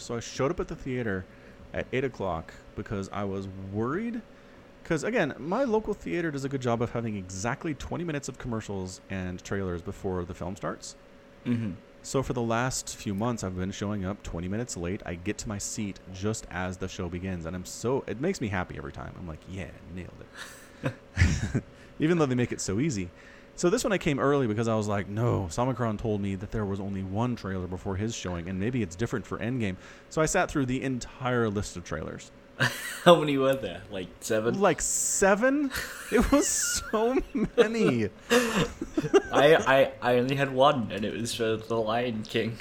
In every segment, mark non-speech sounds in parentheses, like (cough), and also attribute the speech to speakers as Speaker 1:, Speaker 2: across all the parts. Speaker 1: So I showed up at the theater at eight o'clock because I was worried. Because again, my local theater does a good job of having exactly 20 minutes of commercials and trailers before the film starts.
Speaker 2: Mm-hmm.
Speaker 1: So for the last few months, I've been showing up 20 minutes late. I get to my seat just as the show begins, and I'm so it makes me happy every time. I'm like, yeah, nailed it. Even though they make it so easy. So this one I came early because I was like, no, Samicron told me that there was only one trailer before his showing, and maybe it's different for Endgame. So I sat through the entire list of trailers.
Speaker 2: How many were there? Like seven.
Speaker 1: Like seven? It was so many.
Speaker 2: I, I I only had one, and it was for the Lion King.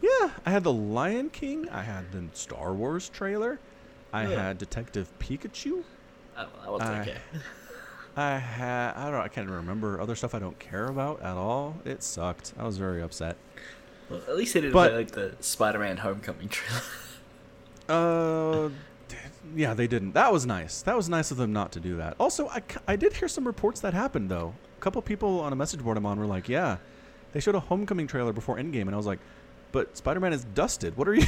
Speaker 1: Yeah, I had the Lion King. I had the Star Wars trailer. I
Speaker 2: Yeah.
Speaker 1: had Detective Pikachu.
Speaker 2: Oh, that was
Speaker 1: I-
Speaker 2: okay.
Speaker 1: I had I don't I can't remember other stuff I don't care about at all. It sucked. I was very upset.
Speaker 2: Well, at least they didn't
Speaker 1: but-
Speaker 2: play like the Spider-Man Homecoming trailer.
Speaker 1: Uh, d- yeah, they didn't. That was nice. That was nice of them not to do that. Also, I, c- I did hear some reports that happened though. A couple people on a message board I'm on were like, "Yeah, they showed a Homecoming trailer before Endgame," and I was like, "But Spider-Man is dusted. What are you?"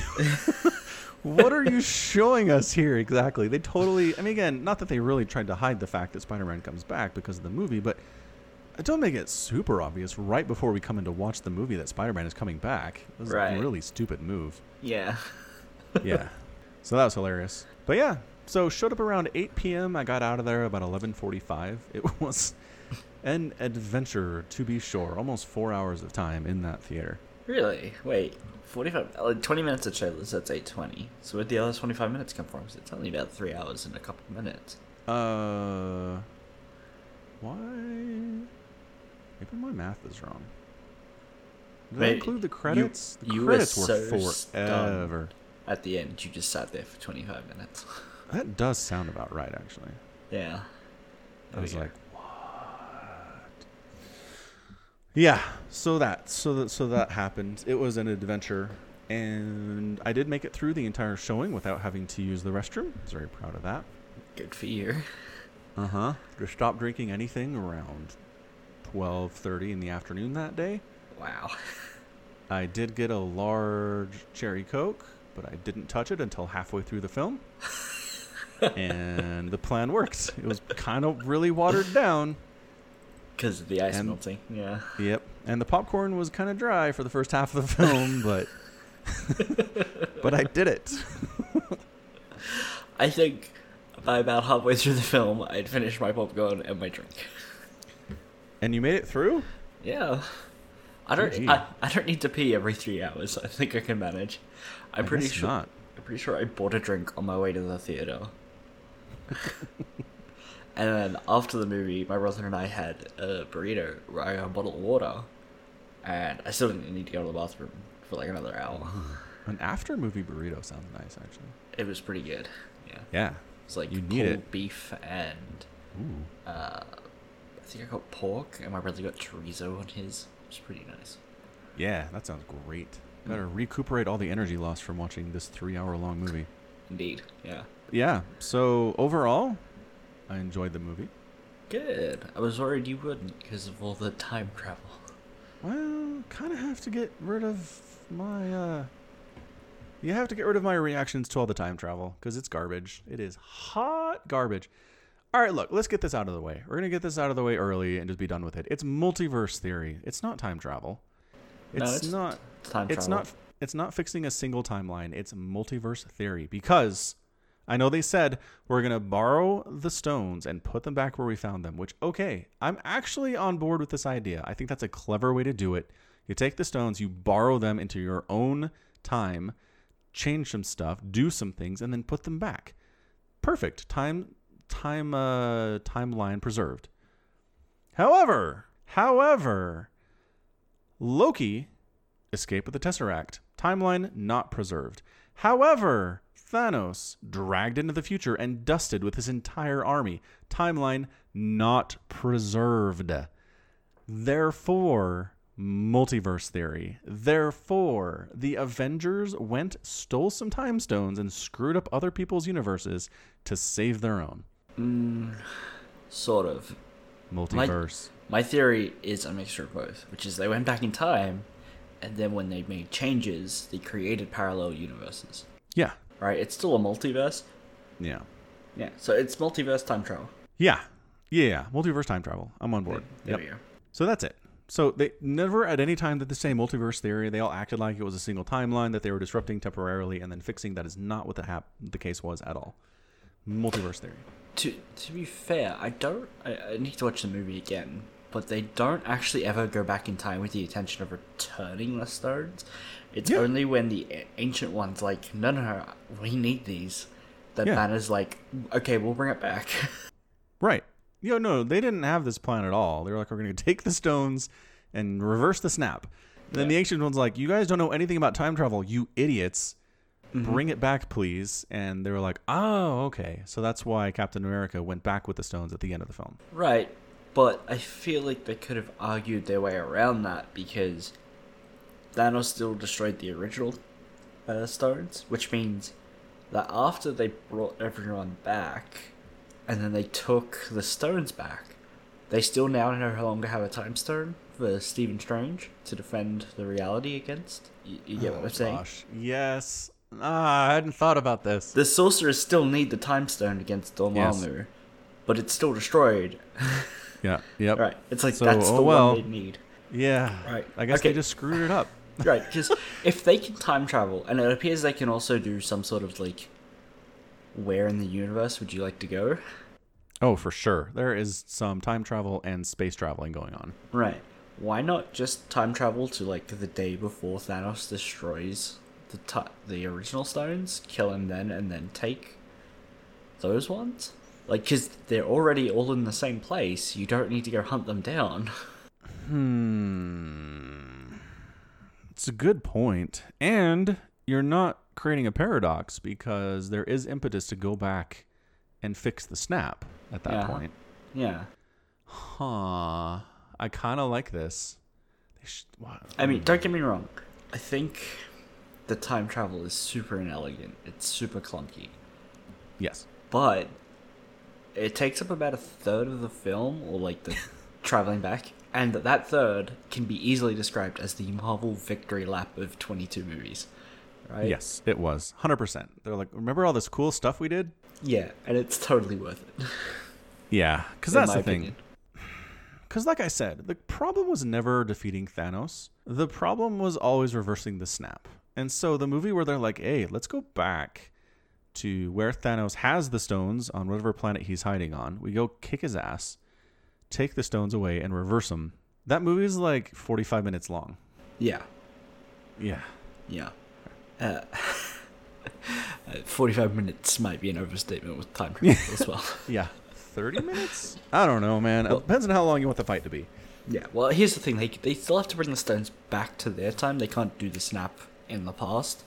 Speaker 1: what are you showing us here exactly? They totally. I mean, again, not that they really tried to hide the fact that Spider-Man comes back because of the movie, but don't make it super obvious right before we come in to watch the movie that Spider-Man is coming back. It was
Speaker 2: Right.
Speaker 1: a really stupid move.
Speaker 2: yeah. (laughs)
Speaker 1: Yeah. so that was hilarious. But yeah, so showed up around 8 p.m. I got out of there about 11:45. It (laughs) was an adventure to be sure. Almost four hours of time in that theater.
Speaker 2: Really? Wait. Forty-five. Like twenty minutes of trailers. That's eight twenty. So where'd the other twenty-five minutes come from? 'Cause it's only about three hours and a couple minutes.
Speaker 1: Uh, why? Maybe my math is wrong. Did I
Speaker 2: Wait,
Speaker 1: include the
Speaker 2: you-
Speaker 1: credits? the
Speaker 2: you were
Speaker 1: credits were
Speaker 2: so
Speaker 1: forever.
Speaker 2: At the end, you just sat there for twenty-five minutes. (laughs)
Speaker 1: That does sound about right, actually.
Speaker 2: yeah.
Speaker 1: I was
Speaker 2: yeah.
Speaker 1: like, what? Yeah. So that so that so that happened. It was an adventure, and I did make it through the entire showing without having to use the restroom. I was very proud of that.
Speaker 2: good for you. (laughs)
Speaker 1: Uh huh. Just stopped drinking anything around twelve thirty in the afternoon that day.
Speaker 2: Wow.
Speaker 1: I did get a large cherry coke, but I didn't touch it until halfway through the film. and the plan worked. It was kind of really watered down.
Speaker 2: Because of the ice
Speaker 1: And-
Speaker 2: melting. Yeah.
Speaker 1: Yep. And the popcorn was kind of dry for the first half of the (laughs) film, but but I did it.
Speaker 2: I think by about halfway through the film, I'd finished my popcorn and my drink. (laughs)
Speaker 1: And you made it through?
Speaker 2: Yeah. I
Speaker 1: Oh,
Speaker 2: don't.
Speaker 1: gee.
Speaker 2: I, I don't need to pee every three hours. I think I can manage. I'm
Speaker 1: I
Speaker 2: pretty
Speaker 1: guess
Speaker 2: sure.
Speaker 1: not.
Speaker 2: I'm pretty sure I bought a drink on my way to
Speaker 1: (laughs)
Speaker 2: the theater. and then after the movie, my brother and I had a burrito where I got a bottle of water, and I still didn't need to go to the bathroom for like
Speaker 1: (laughs)
Speaker 2: another hour.
Speaker 1: An after movie burrito sounds nice actually.
Speaker 2: It was pretty good. Yeah.
Speaker 1: Yeah.
Speaker 2: It's like
Speaker 1: You
Speaker 2: pulled
Speaker 1: need it.
Speaker 2: beef and
Speaker 1: Ooh.
Speaker 2: uh, I think I got pork, and my brother got chorizo on his. It's pretty nice.
Speaker 1: Yeah, that sounds great.
Speaker 2: Mm.
Speaker 1: Gotta recuperate all the energy lost from watching this three hour long movie.
Speaker 2: Indeed. Yeah.
Speaker 1: Yeah. So overall, I enjoyed the movie.
Speaker 2: Good. I was worried you wouldn't because of all the time travel.
Speaker 1: Well, kind of have to get rid of my. uh You have to get rid of my reactions to all the time travel because it's garbage. It is hot garbage. All right, look, let's get this out of the way. We're gonna get this out of the way early and just be done with it. It's multiverse theory. It's not time travel. It's,
Speaker 2: No, it's
Speaker 1: not.
Speaker 2: Time
Speaker 1: It's
Speaker 2: travel.
Speaker 1: not. It's not fixing a single timeline. It's multiverse theory because I know they said we're gonna borrow the stones and put them back where we found them. Which okay, I'm actually on board with this idea. I think that's a clever way to do it. You take the stones, you borrow them into your own time, change some stuff, do some things, and then put them back. Perfect. Time, time, uh, timeline preserved. However, however, Loki escape with the Tesseract. Timeline not preserved. However, Thanos dragged into the future and dusted with his entire army. Timeline not preserved. Therefore, multiverse theory. Therefore, the Avengers went, stole some time stones, and screwed up other people's universes to save their own.
Speaker 2: Sort of.
Speaker 1: Multiverse.
Speaker 2: My theory is a mixture of both, which is they went back in time and then when they made changes, they created parallel universes.
Speaker 1: Yeah.
Speaker 2: Right? It's still a multiverse.
Speaker 1: Yeah.
Speaker 2: Yeah. So it's multiverse time travel.
Speaker 1: Yeah. Yeah. yeah. Multiverse time travel. I'm on board.
Speaker 2: There
Speaker 1: Yep.
Speaker 2: we go.
Speaker 1: So that's it. So they never at any time did they say multiverse theory. They all acted like it was a single timeline that they were disrupting temporarily and then fixing. That is not what the hap- the case was at all. Multiverse theory.
Speaker 2: To to be fair, I don't. I, I need to watch the movie again, but they don't actually ever go back in time with the intention of returning the stones. It's
Speaker 1: Yeah.
Speaker 2: only when the a- ancient ones like, no, no, no, we need these. That
Speaker 1: Yeah.
Speaker 2: Banner's like, okay, we'll bring it back. (laughs)
Speaker 1: Right. Yo, no, they didn't have this plan at all. They were like, we're going to (laughs) take the stones and reverse the snap. And then the ancient one's like, you guys don't know anything about time travel, you idiots. Bring it back, please. And they were like, oh, okay. So that's why Captain America went back with the stones at the end of the film.
Speaker 2: Right, but I feel like they could have argued their way around that because Thanos still destroyed the original uh, stones, which means that after they brought everyone back and then they took the stones back, they still now no longer have a time stone for Stephen Strange to defend the reality against. You, you get what I'm saying?
Speaker 1: Oh, Gosh. Yes. Ah, I hadn't thought about this.
Speaker 2: The sorcerers still need the time stone against
Speaker 1: Yes.
Speaker 2: Dormammu, but it's still destroyed. (laughs)
Speaker 1: Yeah. Yep.
Speaker 2: right, it's like
Speaker 1: So,
Speaker 2: that's
Speaker 1: oh
Speaker 2: the
Speaker 1: well.
Speaker 2: one they need.
Speaker 1: Yeah.
Speaker 2: Right.
Speaker 1: I guess they
Speaker 2: Okay.
Speaker 1: just screwed it up.
Speaker 2: Right, because if they can time travel, and it appears they can also do some sort of like, where in the universe would you like to go?
Speaker 1: Oh, for sure. There is some time travel and space traveling going on.
Speaker 2: Right. Why not just time travel to like the day before Thanos destroys the t- the original stones, kill him then, and then take those ones? Like, because they're already all in the same place. You don't need to go hunt them down. (laughs)
Speaker 1: Hmm. It's a good point. And you're not creating a paradox because there is impetus to go back and fix the snap at that
Speaker 2: Yeah.
Speaker 1: point.
Speaker 2: yeah.
Speaker 1: Huh. I kind of like this. They should, wow.
Speaker 2: I mean, don't get me wrong. I think the time travel is super inelegant. It's super clunky.
Speaker 1: Yes.
Speaker 2: but it takes up about a third of the film, or
Speaker 1: (laughs)
Speaker 2: like the traveling back, and that third can be easily described as the Marvel victory lap of 22 movies, right?
Speaker 1: Yes, it was. 100%. They're like, remember all this cool stuff we did?
Speaker 2: Yeah, and it's totally worth
Speaker 1: (laughs)
Speaker 2: it.
Speaker 1: Yeah. Because
Speaker 2: in
Speaker 1: that's
Speaker 2: my
Speaker 1: the thing.
Speaker 2: opinion.
Speaker 1: Because, like I said, the problem was never defeating Thanos. The problem was always reversing the snap. And so the movie where they're like, hey, let's go back to where Thanos has the stones on whatever planet he's hiding on. We go kick his ass, take the stones away, and reverse them. That movie is like 45 minutes long.
Speaker 2: Yeah,
Speaker 1: Yeah.
Speaker 2: yeah. Uh, (laughs) uh, 45 minutes might be an overstatement with time travel
Speaker 1: (laughs)
Speaker 2: as well.
Speaker 1: Yeah. 30 minutes? I don't know, man. it depends on how long you want the fight to be.
Speaker 2: Yeah, well, here's the thing: they they still have to bring the stones back to their time. They can't do the snap in the past.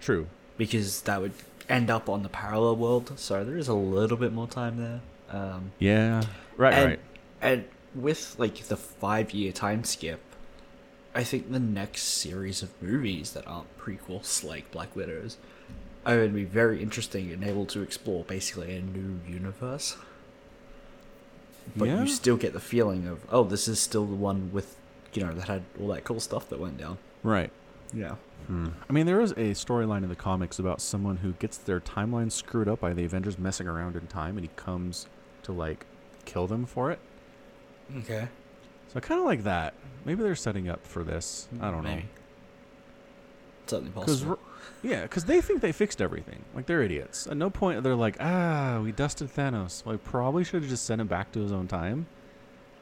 Speaker 1: True.
Speaker 2: because that would end up on the parallel world. So there is a little bit more time there. Um,
Speaker 1: Yeah. Right,
Speaker 2: and,
Speaker 1: right.
Speaker 2: and with like the five year time skip, I think the next series of movies that aren't prequels like Black Widows are going to be very interesting and able to explore basically a new universe. But
Speaker 1: Yeah.
Speaker 2: you still get the feeling of oh, this is still the one with you know that had all that cool stuff that went down.
Speaker 1: Right. Hmm.
Speaker 2: Yeah.
Speaker 1: I mean, there is a storyline in the comics about someone who gets their timeline screwed up by the Avengers messing around in time, and he comes to like kill them for it.
Speaker 2: Okay.
Speaker 1: So I kind of like that. Maybe they're setting up for this. I don't know.
Speaker 2: Maybe. Certainly
Speaker 1: Because
Speaker 2: possible.
Speaker 1: yeah, because they think they fixed everything. Like they're idiots. At no point they're like, ah, we dusted Thanos. Well, we probably should have just sent him back to his own time,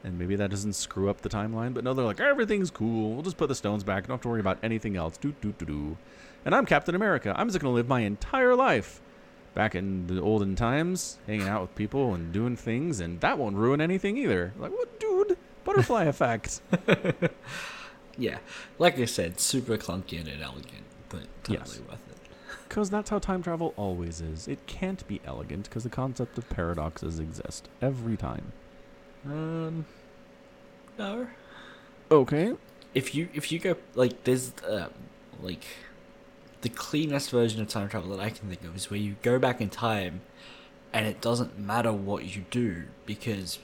Speaker 1: and maybe that doesn't screw up the timeline. But no, they're like, everything's cool. We'll just put the stones back. Don't have to worry about anything else. Do do do do. And I'm Captain America. I'm just gonna live my entire life back in the olden times, hanging out with people and doing things, and that won't ruin anything either. Like what, dude? Butterfly (laughs) effect.
Speaker 2: Yeah, like I said, super clunky and inelegant, but totally
Speaker 1: Yes.
Speaker 2: worth it.
Speaker 1: Because that's how time travel always is. It can't be elegant because the concept of paradoxes exist every time.
Speaker 2: Um, no.
Speaker 1: Okay.
Speaker 2: If you if you go like there's um like the cleanest version of time travel that I can think of is where you go back in time, and it doesn't matter what you do because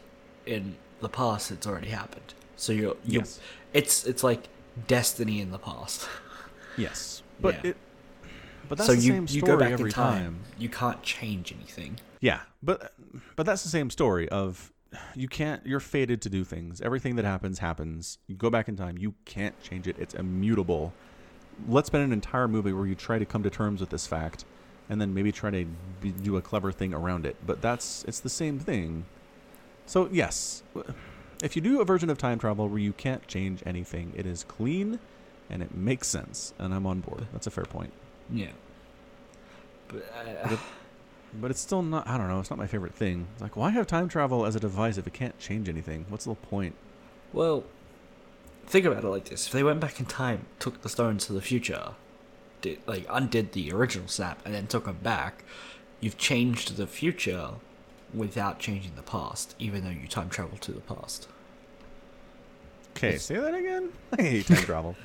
Speaker 2: in the past it's already happened. So you're, you're
Speaker 1: Yes.
Speaker 2: it's it's like destiny in the past.
Speaker 1: Yes, but
Speaker 2: Yeah.
Speaker 1: it. But that's
Speaker 2: so
Speaker 1: the
Speaker 2: you,
Speaker 1: same story
Speaker 2: you go back
Speaker 1: every
Speaker 2: in time. You can't change anything.
Speaker 1: Yeah, but but that's the same story of you can't you're fated to do things. Everything that happens happens. You go back in time, you can't change it. It's immutable. Let's spend an entire movie where you try to come to terms with this fact and then maybe try to be, do a clever thing around it. But that's it's the same thing. So, yes. w- If you do a version of time travel where you can't change anything, it is clean and it makes sense and I'm on board. That's a fair point.
Speaker 2: Yeah. But uh,
Speaker 1: But it's still not. I don't know. It's not my favorite thing. It's like, why have time travel as a device if it can't change anything? What's the point?
Speaker 2: Well, think about it like this: if they went back in time, took the stones to the future, did like undid the original snap, and then took them back, you've changed the future without changing the past, even though you time travel to the past.
Speaker 1: Okay, say that again. (laughs) I hate time travel.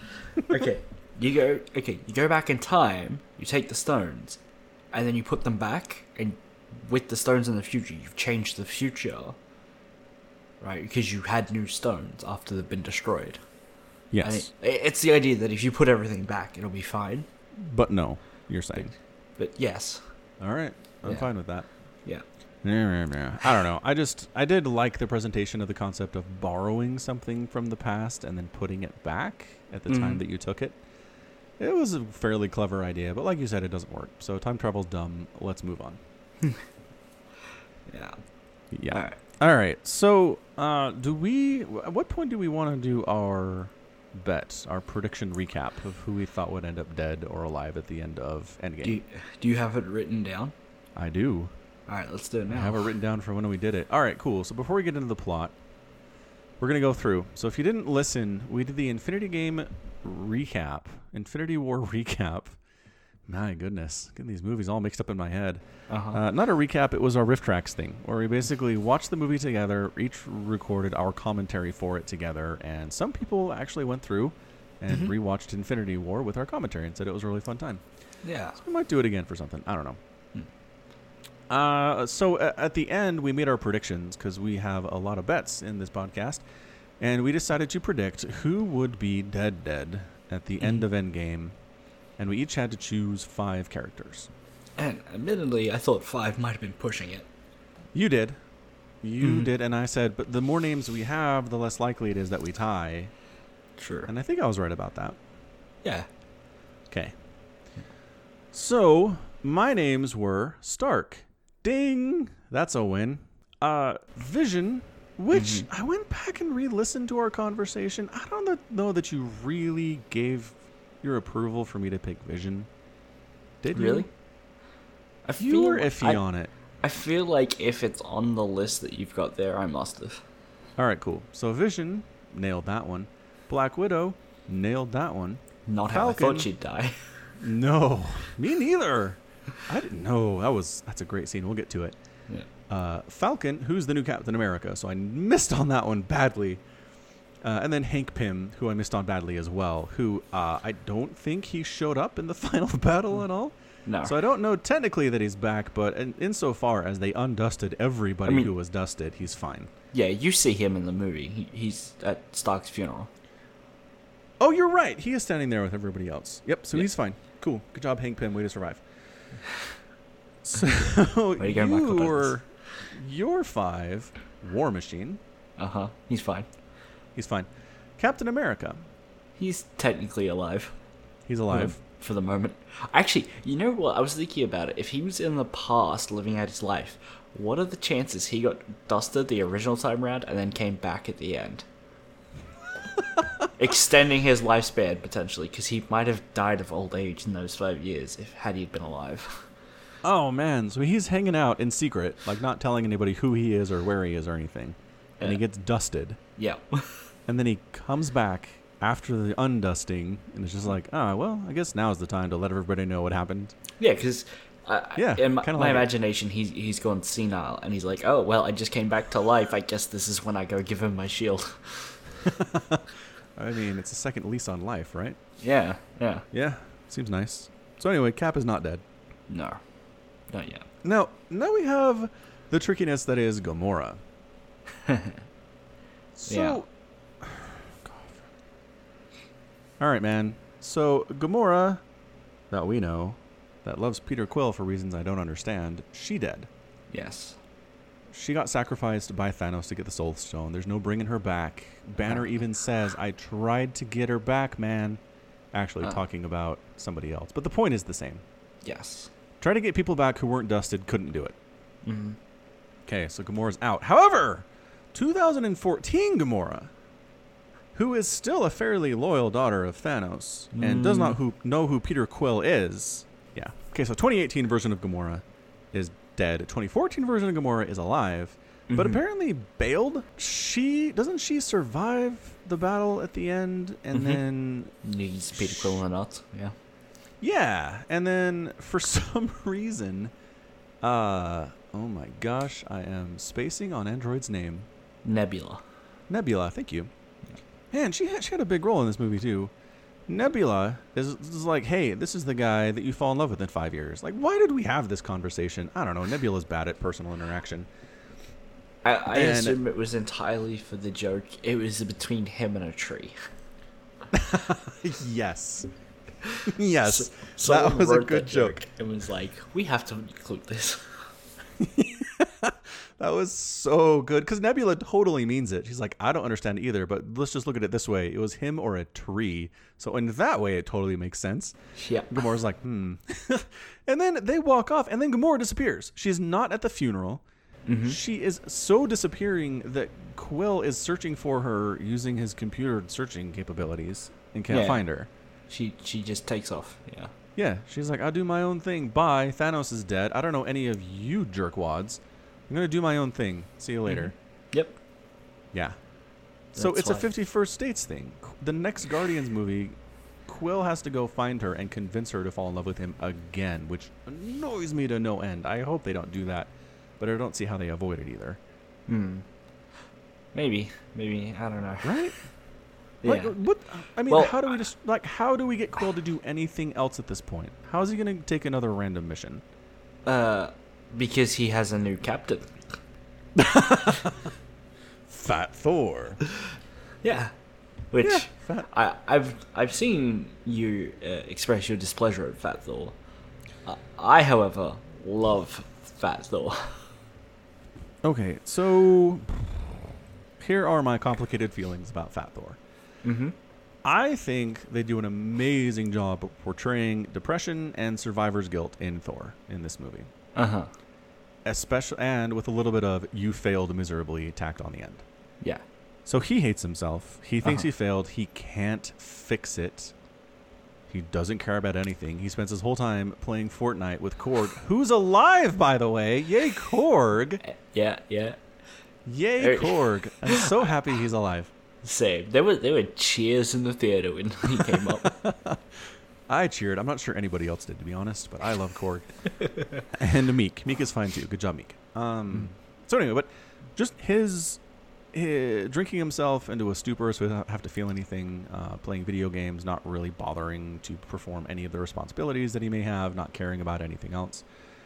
Speaker 2: okay, you go. Okay, you go back in time. You take the stones, and then you put them back, and with the stones in the future, you've changed the future. Right, because you had new stones after they've been destroyed. I
Speaker 1: (laughs) Yes,
Speaker 2: think- i- it's the idea that if you put everything back, it'll be fine.
Speaker 1: but no. You're saying.
Speaker 2: But yes,
Speaker 1: All right, I'm
Speaker 2: Yeah.
Speaker 1: fine with that.
Speaker 2: yeah,
Speaker 1: Yeah, yeah, yeah. I don't know. I just I did like the presentation of the concept of borrowing something from the past and then putting it back at the time
Speaker 2: Mhm.
Speaker 1: that you took it. It was a fairly clever idea, but like you said, it doesn't work. So time travel's dumb. Let's move on.
Speaker 2: yeah.
Speaker 1: Yeah.
Speaker 2: All right.
Speaker 1: All right. So, uh, do we? w- At what point do we want to do our bet, our prediction recap of who we thought would end up dead or alive at the end of Endgame?
Speaker 2: Do you, do you have it written down?
Speaker 1: I do.
Speaker 2: All right, let's do it now.
Speaker 1: I have it written down for when we did it. All right, cool. So before we get into the plot, we're gonna go through. So if you didn't listen, we did the Infinity Game recap, Infinity War (laughs) recap. My goodness, getting these movies all mixed up in my head.
Speaker 2: Uh-huh.
Speaker 1: Uh, not a recap. It was our riff tracks thing, where we basically watched the movie together, each recorded our commentary for it together, and some people actually went through and rewatched Infinity War with our commentary and said it was a really fun time.
Speaker 2: yeah.
Speaker 1: We might do it again for something. I don't know. Uh, so a- at the end, we made our predictions because we have a lot of bets in this podcast, and we decided to predict who would be dead dead at the end of Endgame, and we each had to choose five characters.
Speaker 2: And admittedly, I thought five might have been pushing it.
Speaker 1: You did. You
Speaker 2: Mm-hmm.
Speaker 1: did, and I said, but the more names we have, the less likely it is that we tie.
Speaker 2: Sure.
Speaker 1: And I think I was right about that.
Speaker 2: Yeah.
Speaker 1: Okay. So my names were Stark. Ding! That's a win. Uh, Vision, which
Speaker 2: Mm-hmm.
Speaker 1: I went back and re-listened to our conversation. I don't th- know that you really gave your approval for me to pick Vision. Did you?
Speaker 2: Really? I
Speaker 1: You were iffy
Speaker 2: I,
Speaker 1: on it.
Speaker 2: I feel like if it's on the list that you've got there, I must have.
Speaker 1: All right, cool. So Vision nailed that one. Black Widow nailed that one.
Speaker 2: Not how I
Speaker 1: Falcon.
Speaker 2: thought she'd die. (laughs)
Speaker 1: No, me neither. I didn't know that was. That's a great scene. We'll get to it.
Speaker 2: yeah.
Speaker 1: uh, Falcon, who's the new Captain America. So I missed on that one badly. Uh, and then Hank Pym, who I missed on badly as well, who uh, I don't think he showed up in the (laughs) final battle at all.
Speaker 2: No.
Speaker 1: So I don't know technically that he's back, but in, insofar as they undusted everybody
Speaker 2: I mean-
Speaker 1: who was dusted, he's fine.
Speaker 2: yeah, you see him in the movie. He, he's at Stark's funeral.
Speaker 1: Oh, you're right. He is standing there with everybody else. Yep. So
Speaker 2: Yeah.
Speaker 1: he's fine. Cool. Good job, Hank Pim. Way to (sighs) survive. So you
Speaker 2: you go, Michael Douglas.
Speaker 1: your your five War Machine.
Speaker 2: Uh huh. He's fine.
Speaker 1: He's fine. Captain America.
Speaker 2: He's technically alive.
Speaker 1: He's alive.
Speaker 2: for the moment. Actually, you know what? I was thinking about it. If he was in the past living out his life, what are the chances he got dusted the original time round and then came back at
Speaker 1: (laughs)
Speaker 2: the end? Extending his lifespan potentially, because he might have died of old age in those five years if had he been alive. (laughs)
Speaker 1: Oh man, so he's hanging out in secret, like not telling anybody who he is or where he is or anything. And he
Speaker 2: Yeah.
Speaker 1: gets dusted.
Speaker 2: yeah, (laughs)
Speaker 1: And then he comes back after the undusting and it's just like, ah, well, I guess now's the time to let everybody know what happened.
Speaker 2: yeah, because
Speaker 1: Yeah,
Speaker 2: in my,
Speaker 1: kinda
Speaker 2: my
Speaker 1: like it.
Speaker 2: imagination, he's he's gone senile and he's like, oh well, I just came back to life. I guess this is when I go give him my shield. (laughs)
Speaker 1: I mean, it's a second lease on life, right?
Speaker 2: yeah, yeah,
Speaker 1: Yeah, seems nice. So anyway, Cap is not dead.
Speaker 2: no, not yet.
Speaker 1: Now, now we have the trickiness that is
Speaker 2: (laughs)
Speaker 1: Gamora. so, (sighs)
Speaker 2: Yeah.
Speaker 1: God. All right, man. So Gamora, that we know, that loves Peter Quill for reasons I don't understand, she dead.
Speaker 2: Yes.
Speaker 1: She got sacrificed by Thanos to get the Soul Stone. There's no bringing her back. Banner even says, "I tried to get her back, man." Actually,
Speaker 2: Huh.
Speaker 1: talking about somebody else, but the point is the same.
Speaker 2: Yes.
Speaker 1: Try to get people back who weren't dusted, couldn't do it.
Speaker 2: Mm-hmm.
Speaker 1: Okay, so Gamora's out. However, 2014 Gamora, who is still a fairly loyal daughter of Thanos and does not who, know who Peter Quill is. Yeah. Okay, so 2018 version of Gamora is dead. 2014 version of Gamora is alive, but
Speaker 2: Mhm.
Speaker 1: apparently bailed. She doesn't she survive the battle at the end and
Speaker 2: Mhm.
Speaker 1: then
Speaker 2: Needs Peter Quill or not? Yeah.
Speaker 1: yeah, and then for (laughs) some reason, uh, oh my gosh, I am spacing on Android's name.
Speaker 2: Nebula.
Speaker 1: Nebula, thank you. Man, she had, she had a big role in this movie too. Nebula is, is like, hey, this is the guy that you fall in love with in five years. Like, why did we have this conversation? I don't know. Nebula's bad at personal interaction.
Speaker 2: I, I
Speaker 1: And-
Speaker 2: assume it was entirely for the joke. It was between him and a tree.
Speaker 1: (laughs) yes. (laughs) yes.
Speaker 2: So
Speaker 1: that was a good joke.
Speaker 2: It was like, we have to
Speaker 1: (laughs)
Speaker 2: include this.
Speaker 1: That was so good because Nebula totally means it. She's like, I don't understand either, but let's just look at it this way: it was him or a tree. So in that way, it totally makes sense.
Speaker 2: Yeah.
Speaker 1: Gamora's like, hmm, (laughs) and then they walk off, and then Gamora disappears. She's not at the funeral. She is so disappearing that Quill is searching for her using his computer searching capabilities and can't
Speaker 2: Yeah.
Speaker 1: find her.
Speaker 2: She she just takes off. Yeah.
Speaker 1: Yeah, she's like, I'll do my own thing. Bye. Thanos is dead. I don't know any of you jerkwads. I'm gonna do my own thing. See you later.
Speaker 2: Yep.
Speaker 1: Yeah. So
Speaker 2: That's
Speaker 1: it's
Speaker 2: why.
Speaker 1: a 51st States thing. Qu- The next Guardians movie, Quill has to go find her and convince her to fall in love with him again, which annoys me to no end. I hope they don't do that, but I don't see how they avoid it either.
Speaker 2: Hmm. Maybe. Maybe. I don't know.
Speaker 1: Right? Like
Speaker 2: Yeah.
Speaker 1: what I mean,
Speaker 2: Well,
Speaker 1: how do we just like how do we get Quill to do anything else at this point? How is he going to take another random mission?
Speaker 2: Uh, because he has a new captain.
Speaker 1: Fat Thor.
Speaker 2: Yeah. Which
Speaker 1: Yeah, Fat-
Speaker 2: I, I've I've seen you uh, express your displeasure at Fat Thor. Uh, I, however, love Fat Thor. (laughs)
Speaker 1: Okay, so here are my complicated feelings about Fat Thor.
Speaker 2: Mm-hmm.
Speaker 1: I think they do an amazing job of portraying depression and survivor's guilt in Thor in this movie,
Speaker 2: Uh huh.
Speaker 1: especially and with a little bit of "you failed miserably" tacked on the end.
Speaker 2: Yeah.
Speaker 1: So he hates himself. He thinks
Speaker 2: Uh-huh.
Speaker 1: he failed. He can't fix it. He doesn't care about anything. He spends his whole time playing Fortnite with
Speaker 2: (laughs)
Speaker 1: Korg, who's alive, by the way. Yay, Korg!
Speaker 2: Eh, Yeah. Yeah.
Speaker 1: Yay,
Speaker 2: Hey.
Speaker 1: Korg! I'm so happy he's alive.
Speaker 2: Same. There were there were cheers in the theater when (laughs) he came up.
Speaker 1: I cheered. I'm not sure anybody else did, to be honest, but I love Korg. (laughs) and Meek. Meek is fine too. Good job, Meek. Um, So anyway, but just his, hi drinking himself into a stupor so he doesn't have to feel anything, uh, playing video games, not really bothering to perform any of the responsibilities that he may have, not caring about anything else.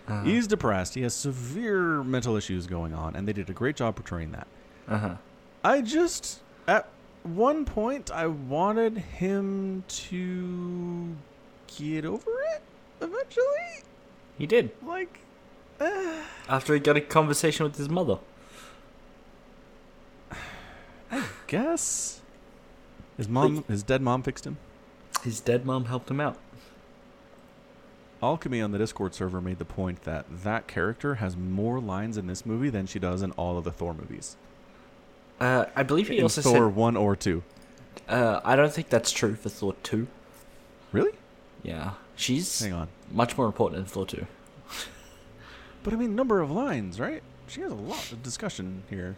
Speaker 2: Uh
Speaker 1: He's depressed. He has severe mental issues going on, and they did a great job portraying that.
Speaker 2: huh.
Speaker 1: I just at one point I wanted him to get over it eventually.
Speaker 2: He did
Speaker 1: Like eh,
Speaker 2: after he got a conversation with his mother.
Speaker 1: guess his mom his dead mom fixed him.
Speaker 2: His dead mom helped him out.
Speaker 1: Alchemy on the Discord server made the point that that character has more lines in this movie than she does in all of the Thor movies.
Speaker 2: Uh, I believe he
Speaker 1: in
Speaker 2: also
Speaker 1: Thor 1 or 2.
Speaker 2: said. Uh, I don't think that's true for Thor two.
Speaker 1: Really?
Speaker 2: Yeah, she's
Speaker 1: Hang on.
Speaker 2: much more important in Thor two.
Speaker 1: But I mean number of lines, right? She has a lot of discussion here.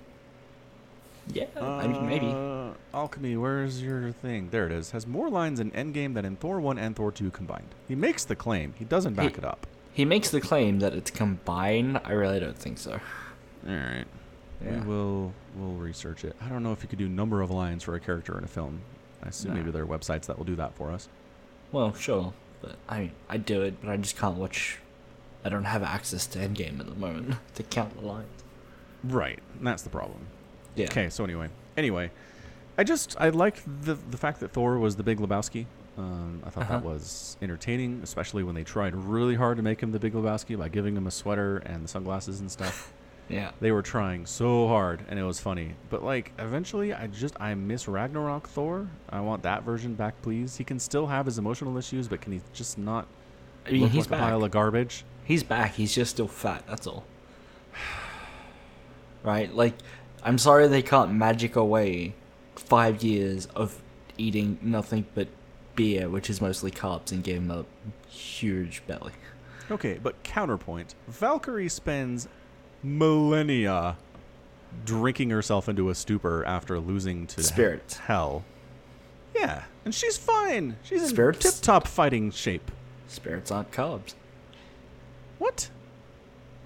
Speaker 2: Yeah, I mean maybe.
Speaker 1: Uh, Alchemy, where's your thing? There it is. Has more lines in Endgame than in Thor 1 and Thor 2 combined. He makes the claim. He doesn't back
Speaker 2: He-
Speaker 1: it up.
Speaker 2: He makes the claim that it's combined. I really don't think so.
Speaker 1: All right.
Speaker 2: Yeah.
Speaker 1: We will we'll research it. I don't know if you could do number of lines for a character in a film. I assume
Speaker 2: Nah.
Speaker 1: maybe there are websites that will do that for us.
Speaker 2: Well, sure, but I mean, I do it, but I just can't watch. I don't have access to Endgame at the moment (laughs) to count the lines.
Speaker 1: Right. And that's the problem.
Speaker 2: Yeah.
Speaker 1: Okay, so anyway. Anyway, I just I liked the the fact that Thor was the Big Lebowski. Um, I thought
Speaker 2: Uh-huh.
Speaker 1: that was entertaining, especially when they tried really hard to make him the Big Lebowski by giving him a sweater and the sunglasses and stuff.
Speaker 2: Yeah.
Speaker 1: they were trying so hard, and it was funny. But like eventually, I just I miss Ragnarok Thor. I want that version back, please. He can still have his emotional issues, but can he just not
Speaker 2: I mean,
Speaker 1: look
Speaker 2: he's
Speaker 1: like
Speaker 2: back.
Speaker 1: a pile of garbage?
Speaker 2: He's back. He's just still fat. That's all. (sighs) Right? Like, I'm sorry they can't magic away five years of eating nothing but beer, which is mostly carbs, and give him a huge belly.
Speaker 1: Okay, but counterpoint. Valkyrie spends millennia drinking herself into a stupor after losing to
Speaker 2: Spirits.
Speaker 1: hell. Yeah, and she's fine. She's
Speaker 2: Spirits?
Speaker 1: in tip-top fighting shape.
Speaker 2: Spirits aren't carbs.
Speaker 1: What?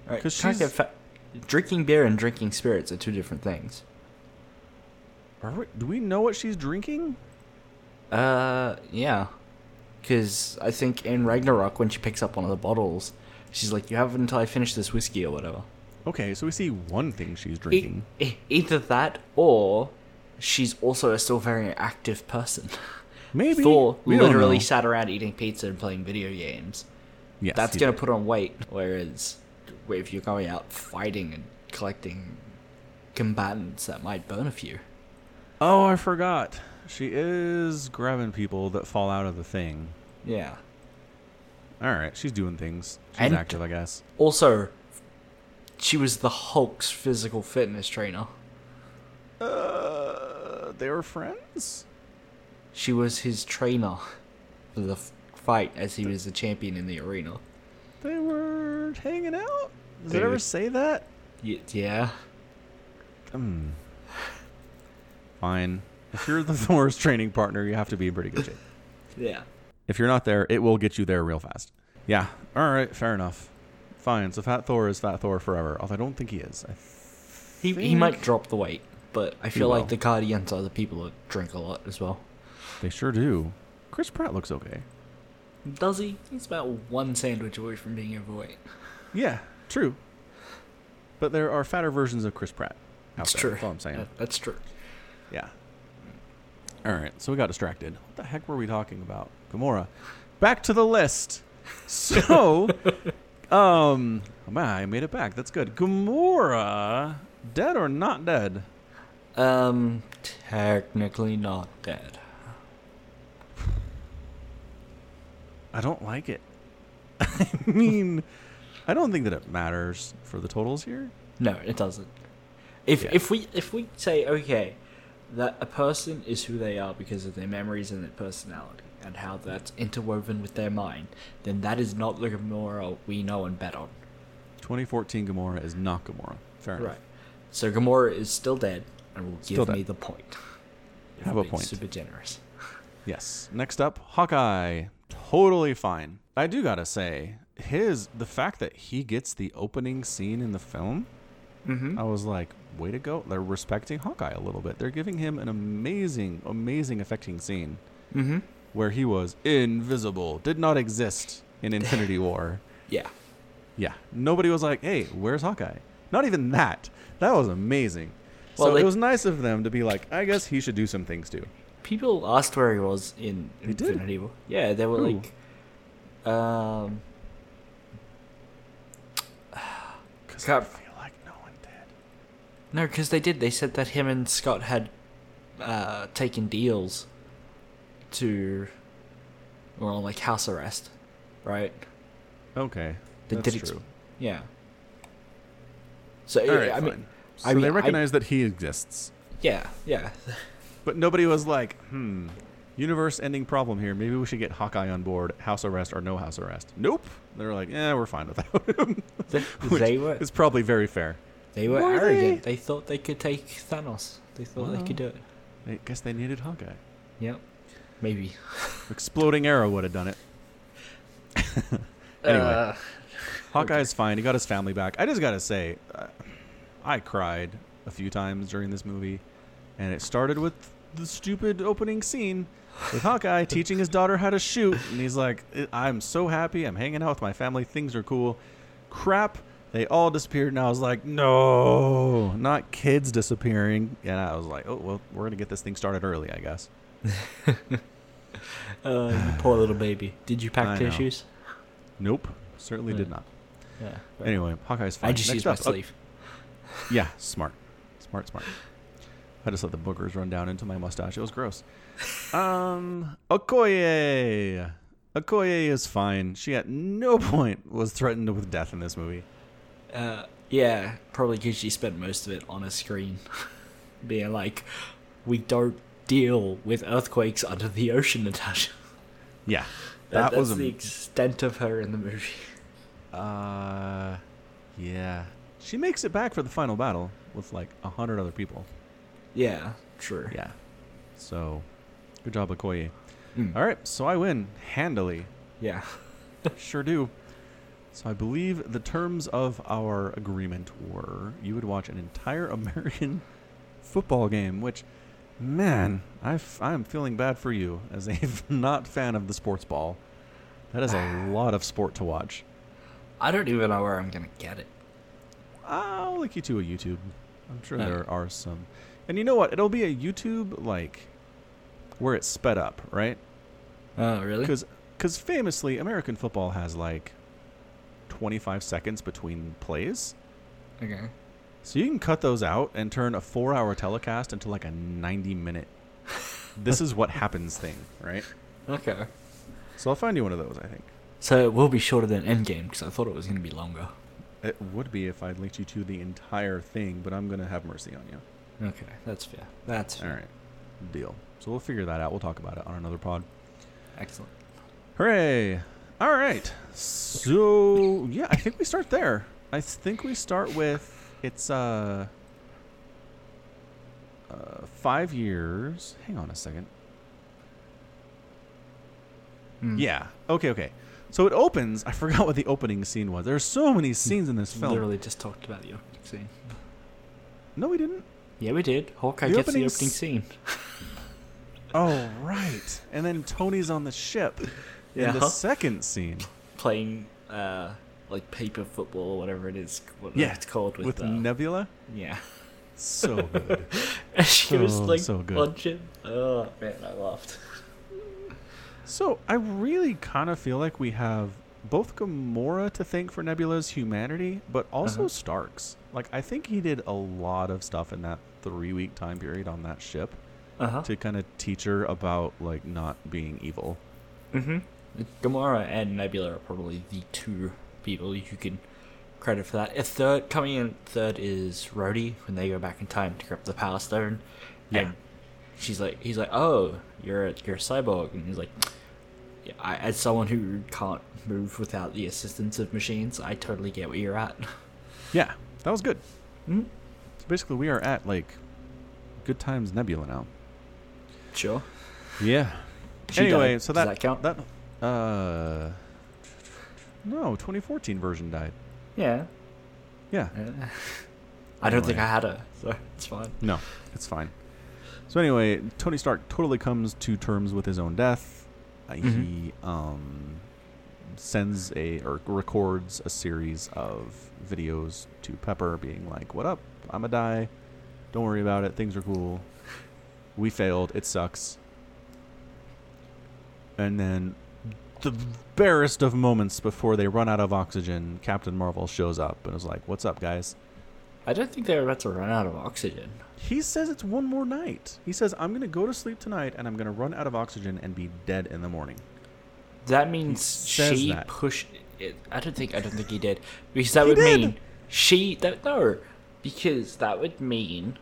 Speaker 2: Right?
Speaker 1: 'Cause
Speaker 2: can't
Speaker 1: she's-
Speaker 2: get fat. Drinking beer and drinking spirits are two different things.
Speaker 1: Are we, do we know what she's drinking?
Speaker 2: Uh, yeah. Because I think in Ragnarok, when she picks up one of the bottles, she's like, You have it until I finish this whiskey or whatever.
Speaker 1: Okay, so we see one thing she's
Speaker 2: E-
Speaker 1: drinking.
Speaker 2: e- either that or she's also a still very active person. (laughs)
Speaker 1: Maybe
Speaker 2: Thor
Speaker 1: we don't
Speaker 2: literally
Speaker 1: know.
Speaker 2: sat around eating pizza and playing video games.
Speaker 1: Yes,
Speaker 2: That's
Speaker 1: he
Speaker 2: going to
Speaker 1: did.
Speaker 2: put on weight, whereas if you're going out fighting and collecting combatants, that might burn a few.
Speaker 1: Oh, I forgot. She is grabbing people that fall out of the thing.
Speaker 2: Yeah.
Speaker 1: All right, she's doing things. She's
Speaker 2: And-
Speaker 1: active, I guess.
Speaker 2: Also, she was the Hulk's physical fitness trainer.
Speaker 1: Uh, they were friends.
Speaker 2: She was his trainer for the f- fight as he was the champion in the arena.
Speaker 1: They were hanging out. Does
Speaker 2: They
Speaker 1: it ever
Speaker 2: were-
Speaker 1: say that?
Speaker 2: Y- yeah.
Speaker 1: Hmm. Fine. If you're the (laughs) Thor's training partner, you have to be in pretty good shape.
Speaker 2: Yeah.
Speaker 1: If you're not there, it will get you there real fast. Yeah. All right. Fair enough. Fine. So Fat Thor is Fat Thor forever. Although I don't think he is. I
Speaker 2: He, he
Speaker 1: think-
Speaker 2: might drop the weight, but I feel
Speaker 1: will.
Speaker 2: like the Guardians are the people that drink a lot as well.
Speaker 1: They sure do. Chris Pratt looks okay.
Speaker 2: Does he? He's about one sandwich away from being overweight.
Speaker 1: Yeah. True. But there are fatter versions of Chris Pratt. Out
Speaker 2: That's
Speaker 1: there.
Speaker 2: true.
Speaker 1: That's all I'm saying.
Speaker 2: That- that's true.
Speaker 1: Yeah. All right, so we got distracted. What the heck were we talking about? Gamora. Back to the list. So, um, man, I made it back. That's good. Gamora, dead or not dead?
Speaker 2: Um, technically not dead.
Speaker 1: I don't like it. (laughs) I mean, I don't think that it matters for the totals here.
Speaker 2: No, it doesn't. If
Speaker 1: Yeah.
Speaker 2: if we if we say okay, that a person is who they are because of their memories and their personality and how that's interwoven with their mind, then that is not the Gamora we know and bet on.
Speaker 1: 2014 Gamora is not Gamora. Fair enough.
Speaker 2: So Gamora is still dead and will
Speaker 1: Still
Speaker 2: give me
Speaker 1: dead.
Speaker 2: the point. If
Speaker 1: Have
Speaker 2: I'm
Speaker 1: a
Speaker 2: being
Speaker 1: point.
Speaker 2: Super generous.
Speaker 1: Yes. Next up, Hawkeye. Totally fine. I do gotta say, his the fact that he gets the opening scene in the film,
Speaker 2: Mm-hmm.
Speaker 1: I was like, way to go. They're respecting Hawkeye a little bit. They're giving him an amazing, amazing affecting scene
Speaker 2: Mm-hmm.
Speaker 1: where he was invisible, did not exist
Speaker 2: (laughs)
Speaker 1: in Infinity War.
Speaker 2: Yeah.
Speaker 1: Yeah. Nobody was like, hey, where's Hawkeye? Not even that. That was amazing. so
Speaker 2: Well, they-
Speaker 1: it was nice of them to be like, I guess he should do some things too.
Speaker 2: People asked where he was in
Speaker 1: They did?
Speaker 2: Infinity War. Yeah, they were
Speaker 1: Who?
Speaker 2: like, um,
Speaker 1: Because I
Speaker 2: Cap-
Speaker 1: feel like no one did.
Speaker 2: no, because they did. They said that him and Scott had uh, taken deals to, well, like house arrest, right?
Speaker 1: Okay.
Speaker 2: They
Speaker 1: that's
Speaker 2: did ex-
Speaker 1: true.
Speaker 2: Yeah. So
Speaker 1: All
Speaker 2: yeah,
Speaker 1: right,
Speaker 2: I mean,
Speaker 1: fine.
Speaker 2: I
Speaker 1: So
Speaker 2: mean,
Speaker 1: they
Speaker 2: I-
Speaker 1: recognize that he exists,
Speaker 2: yeah, yeah,
Speaker 1: (laughs) but nobody was like, "Hmm, universe-ending problem here. Maybe we should get Hawkeye on board. House arrest or no house arrest? Nope. They were like, "Yeah, we're fine without (laughs) him."
Speaker 2: They-
Speaker 1: Which
Speaker 2: they were-
Speaker 1: is probably very fair.
Speaker 2: they were,
Speaker 1: Were they?
Speaker 2: arrogant. They? thought they could take Thanos. They thought they
Speaker 1: Well.
Speaker 2: could do it.
Speaker 1: I guess they needed Hawkeye.
Speaker 2: Yep. Maybe.
Speaker 1: Exploding arrow would have done it. Anyway.
Speaker 2: Uh,
Speaker 1: Hawkeye's fine. He got his family back. I just gotta say, uh, I cried a few times during this movie, and it started with the stupid opening scene with
Speaker 2: (laughs)
Speaker 1: Hawkeye teaching his daughter how to shoot, and he's like, "I- "I'm so happy. I'm hanging out with my family. Things are cool." Crap. They all disappeared, and I was like, no, not kids disappearing. And I was like, oh, well, we're going to get this thing started early, I guess.
Speaker 2: Uh, you poor little baby. Did you
Speaker 1: I
Speaker 2: pack
Speaker 1: know.
Speaker 2: tissues?
Speaker 1: Nope, certainly did
Speaker 2: Yeah.
Speaker 1: not.
Speaker 2: Yeah. right.
Speaker 1: Anyway, Hawkeye's fine.
Speaker 2: I just
Speaker 1: Next
Speaker 2: used my
Speaker 1: up, uh,
Speaker 2: sleeve.
Speaker 1: Yeah, smart. Smart, smart. I just let the boogers run down into my mustache. It was gross. Um, Okoye. Okoye is fine. She at no point was threatened with death in this movie.
Speaker 2: Uh, yeah, probably because she spent most of it on a screen, (laughs) being like, "We don't deal with earthquakes under the ocean, Natasha."
Speaker 1: Yeah.
Speaker 2: That,
Speaker 1: That, was
Speaker 2: that's the
Speaker 1: a,
Speaker 2: extent of her in
Speaker 1: (laughs)
Speaker 2: the movie.
Speaker 1: uh yeah. She makes it back for the final battle with like a hundred other people.
Speaker 2: Yeah, true.
Speaker 1: Yeah. So good job, Okoye.
Speaker 2: Mm.
Speaker 1: All right, so I win handily.
Speaker 2: Yeah.
Speaker 1: Sure do. So I believe the terms of our agreement were you would watch an entire (laughs) American football game, which, man, I f- I'm feeling bad for you as a (laughs) not fan of the sports ball. That is (sighs) a lot of sport to watch.
Speaker 2: I don't even know where I'm gonna get it.
Speaker 1: I'll link you to a YouTube. I'm sure
Speaker 2: Okay.
Speaker 1: there are some. And you know what? It'll be a YouTube, like, where it's sped up, right?
Speaker 2: Oh, really?
Speaker 1: Because famously, American football has, like, 25 seconds between plays.
Speaker 2: Okay.
Speaker 1: So you can cut those out and turn a four hour telecast into like a 90 minute. this is what happens thing, right?
Speaker 2: Okay.
Speaker 1: So I'll find you one of those, I think.
Speaker 2: So it will be shorter than Endgame because I thought it was gonna be longer.
Speaker 1: It would be if I linked you to the entire thing, but I'm going to have mercy on you.
Speaker 2: Okay, that's fair. That's
Speaker 1: All
Speaker 2: fair.
Speaker 1: right. Deal. So we'll figure that out. We'll talk about it on another pod.
Speaker 2: excellent.
Speaker 1: Hooray. All right. So, yeah, I think we start there. I think we start with it's uh, uh 5 years. Hang on a second.
Speaker 2: Mm.
Speaker 1: Yeah. Okay, okay. So it opens. I (laughs) forgot what the opening scene was. There's so
Speaker 2: (laughs)
Speaker 1: many scenes in this film.
Speaker 2: Literally just talked about the opening scene.
Speaker 1: No, we didn't.
Speaker 2: Yeah, we did. Hawkeye
Speaker 1: The
Speaker 2: gets
Speaker 1: opening
Speaker 2: the opening
Speaker 1: s-
Speaker 2: scene.
Speaker 1: Oh, right. And then Tony's on the ship in the
Speaker 2: Yeah.
Speaker 1: second
Speaker 2: (laughs)
Speaker 1: scene
Speaker 2: Playing uh, like paper football or whatever it is. What
Speaker 1: Yeah,
Speaker 2: it's called
Speaker 1: with,
Speaker 2: with, uh,
Speaker 1: Nebula. (laughs)
Speaker 2: yeah. (laughs)
Speaker 1: So good.
Speaker 2: she was
Speaker 1: Oh,
Speaker 2: like
Speaker 1: so good.
Speaker 2: punching. Oh man, I laughed.
Speaker 1: so I really kind of feel like we have both Gamora to thank for Nebula's humanity, but also
Speaker 2: Uh-huh.
Speaker 1: Stark's. Like I think he did a lot of stuff in that three-week time period on that ship
Speaker 2: Uh huh.
Speaker 1: to kind of teach her about like not being evil.
Speaker 2: Mm-hmm. Gamora and Nebula are probably the two people you can credit for that. If third coming in third is Rhodey when they go back in time to grab the Power Stone.
Speaker 1: Yeah.
Speaker 2: And she's like, he's like, oh, you're a, you're a cyborg, and he's like, yeah, I, as someone who can't move without the assistance of machines, I totally get where
Speaker 1: (laughs)
Speaker 2: you're at.
Speaker 1: Yeah, that was good. Mm-hmm.
Speaker 2: Mhm.
Speaker 1: So basically, we are at like Good Times Nebula now.
Speaker 2: Sure.
Speaker 1: Yeah.
Speaker 2: She
Speaker 1: anyway,
Speaker 2: died.
Speaker 1: so that
Speaker 2: Does that count?
Speaker 1: That uh, no, 2014 version died.
Speaker 2: Yeah. (laughs)
Speaker 1: Yeah.
Speaker 2: Uh, I don't think
Speaker 1: Anyway.
Speaker 2: I had her, so it's fine.
Speaker 1: No, it's fine. So anyway, Tony Stark totally comes to terms with his own death. Uh, He um sends a or records a series of videos to Pepper, being like, "What up? I'm a die. Don't worry about it. Things are cool. We failed. It sucks." And then, the barest of moments before they run out of oxygen, Captain Marvel shows up and is like, "What's up, guys?"
Speaker 2: I don't think they were about to run out of oxygen.
Speaker 1: He says it's one more night. He says, I'm going to go to sleep tonight and I'm going to run out of oxygen and be dead in the morning.
Speaker 2: That means
Speaker 1: says
Speaker 2: she
Speaker 1: that.
Speaker 2: pushed. It, I don't think. I don't think he did because that
Speaker 1: He
Speaker 2: would
Speaker 1: did.
Speaker 2: mean she. That no, because that would mean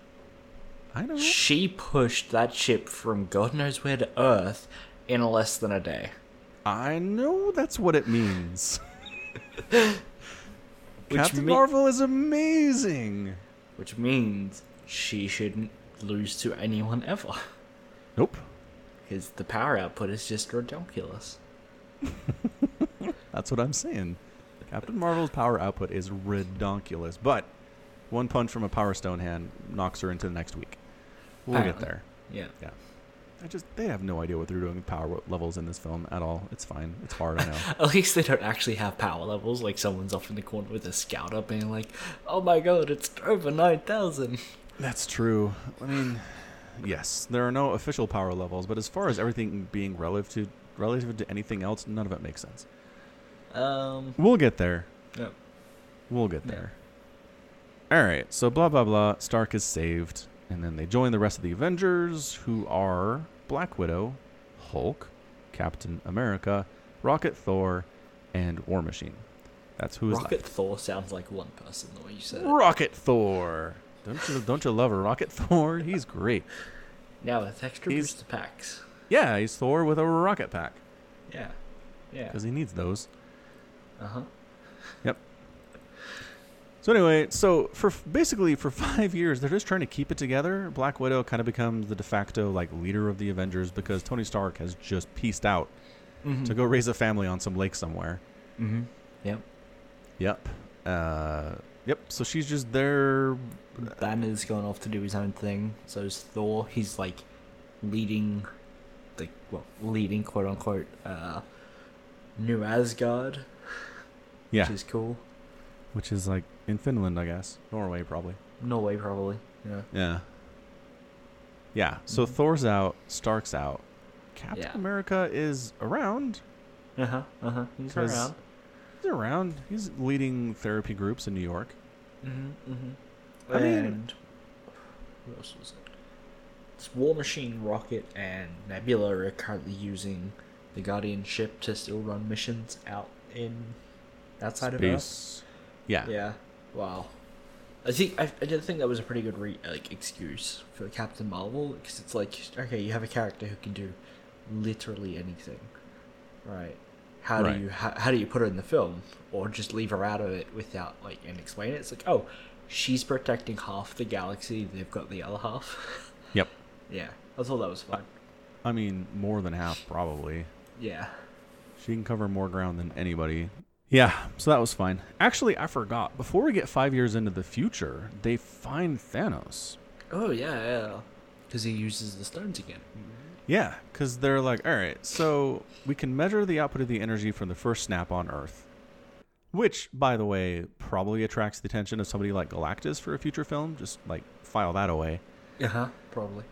Speaker 1: I know.
Speaker 2: she pushed that ship from God knows where to Earth in less than a day.
Speaker 1: I know that's what it (laughs) means.
Speaker 2: Which
Speaker 1: Captain
Speaker 2: mea-
Speaker 1: Marvel is amazing.
Speaker 2: which means she shouldn't lose to anyone ever
Speaker 1: Nope.
Speaker 2: because the power output is just ridiculous.
Speaker 1: That's what I'm saying. Captain Marvel's power output is redonkulous, but one punch from a Power Stone hand knocks her into the next week. We'll get
Speaker 2: Apparently.
Speaker 1: there.
Speaker 2: Yeah.
Speaker 1: Yeah. I just they have no idea what they're doing with power levels in this film at all. It's fine. It's hard, I know.
Speaker 2: At least they don't actually have power levels. Like someone's off in the corner with a scout up being like, "Oh my god, it's over nine thousand.
Speaker 1: That's true. I mean, yes, there are no official power levels, but as far as everything being relative to relative to anything else, none of it makes sense.
Speaker 2: Um.
Speaker 1: We'll get there.
Speaker 2: Yeah.
Speaker 1: We'll get
Speaker 2: Yeah.
Speaker 1: there. All right. So blah blah blah. Stark is saved, and then they join the rest of the Avengers, who are Black Widow, Hulk, Captain America, Rocket Thor, and War Machine. That's who is
Speaker 2: Rocket
Speaker 1: left.
Speaker 2: Thor sounds like one person the way you said it.
Speaker 1: Rocket Thor. Don't you don't you love Rocket (laughs) Thor? He's great.
Speaker 2: Now with extra
Speaker 1: He's-
Speaker 2: booster packs.
Speaker 1: Yeah, he's Thor with a rocket pack
Speaker 2: Yeah. Yeah.
Speaker 1: because he needs those.
Speaker 2: Uh huh.
Speaker 1: So anyway, so for f- basically for (laughs) five years, they're just trying to keep it together. Black Widow kind of becomes the de facto like leader of the Avengers because Tony Stark has just pieced out
Speaker 2: Hmm.
Speaker 1: to go raise a family on some lake somewhere.
Speaker 2: Mm-hmm. Yep.
Speaker 1: Yep. Uh, yep. So she's just there.
Speaker 2: Banner's gone off to do his own thing. So is Thor. He's like leading, like well, leading quote unquote, uh, New Asgard,
Speaker 1: Yeah,
Speaker 2: which is cool.
Speaker 1: which is like in Finland, I guess, Norway probably.
Speaker 2: Norway probably. Yeah.
Speaker 1: Yeah. Yeah. So
Speaker 2: Mhm.
Speaker 1: Thor's out. Stark's out. Captain
Speaker 2: Yeah.
Speaker 1: America is around.
Speaker 2: Uh huh. Uh huh. He's
Speaker 1: 'Cause-
Speaker 2: around.
Speaker 1: He's around. He's leading therapy groups in New York.
Speaker 2: Mm-hmm. mm-hmm.
Speaker 1: I mean-
Speaker 2: and who else was it? It's War Machine, Rocket, and Nebula are currently using the Guardian ship to still run missions out in outside of Earth.
Speaker 1: Space. Yeah.
Speaker 2: Yeah. Wow. I think I, I did think that was a pretty good re- like excuse for Captain Marvel because it's like okay, you have a character who can do literally anything, right? How
Speaker 1: Right.
Speaker 2: do you how, how do you put her in the film or just leave her out of it without like and explain it? It's like oh, she's protecting half the galaxy, they've got the other half. (laughs)
Speaker 1: Yep.
Speaker 2: yeah, I thought that was fun.
Speaker 1: I mean, more than half probably.
Speaker 2: Yeah.
Speaker 1: She can cover more ground than anybody. Yeah, so that was fine. Actually, I forgot. Before we get five years into the future, they find Thanos.
Speaker 2: Oh yeah, yeah. Because he uses the stones again.
Speaker 1: Yeah, because they're like, all right, so we can measure the output of the energy from the first snap on Earth, which, by the way, probably attracts the attention of somebody like Galactus for a future film. Just like file that away.
Speaker 2: Uh huh. Probably.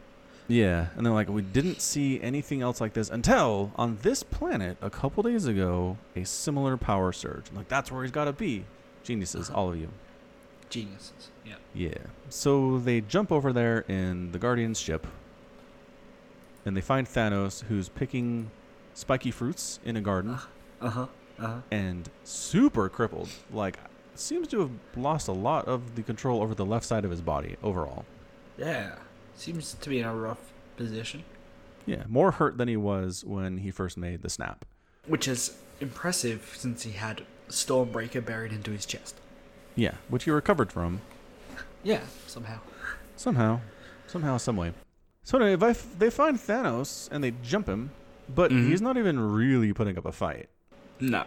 Speaker 1: Yeah, and they're like, we didn't see anything else like this until on this planet a couple days ago, a similar power surge. I'm like, that's where he's got to be. Geniuses, all of you.
Speaker 2: Geniuses. Yeah.
Speaker 1: Yeah. So they jump over there in the Guardian's ship, and they find Thanos, who's picking spiky fruits in a garden
Speaker 2: Uh huh. Uh huh.
Speaker 1: and super crippled. Like, seems to have lost a lot of the control over the left side of his body overall.
Speaker 2: Yeah. Seems to be in a rough position.
Speaker 1: Yeah, more hurt than he was when he first made the snap.
Speaker 2: Which is impressive since he had Stormbreaker buried into his chest.
Speaker 1: Yeah, which he recovered from
Speaker 2: Yeah, somehow.
Speaker 1: Somehow, somehow, some way. So anyway, if I f- they find Thanos and they jump him, but
Speaker 2: Mhm.
Speaker 1: he's not even really putting up a fight.
Speaker 2: No.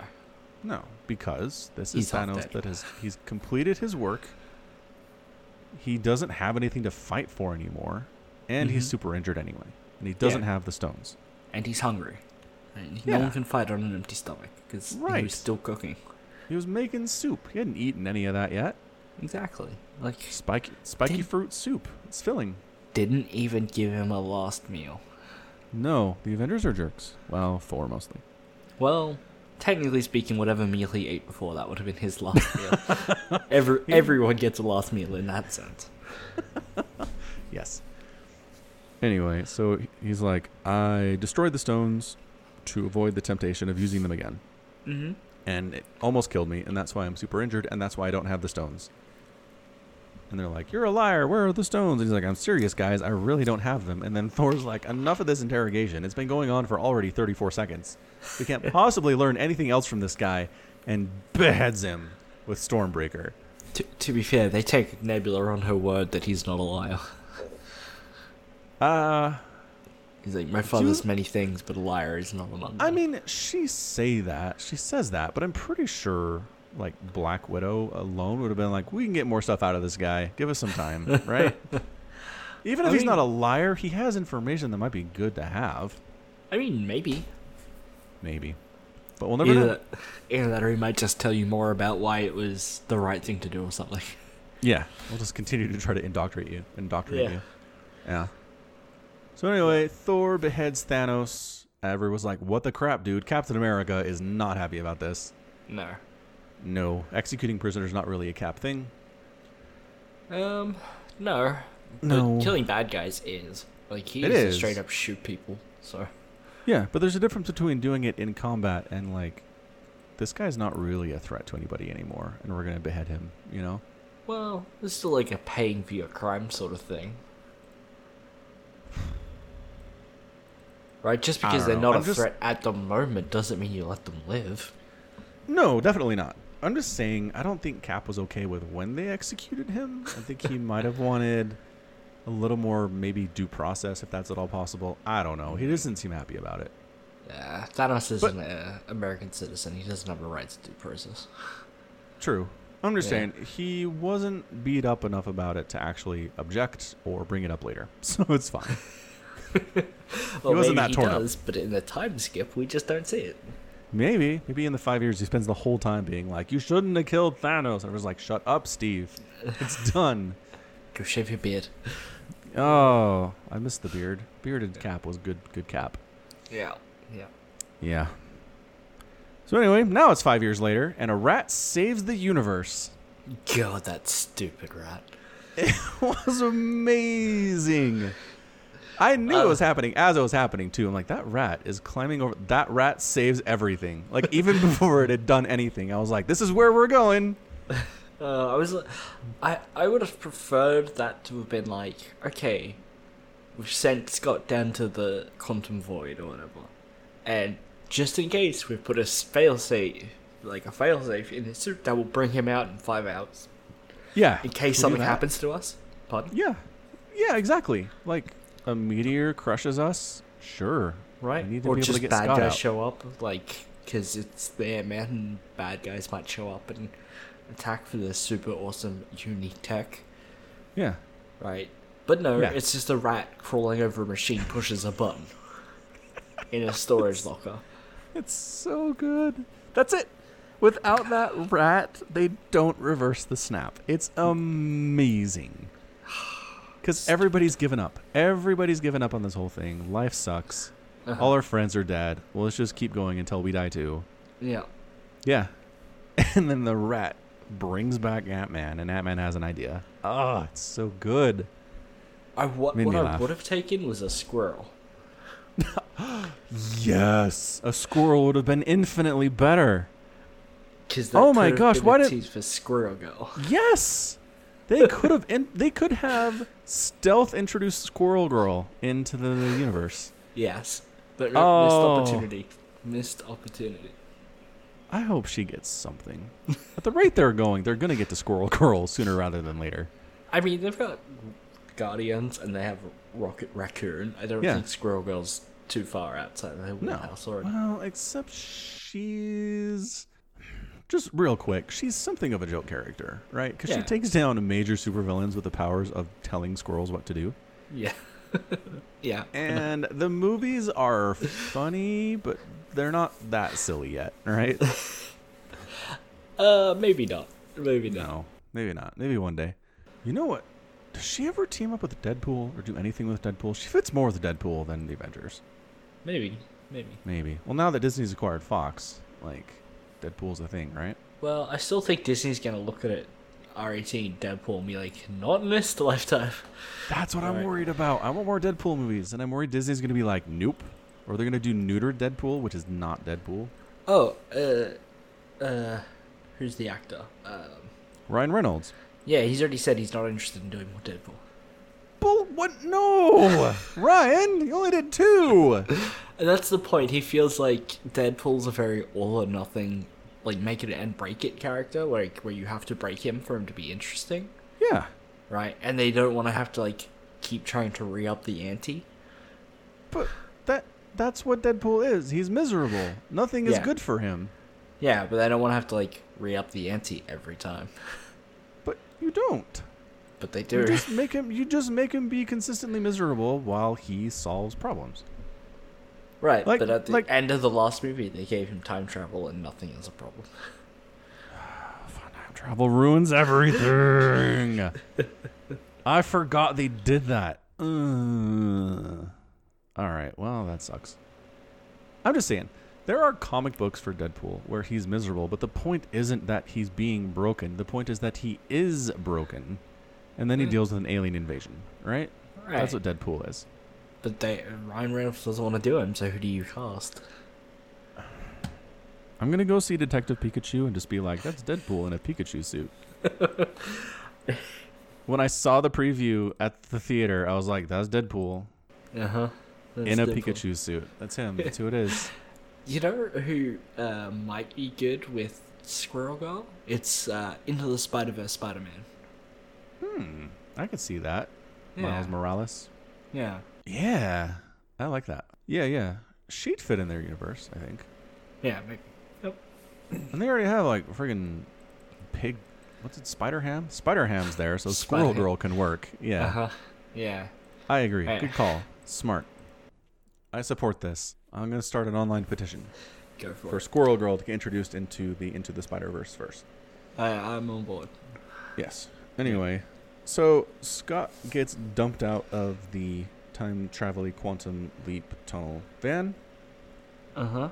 Speaker 1: No, because this is
Speaker 2: He's half
Speaker 1: Thanos
Speaker 2: dead.
Speaker 1: that has he's completed his work. He doesn't have anything to fight for anymore, and he's
Speaker 2: Mhm.
Speaker 1: super injured anyway, and he doesn't
Speaker 2: Yeah.
Speaker 1: have the stones.
Speaker 2: And he's hungry. And
Speaker 1: no one
Speaker 2: No one
Speaker 1: Yeah.
Speaker 2: can fight on an empty stomach because
Speaker 1: was Right.
Speaker 2: was still cooking.
Speaker 1: He was making soup. He hadn't eaten any of that yet.
Speaker 2: Exactly. Like,
Speaker 1: Spiky, spiky
Speaker 2: Did-
Speaker 1: fruit soup. It's filling.
Speaker 2: didn't even give him a last meal.
Speaker 1: No, the Avengers are jerks. Well, four mostly.
Speaker 2: Well, technically speaking, whatever meal he ate before that would have been his (laughs) last meal. Every, everyone gets a last meal in that sense.
Speaker 1: Yes. Anyway, so he's like, I destroyed the stones to avoid the temptation of using them again.
Speaker 2: Mm-hmm.
Speaker 1: And it almost killed me, and that's why I'm super injured, and that's why I don't have the stones. And they're like, You're a liar. Where are the stones? And he's like, I'm serious, guys. I really don't have them. And then (laughs) Thor's like, Enough of this interrogation. It's been going on for already 34 seconds. We can't possibly learn anything else from this guy. And beheads him with Stormbreaker.
Speaker 2: To, to be fair, they take Nebula on her word that he's not a liar.
Speaker 1: Uh,
Speaker 2: He's like, my father's
Speaker 1: you-
Speaker 2: many things, but a liar is not among them.
Speaker 1: I mean, she say that. She says that, but I'm pretty sure like Black Widow alone would have been like, we can get more stuff out of this guy. Give us some time, right? Even
Speaker 3: I
Speaker 1: if he's
Speaker 3: mean-
Speaker 1: not a liar, he has information that might be good to have.
Speaker 2: I mean, maybe.
Speaker 1: Maybe. But we'll never
Speaker 2: Either
Speaker 1: know.
Speaker 2: that, either that or he might just tell you more about why it was the right thing to do or something.
Speaker 1: Yeah, we'll just continue to try to indoctrinate you. Indoctrinate
Speaker 2: Yeah.
Speaker 1: you. Yeah. So anyway, Thor beheads Thanos. Everyone's like, "What the crap, dude?" Captain America is not happy about this.
Speaker 2: No.
Speaker 1: No, executing prisoners not really a cap thing.
Speaker 2: Um, no. But
Speaker 1: No.
Speaker 2: killing bad guys is. Like, he
Speaker 1: It
Speaker 2: used to
Speaker 1: is.
Speaker 2: straight up shoot people, so.
Speaker 1: Yeah, but there's a difference between doing it in combat and like, this guy's not really a threat to anybody anymore, and we're gonna behead him. You know?
Speaker 2: Well, it's still like a paying for your crime sort of thing. Right? Just
Speaker 1: I
Speaker 2: because
Speaker 1: don't
Speaker 2: they're
Speaker 1: know.
Speaker 2: not
Speaker 1: I'm
Speaker 2: a
Speaker 1: just-
Speaker 2: threat at the moment doesn't mean you let them live.
Speaker 1: No, definitely not. I'm just saying, I don't think Cap was okay with when they executed him. I think he might have wanted a little more, maybe due process, if that's at all possible. I don't know. He doesn't seem happy about it.
Speaker 2: Yeah, Thanos is
Speaker 1: But-
Speaker 2: an uh, American citizen. He doesn't have a right to due process.
Speaker 1: True. I'm just
Speaker 2: Yeah.
Speaker 1: saying, he wasn't beat up enough about it to actually object or bring it up later. (laughs) So it's fine.
Speaker 2: Well,
Speaker 1: wasn't that
Speaker 2: maybe
Speaker 1: torn
Speaker 2: he
Speaker 1: up.
Speaker 2: does, but in the time skip, we just don't see it.
Speaker 1: maybe, maybe in the five years, he spends the whole time being like, you shouldn't have killed Thanos. And everyone's like, shut up, Steve.
Speaker 2: (laughs)
Speaker 1: It's done.
Speaker 2: Go shave your beard.
Speaker 1: Oh, I missed the beard. Bearded Cap was good, good Cap.
Speaker 2: Yeah, yeah.
Speaker 1: Yeah. So anyway, now it's five years later, and a rat saves the universe. (laughs)
Speaker 2: God, that stupid rat.
Speaker 1: was amazing. I knew it was
Speaker 2: Uh.
Speaker 1: happening as it was happening too. I'm like, that rat is climbing over. That rat saves everything. Like even (laughs) before it had done anything, I was like, this is where we're going.
Speaker 2: Uh, I was, li- I I would have preferred that to have been like, okay, we've sent Scott down to the quantum void or whatever, and just in case we put a failsafe, like a failsafe in his suit that will bring him out in five hours
Speaker 1: Yeah.
Speaker 2: in case
Speaker 1: we'll do
Speaker 2: something
Speaker 1: that.
Speaker 2: happens to us. Pardon?
Speaker 1: Yeah. Yeah. Exactly. Like a meteor crushes us. Sure.
Speaker 2: Right?
Speaker 1: We need to
Speaker 2: or
Speaker 1: be able to
Speaker 2: just
Speaker 1: get
Speaker 2: bad
Speaker 1: Scott
Speaker 2: guys
Speaker 1: out.
Speaker 2: show up, like because it's there, man. And bad guys might show up and attack for the super awesome unique tech.
Speaker 1: Yeah.
Speaker 2: Right. But no,
Speaker 1: Yeah.
Speaker 2: it's just a rat crawling over a machine pushes a button in
Speaker 1: (laughs)
Speaker 2: a storage locker.
Speaker 1: It's so good. That's it. Without that rat, they don't reverse the snap. It's amazing. Because everybody's given up. Everybody's given up on this whole thing. Life sucks.
Speaker 2: Uh-huh.
Speaker 1: All our friends are dead. Well, let's just keep going until we die too.
Speaker 2: Yeah.
Speaker 1: Yeah. (laughs) And then the rat brings back Ant Man, and Ant Man has an idea. Oh, it's so good.
Speaker 2: I what
Speaker 1: Made
Speaker 2: what
Speaker 1: me
Speaker 2: I
Speaker 1: laugh.
Speaker 2: would have taken was a squirrel.
Speaker 1: Yes. A squirrel would have been infinitely better.
Speaker 2: Cause
Speaker 1: Oh my gosh, why did-
Speaker 2: did for Squirrel Girl?
Speaker 1: Yes, they could have. In, they could have stealth introduced Squirrel Girl into the, universe.
Speaker 2: Yes, but
Speaker 1: Oh.
Speaker 2: missed opportunity. Missed opportunity.
Speaker 1: I hope she gets something. At the rate they're going, they're gonna get to Squirrel Girl sooner rather than later.
Speaker 2: I mean, they've got Guardians and they have Rocket Raccoon. I don't
Speaker 1: Yeah.
Speaker 2: think Squirrel Girl's too far outside their
Speaker 1: No.
Speaker 2: wheelhouse already.
Speaker 1: Well, except she's just real quick. She's something of a joke character, right? Because she
Speaker 2: Yeah.
Speaker 1: takes down major supervillains with the powers of telling squirrels what to do.
Speaker 2: Yeah. (laughs) yeah.
Speaker 1: And the movies are funny, but they're not that silly yet, right? (laughs)
Speaker 2: Uh, maybe not. Maybe not.
Speaker 1: No, maybe not. Maybe one day. You know what? Does she ever team up with Deadpool or do anything with Deadpool? She fits more with Deadpool than the Avengers.
Speaker 2: Maybe. Maybe.
Speaker 1: Maybe. Well, now that Disney's acquired Fox, like Deadpool's a thing, right?
Speaker 2: Well, I still think Disney's gonna look at it, R18 Deadpool, and be like, not in this (laughs) lifetime.
Speaker 1: That's what I'm
Speaker 2: Right.
Speaker 1: worried about. I want more Deadpool movies, and I'm worried Disney's gonna be like, nope, or they're gonna do neutered Deadpool, which is not Deadpool.
Speaker 2: Oh, uh, uh, who's the actor? Um,
Speaker 1: Ryan Reynolds.
Speaker 2: yeah, he's already said he's not interested in doing more Deadpool.
Speaker 1: Bull, what? No, (laughs) Ryan, you only did (laughs) two.
Speaker 2: And that's the point. He feels like Deadpool's a very all or nothing, like make it and break it character, like where you have to break him for him to be interesting,
Speaker 1: Yeah,
Speaker 2: right? And they don't want to have to like keep trying to re up the ante.
Speaker 1: but that. That's what Deadpool is. He's miserable. Nothing is
Speaker 2: Yeah.
Speaker 1: good for him.
Speaker 2: Yeah, but they don't want to have to like re up the ante every time.
Speaker 1: But you don't.
Speaker 2: but they
Speaker 1: You
Speaker 2: do.
Speaker 1: just make him. You just make him be consistently miserable while he solves problems.
Speaker 2: right,
Speaker 1: Like-
Speaker 2: but at the
Speaker 1: like-
Speaker 2: end of the last movie, they gave him time travel and nothing is a problem.
Speaker 1: Time travel ruins everything. I forgot they did that. Ugh. All right. Well, that sucks. I'm just saying, there are comic books for Deadpool where he's miserable, but the point isn't that he's being broken. The point is that he is broken, and then he deals with an alien invasion. Right? That's what Deadpool is.
Speaker 2: But they Ryan Reynolds doesn't want to do him, so who do you cast?
Speaker 1: I'm gonna go see Detective Pikachu and just be like, "That's Deadpool in a Pikachu suit." when I saw the preview at the theater, I was like, "That's Deadpool
Speaker 2: Uh huh.
Speaker 1: in a Pikachu suit. That's him. That's who it is."
Speaker 2: You know who uh, might be good with Squirrel Girl? It's uh, Into the Spider Verse Spider Man.
Speaker 1: hmm, I could see that. Miles
Speaker 2: Yeah.
Speaker 1: Morales.
Speaker 2: Yeah.
Speaker 1: Yeah, I like that. Yeah, yeah. She'd fit in their universe, I think.
Speaker 2: Yeah, maybe.
Speaker 1: And they already have like friggin' pig. What's it? Spider Ham. Spider Ham's there, so Squirrel
Speaker 2: Spider-Ham.
Speaker 1: Girl can work. Yeah.
Speaker 2: Uh huh. Yeah.
Speaker 1: I agree.
Speaker 2: Hey.
Speaker 1: Good call. Smart. I support this. I'm going to start an online petition
Speaker 2: Go for
Speaker 1: for Squirrel Girl to get introduced into the into the Spider Verse first.
Speaker 2: it. I, I'm on board.
Speaker 1: Yes. Anyway, so Scott gets dumped out of the time travel quantum leap tunnel van,
Speaker 2: Uh huh.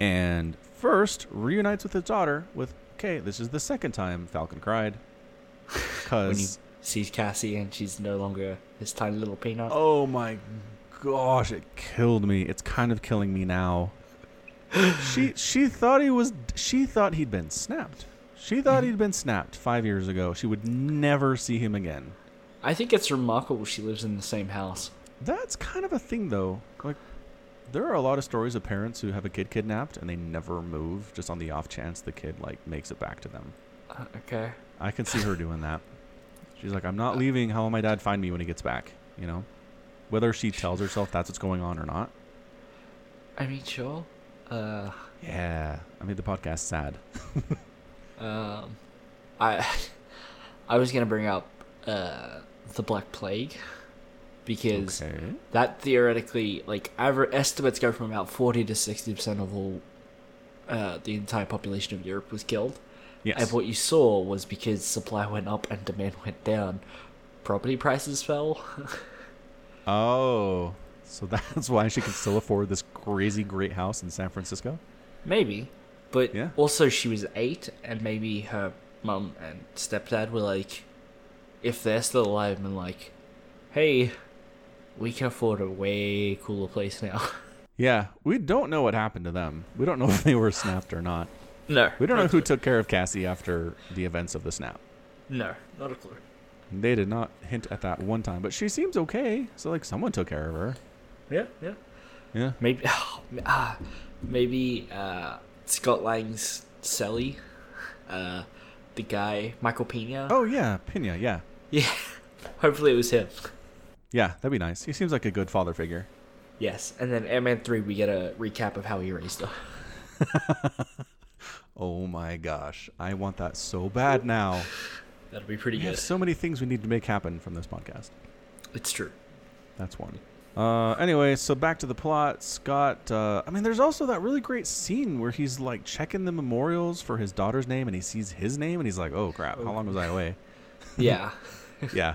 Speaker 1: and first reunites with his daughter. With okay, this is the second time Falcon cried
Speaker 2: (laughs) When he
Speaker 1: because
Speaker 2: sees Cassie and she's no longer his tiny little peanut.
Speaker 1: Oh my gosh, it killed me. It's kind of killing me now. she she thought he was she thought he'd been snapped. She thought he'd been snapped 5 years ago. She would never see him again.
Speaker 2: I think it's remarkable she lives in the same house.
Speaker 1: That's kind of a thing though. Like there are a lot of stories of parents who have a kid kidnapped and they never move just on the off chance the kid like makes it back to them.
Speaker 2: Uh, okay.
Speaker 1: I can see her doing that. She's like, "I'm not leaving. How will my dad find me when he gets back?" You know? Whether she tells herself that's what's going on or not.
Speaker 2: I mean, sure. Uh,
Speaker 1: Yeah, I made the podcast sad.
Speaker 2: um, I, (laughs) I was gonna bring up uh the Black Plague because
Speaker 1: Okay.
Speaker 2: that theoretically, like, aver estimates go from about forty to sixty percent of all, uh, the entire population of Europe was killed.
Speaker 1: Yes.
Speaker 2: And what you saw was because supply went up and demand went down, property prices fell. (laughs)
Speaker 1: oh, so (laughs) that's why she can still afford this crazy great house in San Francisco.
Speaker 2: Maybe. But
Speaker 1: Yeah.
Speaker 2: also, she was eight, and maybe her mum and stepdad were like, if they're still alive, and like, hey, we can afford a way cooler place now. (laughs)
Speaker 1: Yeah, we don't know what happened to them. We don't know (laughs) if they were snapped or not.
Speaker 2: no.
Speaker 1: We don't know
Speaker 2: not
Speaker 1: who
Speaker 2: a clue.
Speaker 1: took care of Cassie after the events of the snap.
Speaker 2: No, not a clue.
Speaker 1: They did not hint at that one time, but she seems okay. So like someone took care of her.
Speaker 2: Yeah, yeah.
Speaker 1: Yeah.
Speaker 2: Maybe, (sighs) ah, maybe uh, Scott Lang's Sally, uh, the guy, Michael Pena.
Speaker 1: Oh yeah, Pina. Yeah,
Speaker 2: Yeah. Hopefully it was him.
Speaker 1: yeah. That'd be nice. He seems like a good father figure.
Speaker 2: Yes, and then Ant Man 3, we get a recap of how he raised her.
Speaker 1: Oh my gosh, I want that so bad now.
Speaker 2: That'll be pretty
Speaker 1: We have
Speaker 2: good.
Speaker 1: so many things we need to make happen from this podcast.
Speaker 2: It's true.
Speaker 1: That's one. Uh, anyway, so back to the plot. Scott, uh, I mean, there's also that really great scene where he's like checking the memorials for his daughter's name and he sees his name and he's like, oh crap, how long was I away?
Speaker 2: (laughs) Yeah.
Speaker 1: (laughs) yeah.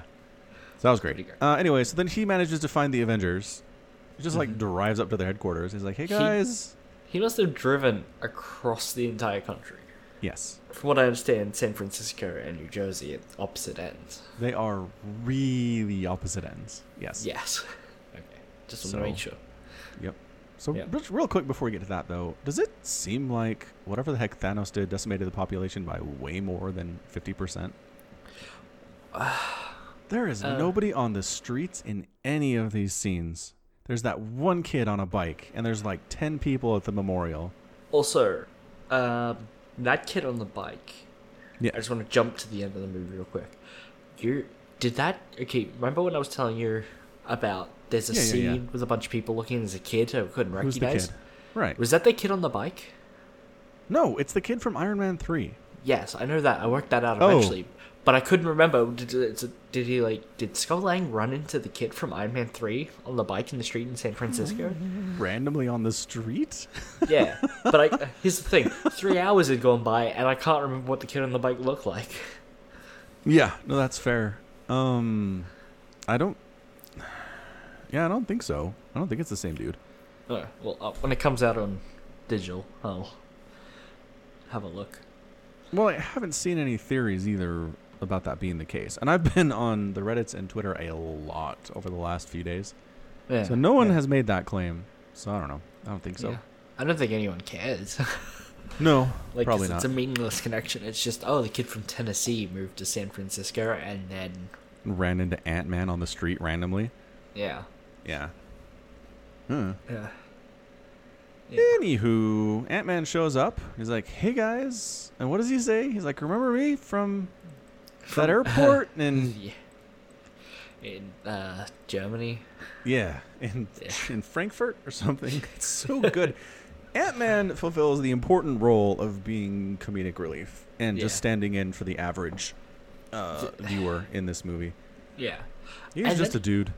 Speaker 1: So that was
Speaker 2: Pretty
Speaker 1: great.
Speaker 2: great.
Speaker 1: Uh, anyway, so then he manages to find the Avengers. He just like drives up to their headquarters. He's like, hey
Speaker 2: Mm-hmm. He-
Speaker 1: guys.
Speaker 2: he must have driven across the entire country.
Speaker 1: yes.
Speaker 2: From what I understand, San Francisco and New Jersey at opposite ends.
Speaker 1: They are really opposite ends. Yes.
Speaker 2: Yes. (laughs) Okay. Just want to make
Speaker 1: So-
Speaker 2: sure.
Speaker 1: Yep. So
Speaker 2: Yeah.
Speaker 1: just real quick before we get to that though, does it seem like whatever the heck Thanos did decimated the population by way more than fifty
Speaker 2: (sighs)
Speaker 1: percent? There is
Speaker 2: Uh.
Speaker 1: nobody on the streets in any of these scenes. There's that one kid on a bike, and there's like ten people at the memorial.
Speaker 2: Also, um, that kid on the bike.
Speaker 1: Yeah.
Speaker 2: I just want to jump to the end of the movie real quick. You did that? Okay, remember when I was telling you about there's a
Speaker 1: Yeah,
Speaker 2: scene
Speaker 1: yeah, yeah.
Speaker 2: with a bunch of people looking. There's a kid who couldn't
Speaker 1: Who's the
Speaker 2: recognize.
Speaker 1: kid? Right.
Speaker 2: Was that the kid on the bike?
Speaker 1: no, it's the kid from Iron Man Three.
Speaker 2: (sighs) Yes, I know that. I worked that out
Speaker 1: Oh.
Speaker 2: eventually. But I couldn't remember. Did, it's a- did he like? Did Skull Lang run into the kid from Iron Man Three on the bike in the street in San
Speaker 1: (laughs)
Speaker 2: Francisco?
Speaker 1: randomly on the
Speaker 2: (laughs)
Speaker 1: street.
Speaker 2: yeah. But I, here's the thing: three hours had gone by, and I can't remember what the kid on the bike looked like.
Speaker 1: Yeah, no, that's fair. Um, I don't. (sighs) Yeah, I don't think so. I don't think it's the same dude.
Speaker 2: Oh, well, uh, when it comes out on digital, I'll have a look.
Speaker 1: Well, I haven't seen any theories either about that being the case, and I've been on the Reddit's and Twitter a lot over the last few days,
Speaker 2: Yeah.
Speaker 1: so no one
Speaker 2: yeah,
Speaker 1: has made that claim. So I don't know. I don't think so.
Speaker 2: yeah. I don't think anyone cares. (laughs)
Speaker 1: No,
Speaker 2: Like, 'cause
Speaker 1: probably
Speaker 2: it's
Speaker 1: not.
Speaker 2: a meaningless connection. It's just, oh, the kid from Tennessee moved to San Francisco, and then,
Speaker 1: Ran into Ant Man on the street randomly.
Speaker 2: yeah,
Speaker 1: Yeah. Huh.
Speaker 2: yeah,
Speaker 1: Anywho, Ant Man shows up. He's like, "Hey guys," and what does he say? He's like, "Remember me from, that
Speaker 2: (laughs)
Speaker 1: airport?" and
Speaker 2: yeah. in uh, Germany.
Speaker 1: yeah, in
Speaker 2: Yeah.
Speaker 1: in Frankfurt or something.
Speaker 2: (laughs)
Speaker 1: It's so good. Ant Man fulfills the important role of being comedic relief and just
Speaker 2: Yeah.
Speaker 1: standing in for the average uh, viewer in this movie.
Speaker 2: Yeah.
Speaker 1: He's
Speaker 2: And
Speaker 1: just
Speaker 2: then-
Speaker 1: a dude.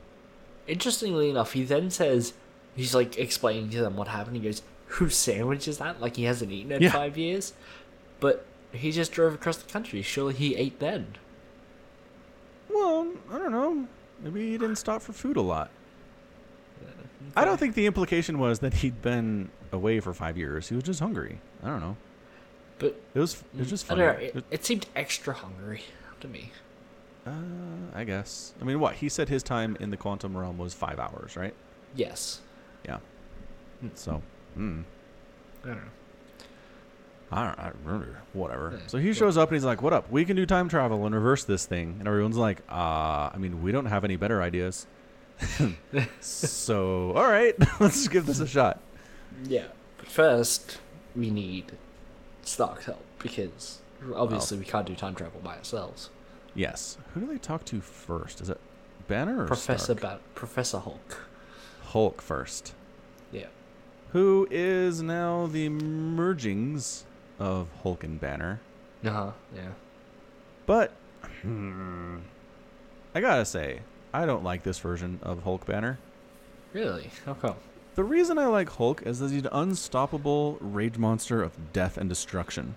Speaker 2: Interestingly enough, he then says he's like explaining to them what happened. He goes, "Whose sandwich is that?" Like he hasn't eaten in
Speaker 1: Yeah.
Speaker 2: five years, but he just drove across the country. Surely he ate then.
Speaker 1: Well, I don't know. Maybe he didn't stop for food a lot. I don't think the implication was that he'd been away for five years. He was just hungry. I don't know.
Speaker 2: But
Speaker 1: It was it was just
Speaker 2: Mm. I
Speaker 1: funny.
Speaker 2: don't know. It,
Speaker 1: It-
Speaker 2: it seemed extra hungry to me.
Speaker 1: uh, I guess. I mean, what he said his time in the quantum realm was five hours, right?
Speaker 2: Yes.
Speaker 1: Yeah.
Speaker 2: Hmm.
Speaker 1: So, mm,
Speaker 2: I don't know.
Speaker 1: I don't, I remember. Whatever.
Speaker 2: Yeah,
Speaker 1: So he shows up and he's like, "What up? We can do time travel and reverse this thing." And everyone's like, "Uh, I mean, we don't have any better ideas."
Speaker 2: (laughs)
Speaker 1: so, all right, (laughs) let's give this a shot.
Speaker 2: Yeah. But first, we need Stark's help because obviously we can't do time travel by ourselves.
Speaker 1: Yes. Who do they talk to first? Is it Banner or
Speaker 2: Professor
Speaker 1: Stark?
Speaker 2: ba- Professor Hulk.
Speaker 1: Hulk first?
Speaker 2: Yeah.
Speaker 1: who is now the mergings of Hulk and Banner.
Speaker 2: Uh huh. Yeah.
Speaker 1: But hmm, I gotta say, I don't like this version of Hulk Banner.
Speaker 2: Really? How come?
Speaker 1: The reason I like Hulk is that he's an unstoppable rage monster of death and destruction.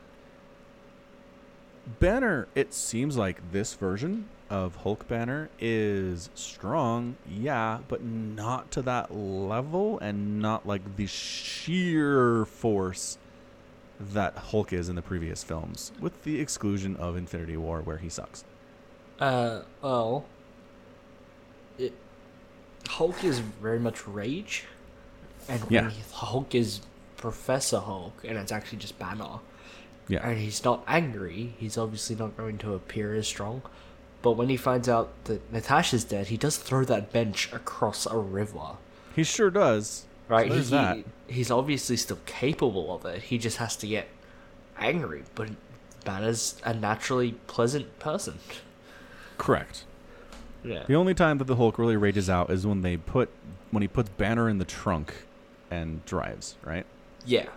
Speaker 1: Banner, it seems like this version of Hulk Banner is strong, yeah, but not to that level and not like the sheer force that Hulk is in the previous films, with the exclusion of Infinity War, where he sucks.
Speaker 2: Uh, well, it, Hulk is very much rage, and when
Speaker 1: Yeah.
Speaker 2: he- Hulk is Professor Hulk, and it's actually just Banner,
Speaker 1: Yeah.
Speaker 2: and he's not angry. He's obviously not going to appear as strong, but when he finds out that Natasha's dead, he does throw that bench across a river.
Speaker 1: He sure does. So
Speaker 2: Right?
Speaker 1: there's
Speaker 2: he,
Speaker 1: that.
Speaker 2: He's obviously still capable of it. He just has to get angry. But Banner's a naturally pleasant person.
Speaker 1: Correct.
Speaker 2: Yeah.
Speaker 1: The only time that the Hulk really rages out is when they put when he puts Banner in the trunk and drives, right?
Speaker 2: Yeah.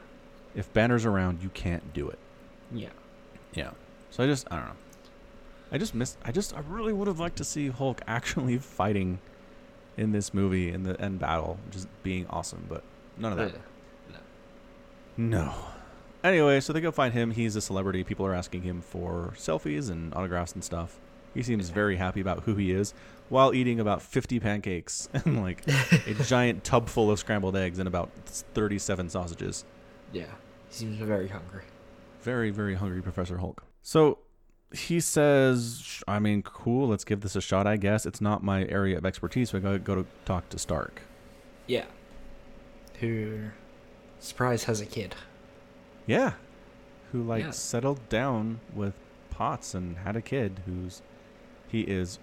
Speaker 1: If Banner's around, you can't do it.
Speaker 2: Yeah.
Speaker 1: Yeah. So I just I don't know. I just missed I just I really would have liked to see Hulk (laughs) actually fighting in this movie in the end battle, just being awesome, but none of that.
Speaker 2: Yeah.
Speaker 1: No. Anyway, so they go find him. He's a celebrity. People are asking him for selfies and autographs and stuff. He seems very happy about who he is while eating about 50 pancakes (laughs) and like a giant tub full of scrambled eggs and about 37 sausages.
Speaker 2: Yeah. He seems very hungry.
Speaker 1: Very, very hungry Professor Hulk. So he says, "Sh- I mean, cool, let's give this a shot, I guess. It's not my area of expertise, but I gotta go to talk to Stark.
Speaker 2: Yeah. Who surprise has a kid.
Speaker 1: Yeah. Who like
Speaker 2: Yeah.
Speaker 1: settled down with Potts and had a kid who's he is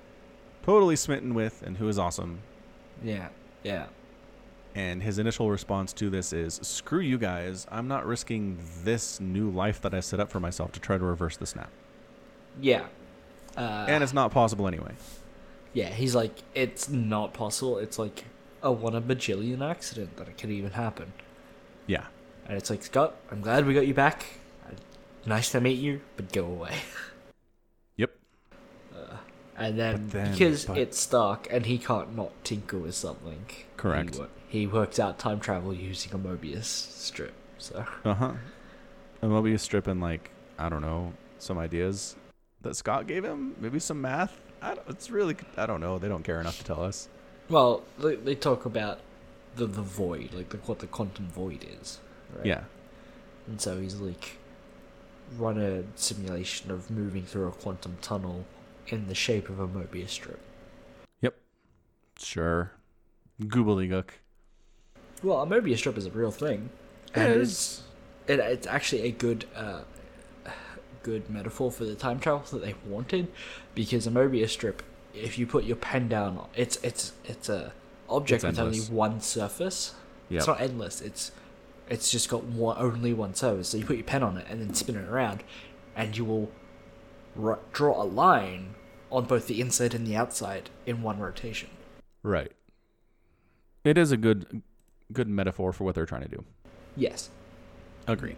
Speaker 1: totally smitten with and who is awesome.
Speaker 2: Yeah. Yeah.
Speaker 1: And his initial response to this is screw you guys, I'm not risking this new life that I set up for myself to try to reverse the snap.
Speaker 2: Yeah. Uh,
Speaker 1: and it's not possible anyway.
Speaker 2: yeah, he's like, it's not possible. It's like a one in a bajillion accident that it could even happen.
Speaker 1: Yeah.
Speaker 2: And it's like, Scott, I'm Uh, glad we got you back. Nice to meet you, but go away.
Speaker 1: Yep.
Speaker 2: and then,
Speaker 1: But then-
Speaker 2: because
Speaker 1: but-
Speaker 2: it's Stark and he can't not tinker with something.
Speaker 1: Correct.
Speaker 2: He, wo- he works out time travel using a Mobius strip. So
Speaker 1: Uh huh. And Mobius strip and like I don't know some ideas that Scott gave him. Maybe some math. I don't, it's really I don't know. They don't care enough to tell us.
Speaker 2: well, they, they talk about the the void, like the, what the quantum void is. Right?
Speaker 1: Yeah.
Speaker 2: And so he's like, run a simulation of moving through a quantum tunnel in the shape of a Mobius strip.
Speaker 1: Sure. Goobledygook.
Speaker 2: Well, a Mobius strip is a real thing. And it's, it, it's actually a good uh, (sighs) good metaphor for the time travel that they wanted, because a Mobius strip, if you put your pen down, it's it's it's a object
Speaker 1: It's
Speaker 2: with only
Speaker 1: endless.
Speaker 2: one surface.
Speaker 1: Yeah.
Speaker 2: It's not endless. It's it's just got one, only one surface. So you put your pen on it and then spin it around, and you will ru- draw a line on both the inside and the outside in one rotation.
Speaker 1: Right. It is a good good metaphor for what they're trying to do.
Speaker 2: Yes,
Speaker 1: Agreed.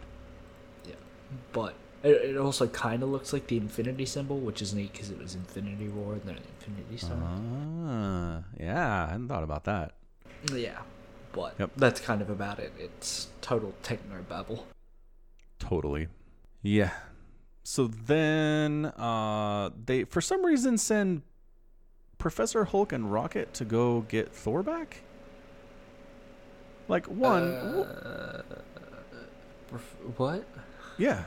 Speaker 2: but it, it also kind of looks like the infinity symbol, which is neat because it was Infinity War and then Infinity Stone.
Speaker 1: Ah, yeah, I hadn't thought about that.
Speaker 2: Yeah, but
Speaker 1: Uh-huh. Yep.
Speaker 2: that's kind of about it. It's total techno babble.
Speaker 1: Totally. Yeah. So then uh they for some reason send Professor Hulk and Rocket to go get Thor back? Like one
Speaker 2: Uh,
Speaker 1: w-
Speaker 2: What?
Speaker 1: yeah.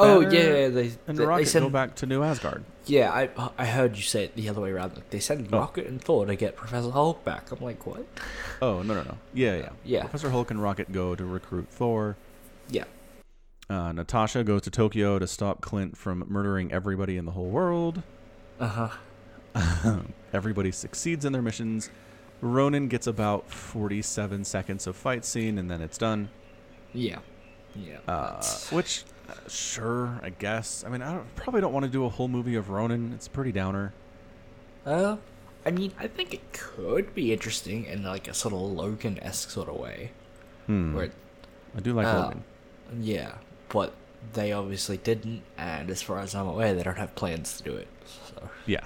Speaker 2: Oh
Speaker 1: Banner
Speaker 2: yeah, yeah, they
Speaker 1: And
Speaker 2: they,
Speaker 1: Rocket
Speaker 2: they send
Speaker 1: go back to New Asgard.
Speaker 2: Yeah, I I heard you say it the other way around. Like they send
Speaker 1: Oh.
Speaker 2: Rocket and Thor to get Professor Hulk back. I'm like, what?
Speaker 1: Oh, no no no. Yeah, yeah.
Speaker 2: Yeah.
Speaker 1: Professor Hulk and Rocket go to recruit Thor.
Speaker 2: Yeah.
Speaker 1: Uh, Natasha goes to Tokyo to stop Clint from murdering everybody in the whole world.
Speaker 2: Uh huh.
Speaker 1: Everybody succeeds in their missions. Ronan gets about 47 seconds of fight scene and then it's done.
Speaker 2: Yeah. Yeah.
Speaker 1: Uh,
Speaker 2: that's-
Speaker 1: which, uh, sure, I guess. I mean, I don't, probably don't want to do a whole movie of Ronan. It's pretty downer.
Speaker 2: Uh, I mean, I think it could be interesting in like a sort of Logan esque sort of way.
Speaker 1: Hmm.
Speaker 2: Where,
Speaker 1: I do like
Speaker 2: uh,
Speaker 1: Ronan.
Speaker 2: yeah, but they obviously didn't, and as far as I'm aware, they don't have plans to do it. So
Speaker 1: Yeah.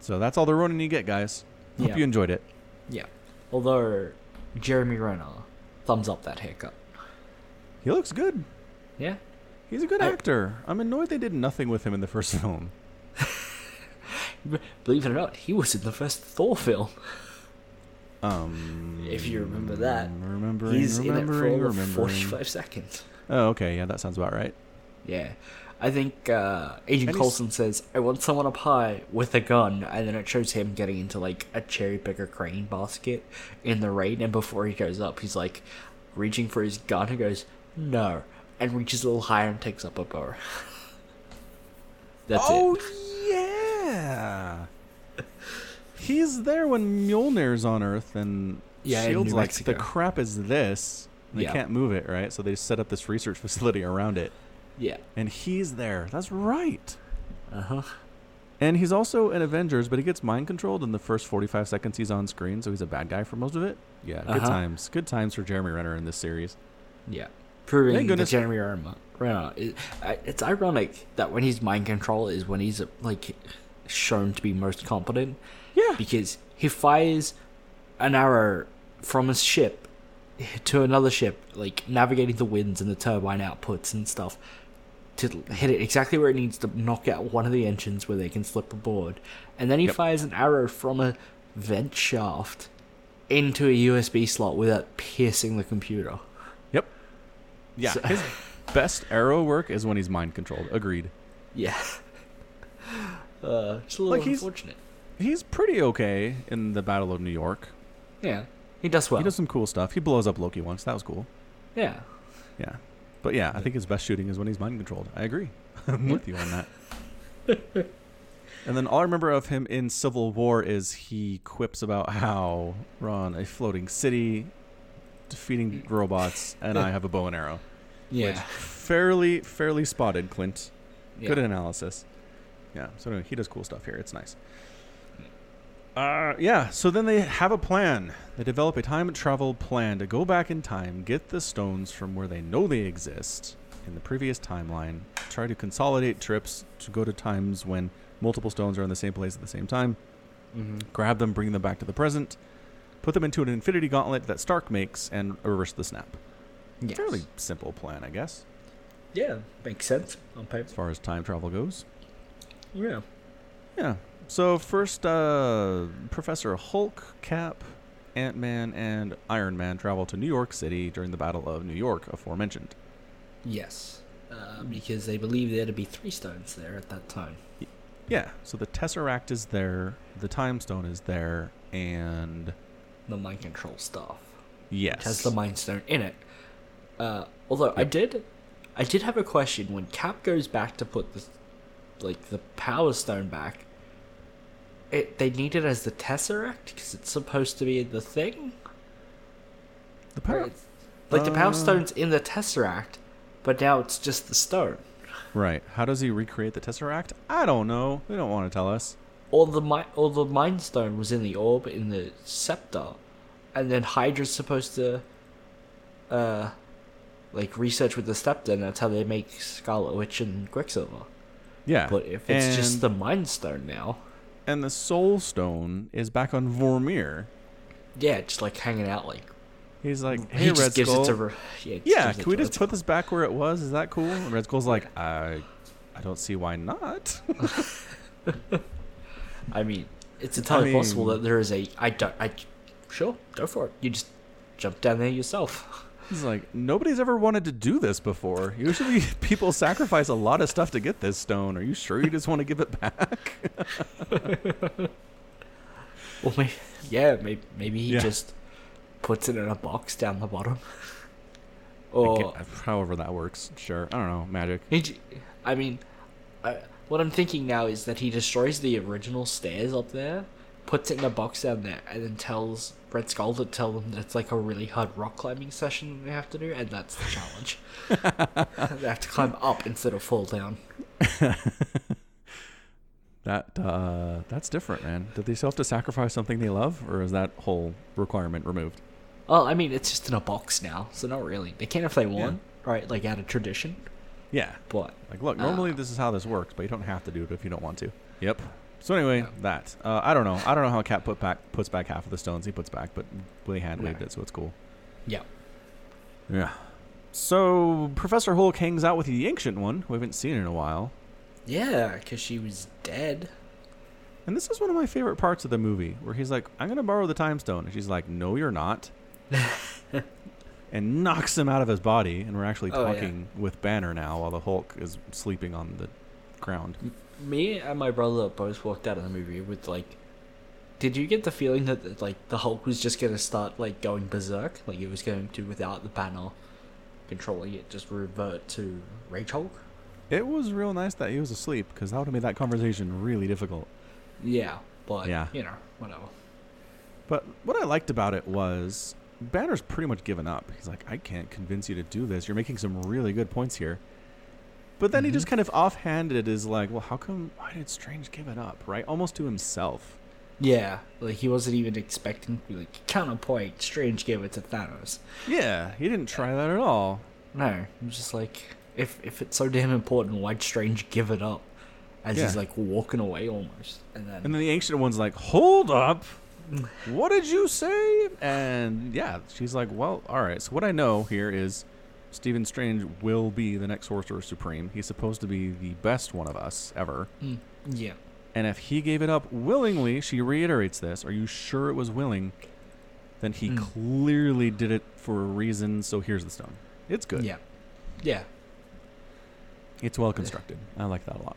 Speaker 1: So that's all the Ronan you get, guys. Hope
Speaker 2: Yeah.
Speaker 1: you enjoyed it.
Speaker 2: yeah. Although Jeremy Renner, thumbs up that haircut.
Speaker 1: He looks good.
Speaker 2: Yeah.
Speaker 1: He's a good
Speaker 2: I-
Speaker 1: actor. I'm annoyed they did nothing with him in the first (laughs) film.
Speaker 2: B- Believe it or not, he was in the first Thor film.
Speaker 1: Um,
Speaker 2: If you remember that,
Speaker 1: remembering,
Speaker 2: He's in it for
Speaker 1: remembering,
Speaker 2: all of
Speaker 1: remembering.
Speaker 2: 45 seconds.
Speaker 1: Oh, okay, yeah, that sounds about right.
Speaker 2: Yeah. I think uh, Agent
Speaker 1: And he's-
Speaker 2: Coulson says, I want someone up high with a gun. And then it shows him getting into like a cherry picker crane basket in the rain. And before he goes up, he's like reaching for his gun and goes, No. And reaches a little higher and takes up a bow. (laughs) That's
Speaker 1: oh
Speaker 2: it.
Speaker 1: yeah, he's there when Mjolnir's on Earth and
Speaker 2: Yeah, in
Speaker 1: Shield's
Speaker 2: New
Speaker 1: like
Speaker 2: Mexico.
Speaker 1: the crap is this. They
Speaker 2: Yeah.
Speaker 1: can't move it, right? So they set up this research facility around it,
Speaker 2: Yeah.
Speaker 1: and he's there. That's right.
Speaker 2: Uh huh.
Speaker 1: And he's also in Avengers, but he gets mind controlled in the first 45 seconds he's on screen, so he's a bad guy for most of it. Yeah, good
Speaker 2: Uh-huh.
Speaker 1: times. Good times for Jeremy Renner in this series.
Speaker 2: Yeah.
Speaker 1: Thank
Speaker 2: Proving that
Speaker 1: goodness-
Speaker 2: Jeremy Renner. Renner is, I- it's ironic that when he's mind control is when he's like shown to be most competent.
Speaker 1: Yeah.
Speaker 2: because he fires an arrow from his ship to another ship, like navigating the winds and the turbine outputs and stuff to hit it exactly where it needs to knock out one of the engines where they can slip aboard. And then he
Speaker 1: Yep.
Speaker 2: fires an arrow from a vent shaft into a USB slot without piercing the computer.
Speaker 1: Yep. Yeah.
Speaker 2: So-
Speaker 1: his best arrow work is when he's mind controlled. Agreed.
Speaker 2: Yeah. (laughs) Uh, it's a little
Speaker 1: Like, he's-
Speaker 2: unfortunate.
Speaker 1: He's pretty okay in the Battle of New York.
Speaker 2: Yeah. He does well.
Speaker 1: He does some cool stuff. He blows up Loki once. That was cool.
Speaker 2: Yeah.
Speaker 1: Yeah. But yeah, I think his best shooting is when he's mind controlled. I agree. (laughs) I'm with you on that. and then all I remember of him in Civil War is he quips about how we're on a floating city defeating robots and I have a bow and arrow.
Speaker 2: Yeah.
Speaker 1: Fairly fairly spotted, Clint.
Speaker 2: yeah.
Speaker 1: Good analysis. Yeah. So anyway, he does cool stuff here. It's nice. Uh, yeah. So then they have a plan. They develop a time travel plan to go back in time, get the stones from where they know they exist, in the previous timeline. Try to consolidate trips to go to times when multiple stones are in the same place at the same time.
Speaker 3: Mm-hmm.
Speaker 1: Grab them, bring them back to the present, put them into an infinity gauntlet that Stark makes, and reverse the snap.
Speaker 2: Yes.
Speaker 1: Fairly simple plan, I guess,
Speaker 3: Yeah, makes sense on
Speaker 1: as
Speaker 3: paper.
Speaker 1: far as time travel goes.
Speaker 3: Yeah.
Speaker 1: Yeah. So first, uh, Professor Hulk, Cap, Ant Man, and Iron Man travel to New York City during the Battle of New York, aforementioned.
Speaker 2: Yes. Uh, because they believe there to be three stones there at that time.
Speaker 1: Yeah. So the Tesseract is there, the Time Stone is there, and
Speaker 2: The mind control stuff.
Speaker 1: yes,
Speaker 2: Which has the mind stone in it. Uh, although I did, I did have a question. When Cap goes back to put the, like the power stone back, it they need it as the tesseract because it's supposed to be the thing.
Speaker 1: The power.
Speaker 2: Like the power
Speaker 1: Uh.
Speaker 2: stone's in the tesseract, but now it's just the stone.
Speaker 1: Right. How does he recreate the Tesseract? I don't know. They don't want to tell us.
Speaker 2: Or the mi- or the mind stone was in the orb in the scepter, and then Hydra's supposed to, uh, like research with the scepter, and that's how they make Scarlet Witch and Quicksilver.
Speaker 1: Yeah.
Speaker 2: But if it's just
Speaker 1: And-
Speaker 2: the Mind Stone now,
Speaker 1: and the Soul Stone is back on Vormir.
Speaker 2: yeah, just like hanging out, like
Speaker 1: He's like, hey,
Speaker 2: Mm, he
Speaker 1: Red
Speaker 2: just gives
Speaker 1: Skull.
Speaker 2: it to. Re- yeah, just
Speaker 1: yeah,
Speaker 2: gives it
Speaker 1: can we
Speaker 2: to
Speaker 1: just
Speaker 2: Red
Speaker 1: put this back where it was? Is that cool? And Red Skull's like, I, I don't see why not. (laughs)
Speaker 2: Skull. I mean, it's entirely possible
Speaker 1: mean-
Speaker 2: that there is a. I don't. I sure go for it. You just jump down there yourself. (laughs)
Speaker 1: He's like, nobody's ever wanted to do this before. Usually, (laughs) people sacrifice a lot of stuff to get this stone. Are you sure you just want to give it back?
Speaker 2: Well, maybe, yeah, maybe, maybe he
Speaker 1: Yeah.
Speaker 2: just puts it in a box down the bottom.
Speaker 1: (laughs) I
Speaker 2: or
Speaker 1: get- however that works. Sure, I don't know. Magic.
Speaker 2: He, j- I mean, I, what I'm thinking now is that he destroys the original stairs up there, puts it in a box down there, and then tells Red Skull to tell them that it's like a really hard rock climbing session they have to do, and that's the challenge. they have to climb up instead of fall down.
Speaker 1: That uh, that's different, man. Did they still have to sacrifice something they love, or is that whole requirement removed?
Speaker 2: Well, I mean, it's just in a box now, so not really. They can if they want, right? Like out of tradition,
Speaker 1: Yeah.
Speaker 2: but
Speaker 1: Like, look, normally this is how this works, but you don't have to do it if you don't want to. Yep. So anyway, that uh, I don't know. I don't know how Cat put back puts back half of the stones he puts back, but Willie hand waved
Speaker 2: No.
Speaker 1: it, so it's cool.
Speaker 2: yeah.
Speaker 1: Yeah. So Professor Hulk hangs out with the Ancient One, we haven't seen in a while,
Speaker 2: Yeah, because she was dead.
Speaker 1: and this is one of my favorite parts of the movie, where he's like, "I'm gonna borrow the Time Stone," and she's like, "No, you're
Speaker 2: (laughs)
Speaker 1: not," and knocks him out of his body. And we're actually
Speaker 2: Oh, yeah.
Speaker 1: talking with Banner now, while the Hulk is sleeping on the ground.
Speaker 2: me and my brother both walked out of the movie with like did you get the feeling that like the hulk was just gonna start like going berserk like it was going to without the banner controlling it just revert to rage hulk
Speaker 1: It was real nice that he was asleep, because that would have made that conversation really difficult.
Speaker 2: yeah but
Speaker 1: Yeah.
Speaker 2: you know whatever
Speaker 1: But what I liked about it was Banner's pretty much given up. He's like, I can't convince you to do this. You're making some really good points here. But then he just kind of offhanded is like, well, how come, why did Strange give it up, right? Almost to himself.
Speaker 2: yeah like he wasn't even expecting to be like counterpoint strange gave it to thanos
Speaker 1: Yeah, he didn't try that at all.
Speaker 2: no i'm just like if if it's so damn important why'd strange give it up as he's
Speaker 1: Yeah.
Speaker 2: like walking away almost and then
Speaker 1: And then the Ancient One's like, hold up. What did you say? And yeah, she's like, well, all right. So what I know here is Stephen Strange will be the next Sorcerer Supreme. He's supposed to be the best one of us ever.
Speaker 2: Mm, yeah
Speaker 1: And if he gave it up willingly, she reiterates this, are you sure it was willing? Then he
Speaker 2: Mm.
Speaker 1: clearly did it for a reason, so here's the stone. It's good.
Speaker 2: yeah yeah
Speaker 1: It's well constructed. I like that a lot.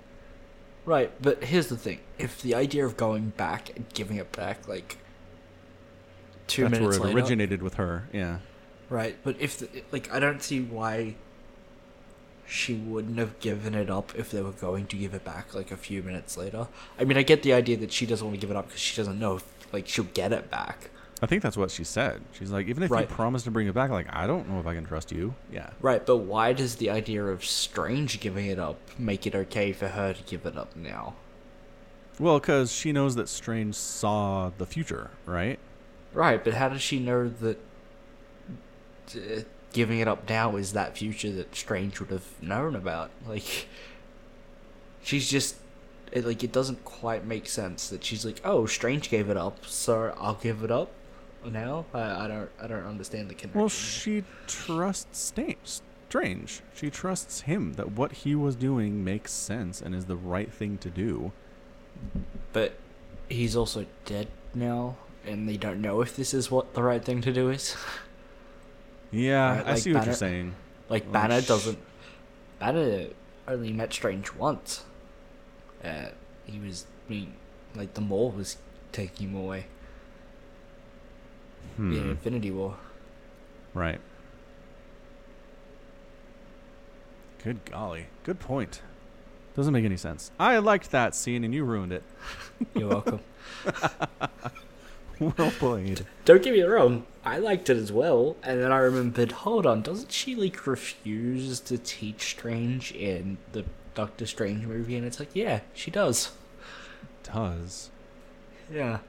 Speaker 2: Right, but here's the thing: if the idea of going back and giving it back, like two
Speaker 1: That's where
Speaker 2: minutes
Speaker 1: it
Speaker 2: later,
Speaker 1: originated with her. Yeah.
Speaker 2: right? But if the, like I don't see why she wouldn't have given it up if they were going to give it back like a few minutes later. I mean, I get the idea that she doesn't want to give it up because she doesn't know if like she'll get it back.
Speaker 1: I think that's what she said. She's like, even if
Speaker 2: Right.
Speaker 1: you promise to bring it back, like, I don't know if I can trust you. Yeah.
Speaker 2: Right, but why does the idea of Strange giving it up make it okay for her to give it up now?
Speaker 1: Well, because she knows that Strange saw the future, right?
Speaker 2: Right, but how does she know that uh, giving it up now is that future that Strange would have known about. Like, she's just. It, like, it doesn't quite make sense that she's like, oh, Strange gave it up, so I'll give it up now? I, I don't I don't understand the connection.
Speaker 1: Well, she trusts Sta- Strange. She trusts him that what he was doing makes sense and is the right thing to do.
Speaker 2: but he's also dead now, and they don't know if this is what the right thing to do is.
Speaker 1: Yeah,
Speaker 2: Right,
Speaker 1: I
Speaker 2: like e-
Speaker 1: see what you're
Speaker 2: Banner-
Speaker 1: saying.
Speaker 2: like
Speaker 1: Oh,
Speaker 2: Banner
Speaker 1: sh-
Speaker 2: doesn't. Banner only met Strange once. Uh, he was being like the mole was taking him away in
Speaker 1: Hmm.
Speaker 2: Infinity War.
Speaker 1: Right. Good golly. Good point. Doesn't make any sense. I liked that scene and you ruined it. (laughs)
Speaker 2: You're welcome.
Speaker 1: Well played.
Speaker 2: (laughs) don't get me wrong, I liked it as well. And then I remembered, hold on, doesn't she like refuse to teach Strange in the Doctor Strange movie? And it's like, yeah, she does.
Speaker 1: Does.
Speaker 2: Yeah.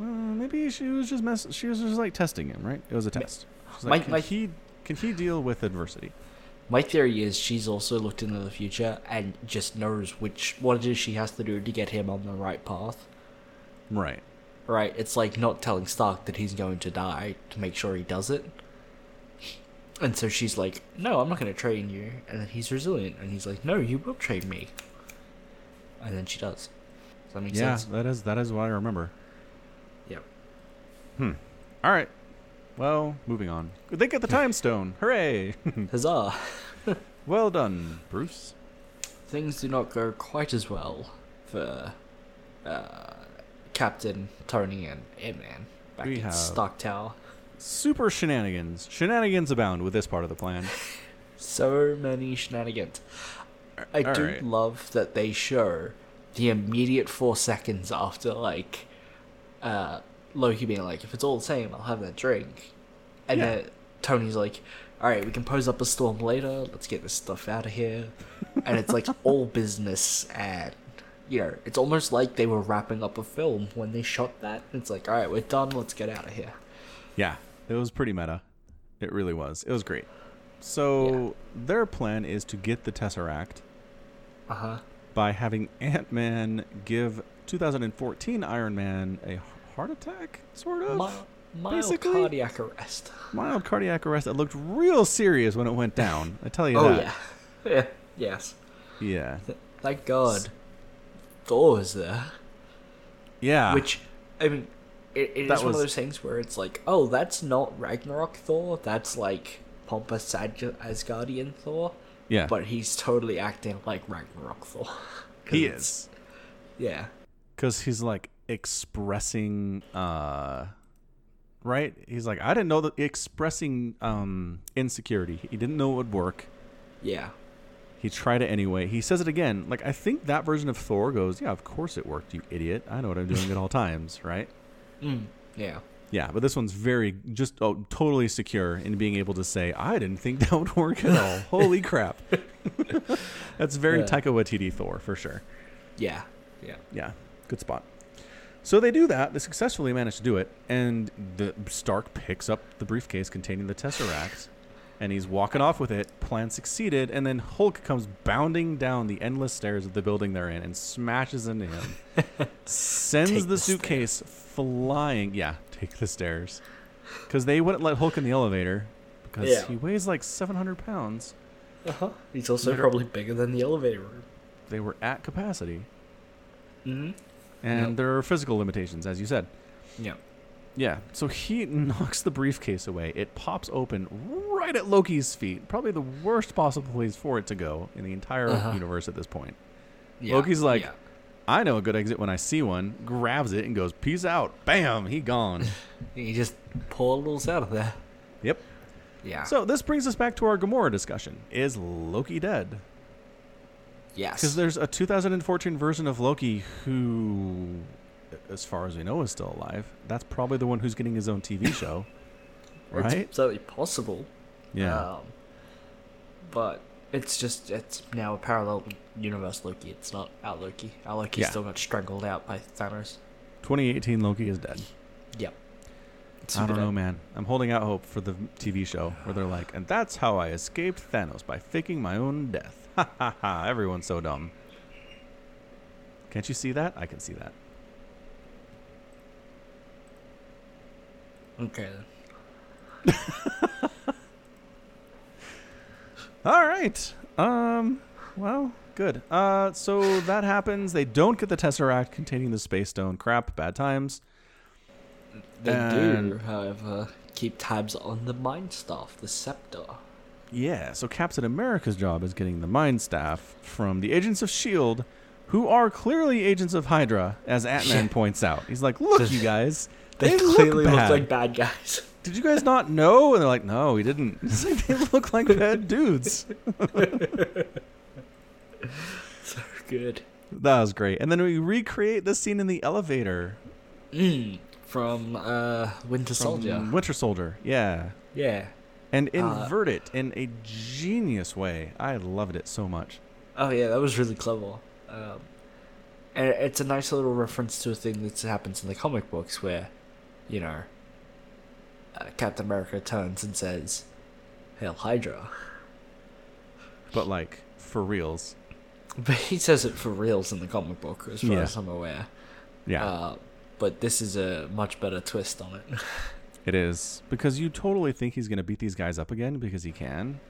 Speaker 1: Well, maybe she was just mess- she was just like testing him, right? It was a
Speaker 2: Ma-
Speaker 1: test. She's
Speaker 2: my-
Speaker 1: like, can
Speaker 2: my-
Speaker 1: he can he deal with adversity?
Speaker 2: My theory is she's also looked into the future and just knows which what it is she has to do to get him on the right path.
Speaker 1: Right.
Speaker 2: Right? It's like not telling Stark that he's going to die to make sure he does it. And so she's like, "No, I'm not going to train you." And then he's resilient, and he's like, "No, you will train me." And then she does. Does that make
Speaker 1: yeah,
Speaker 2: sense?
Speaker 1: that is that is what I remember.
Speaker 2: Yep.
Speaker 1: Hmm. All right. Well, moving on. They get the time stone. Hooray! (laughs)
Speaker 2: Huzzah!
Speaker 1: well done, Bruce.
Speaker 2: Things do not go quite as well for uh, Captain Tony and Ant Man back
Speaker 1: We
Speaker 2: in
Speaker 1: have-
Speaker 2: Stark Tower.
Speaker 1: Super shenanigans. Shenanigans abound with this part of the plan.
Speaker 2: So many shenanigans. I
Speaker 1: All
Speaker 2: do
Speaker 1: right.
Speaker 2: love that they show the immediate four seconds after, like, uh, Loki being like, if it's all the same, I'll have that drink. And
Speaker 1: Yeah.
Speaker 2: then Tony's like, all right, we can pose up a storm later. Let's get this stuff out of here. And
Speaker 1: (laughs)
Speaker 2: it's like all business and. You know, it's almost like they were wrapping up a film when they shot that. It's like, all right, we're done. Let's get out of here.
Speaker 1: Yeah, it was pretty meta. It really was. It was great. So their plan is to get the Tesseract
Speaker 2: Uh huh.
Speaker 1: by having Ant Man give 2014 Iron Man a heart attack, sort of.
Speaker 2: Mild, mild
Speaker 1: basically-
Speaker 2: cardiac arrest.
Speaker 1: Mild cardiac arrest. It looked real serious when it went down. I tell you
Speaker 2: Oh
Speaker 1: that.
Speaker 2: yeah. Yeah. (laughs) Yes.
Speaker 1: Yeah. Yeah.
Speaker 2: Th- Thank God. Thor was there.
Speaker 1: Yeah.
Speaker 2: Which I mean it, it is
Speaker 1: Ah. That
Speaker 2: one of
Speaker 1: was-
Speaker 2: those things where it's like, oh, that's not Ragnarok Thor, that's like pompous Sag- Asgardian Thor.
Speaker 1: yeah.
Speaker 2: But he's totally acting like Ragnarok Thor. (laughs) 'Cause
Speaker 1: he
Speaker 2: it's-
Speaker 1: is.
Speaker 2: Yeah.
Speaker 1: because he's like expressing uh right he's like i didn't know that expressing um insecurity he didn't know it would work
Speaker 2: Yeah.
Speaker 1: he tried it anyway he says it again like i think that version of thor goes yeah of course it worked you idiot i know what i'm doing
Speaker 2: (laughs)
Speaker 1: at all times right
Speaker 2: Mm. Yeah.
Speaker 1: yeah but this one's very just oh, totally secure in being able to say i didn't think that would work at all holy crap (laughs) that's very
Speaker 2: Yeah.
Speaker 1: taika waititi thor for sure
Speaker 2: Yeah. Yeah.
Speaker 1: yeah, good spot. So they do that. They successfully manage to do it, and the Stark picks up the briefcase containing the Tesseract, and he's walking off with it. Plan succeeded, and then Hulk comes bounding down the endless stairs of the building they're in and smashes into
Speaker 2: (laughs)
Speaker 1: him. sends
Speaker 2: Take
Speaker 1: the,
Speaker 2: the stairs.
Speaker 1: suitcase flying. Yeah, take the stairs, because they wouldn't let Hulk in the elevator because
Speaker 2: Yeah.
Speaker 1: he weighs like seven hundred pounds.
Speaker 2: Uh huh. He's also probably bigger than the elevator room.
Speaker 1: They were at capacity,
Speaker 2: Mm-hmm.
Speaker 1: and
Speaker 2: Yep.
Speaker 1: there are physical limitations, as you said.
Speaker 2: Yeah.
Speaker 1: Yeah, so he (laughs) knocks the briefcase away. It pops open right at Loki's feet. Probably the worst possible place for it to go in the entire
Speaker 2: Uh-huh.
Speaker 1: universe at this point.
Speaker 2: yeah.
Speaker 1: Loki's like,
Speaker 2: yeah.
Speaker 1: I know a good exit when I see one, grabs it and goes, Peace out. Bam, he
Speaker 2: (laughs)
Speaker 1: gone.
Speaker 2: he just portals out of there.
Speaker 1: yep.
Speaker 2: Yeah.
Speaker 1: So this brings us back to our Gamora discussion. Is Loki dead?
Speaker 2: yes.
Speaker 1: Because there's a 2014 version of Loki who, as far as we know, is still alive. That's probably the one who's getting his own TV
Speaker 2: (laughs)
Speaker 1: show. right?
Speaker 2: It's certainly possible.
Speaker 1: Yeah.
Speaker 2: Um, but it's just it's now a parallel universe Loki. It's not our Loki. Our Loki
Speaker 1: Yeah.
Speaker 2: still got strangled out by Thanos.
Speaker 1: 2018 Loki is dead.
Speaker 2: Yep.
Speaker 1: I don't know, man. I'm holding out hope for the TV show where they're like, and that's how I escaped Thanos by faking my own death. (laughs) Ha ha ha! Everyone's so dumb. Can't you see that? I can see that.
Speaker 2: Okay. Then.
Speaker 1: All right. Um. Well, good. Uh. So that happens. They don't get the tesseract containing the space stone. Crap. Bad times.
Speaker 2: They do,
Speaker 1: And-
Speaker 2: however, keep tabs on the mind staff, the scepter.
Speaker 1: Yeah. So Captain America's job is getting the mind staff from the agents of Shield, E who are clearly agents of Hydra, as Ant Man points out. He's like, "Look, you guys. They,
Speaker 2: clearly
Speaker 1: look,
Speaker 2: look,
Speaker 1: bad.
Speaker 2: like bad guys. (laughs)
Speaker 1: Did you guys not know? And they're like, "No, we didn't." (laughs) It's like, they look like bad dudes.
Speaker 2: so good.
Speaker 1: That was great. And then we recreate the scene in the elevator
Speaker 2: Mm, from uh, Winter Soldier.
Speaker 1: from Winter Soldier. Yeah.
Speaker 2: yeah.
Speaker 1: And
Speaker 2: Uh,
Speaker 1: invert it in a genius way. I loved it so much.
Speaker 2: Oh yeah, that was really clever. Um, and it's a nice little reference to a thing that happens in the comic books where, you know, uh, Captain America turns and says, "Hail Hydra," (laughs)
Speaker 1: But like for reals.
Speaker 2: but he says it for reals in the comic book, as far
Speaker 1: Yeah.
Speaker 2: as I'm aware.
Speaker 1: Yeah,
Speaker 2: Uh, but this is a much better twist on it. (laughs)
Speaker 1: it is. Because you totally think he's gonna beat these guys up again because he can.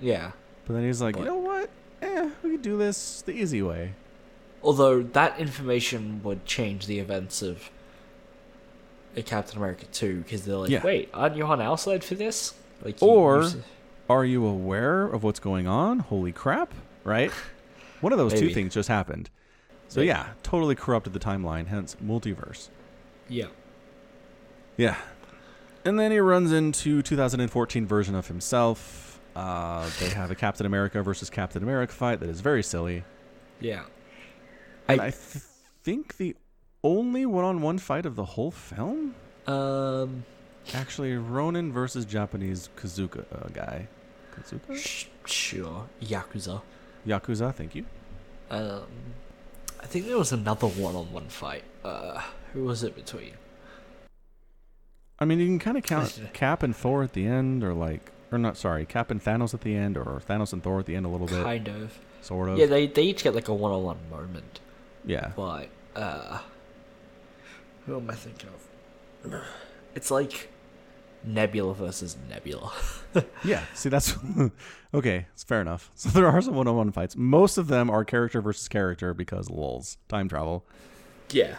Speaker 2: yeah.
Speaker 1: But then he's like, you
Speaker 2: But-
Speaker 1: know what? Eh, we could do this the easy way.
Speaker 2: Although that information would change the events of a Captain America 2, because they're like,
Speaker 1: Yeah.
Speaker 2: wait, aren't you on our side for this? Like,
Speaker 1: Or-
Speaker 2: s-
Speaker 1: Are you aware of what's going on? Holy crap,
Speaker 2: (laughs)
Speaker 1: right? One of those two
Speaker 2: Maybe.
Speaker 1: things just happened. So
Speaker 2: Maybe.
Speaker 1: yeah, totally corrupted the timeline, hence multiverse.
Speaker 2: yeah.
Speaker 1: Yeah. And then he runs into 2014 version of himself. Uh, they have a Captain America versus Captain America fight that is very silly.
Speaker 2: Yeah.
Speaker 1: And
Speaker 2: I-
Speaker 1: I th- think the only one-on-one fight of the whole film,
Speaker 2: Um,
Speaker 1: actually, Ronin versus Japanese Kazuka uh, guy, Kazuka
Speaker 2: sh- sure, Yakuza.
Speaker 1: Yakuza. Thank you.
Speaker 2: Um, I think there was another one-on-one fight. Uh, who was it between?
Speaker 1: I mean, you can kind of count Cap and Thor at the end, or like, or not. Sorry, Cap and Thanos at the end, or Thanos and Thor at the end a little bit,
Speaker 2: Kind of.
Speaker 1: sort of.
Speaker 2: Yeah, they they each get like a one-on-one moment,
Speaker 1: yeah.
Speaker 2: but uh, who am I thinking of? (sighs) It's like Nebula versus Nebula.
Speaker 1: Yeah. See, that's (laughs) okay. It's fair enough. (laughs) So there are some one-on-one fights. Most of them are character versus character because lulz time travel.
Speaker 2: yeah.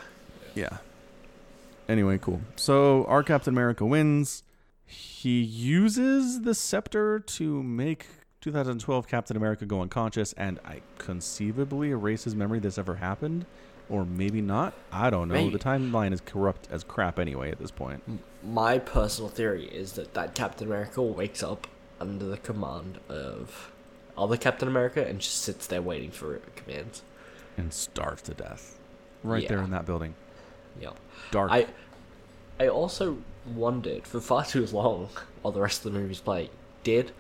Speaker 1: Yeah. Anyway, cool. So our Captain America wins. He uses the scepter to make 2012 Captain America go unconscious, and I conceivably erase his memory this ever happened, or maybe not. I don't know.
Speaker 2: Maybe.
Speaker 1: The timeline is corrupt as crap anyway at this point.
Speaker 2: My personal theory is that that Captain America wakes up under the command of other Captain America and just sits there waiting for commands.
Speaker 1: And starves to death. Right there
Speaker 2: Yeah.
Speaker 1: in that building.
Speaker 2: Yep.
Speaker 1: Dark.
Speaker 2: I I also wondered for far (laughs) too long while the rest of the movie's playing, did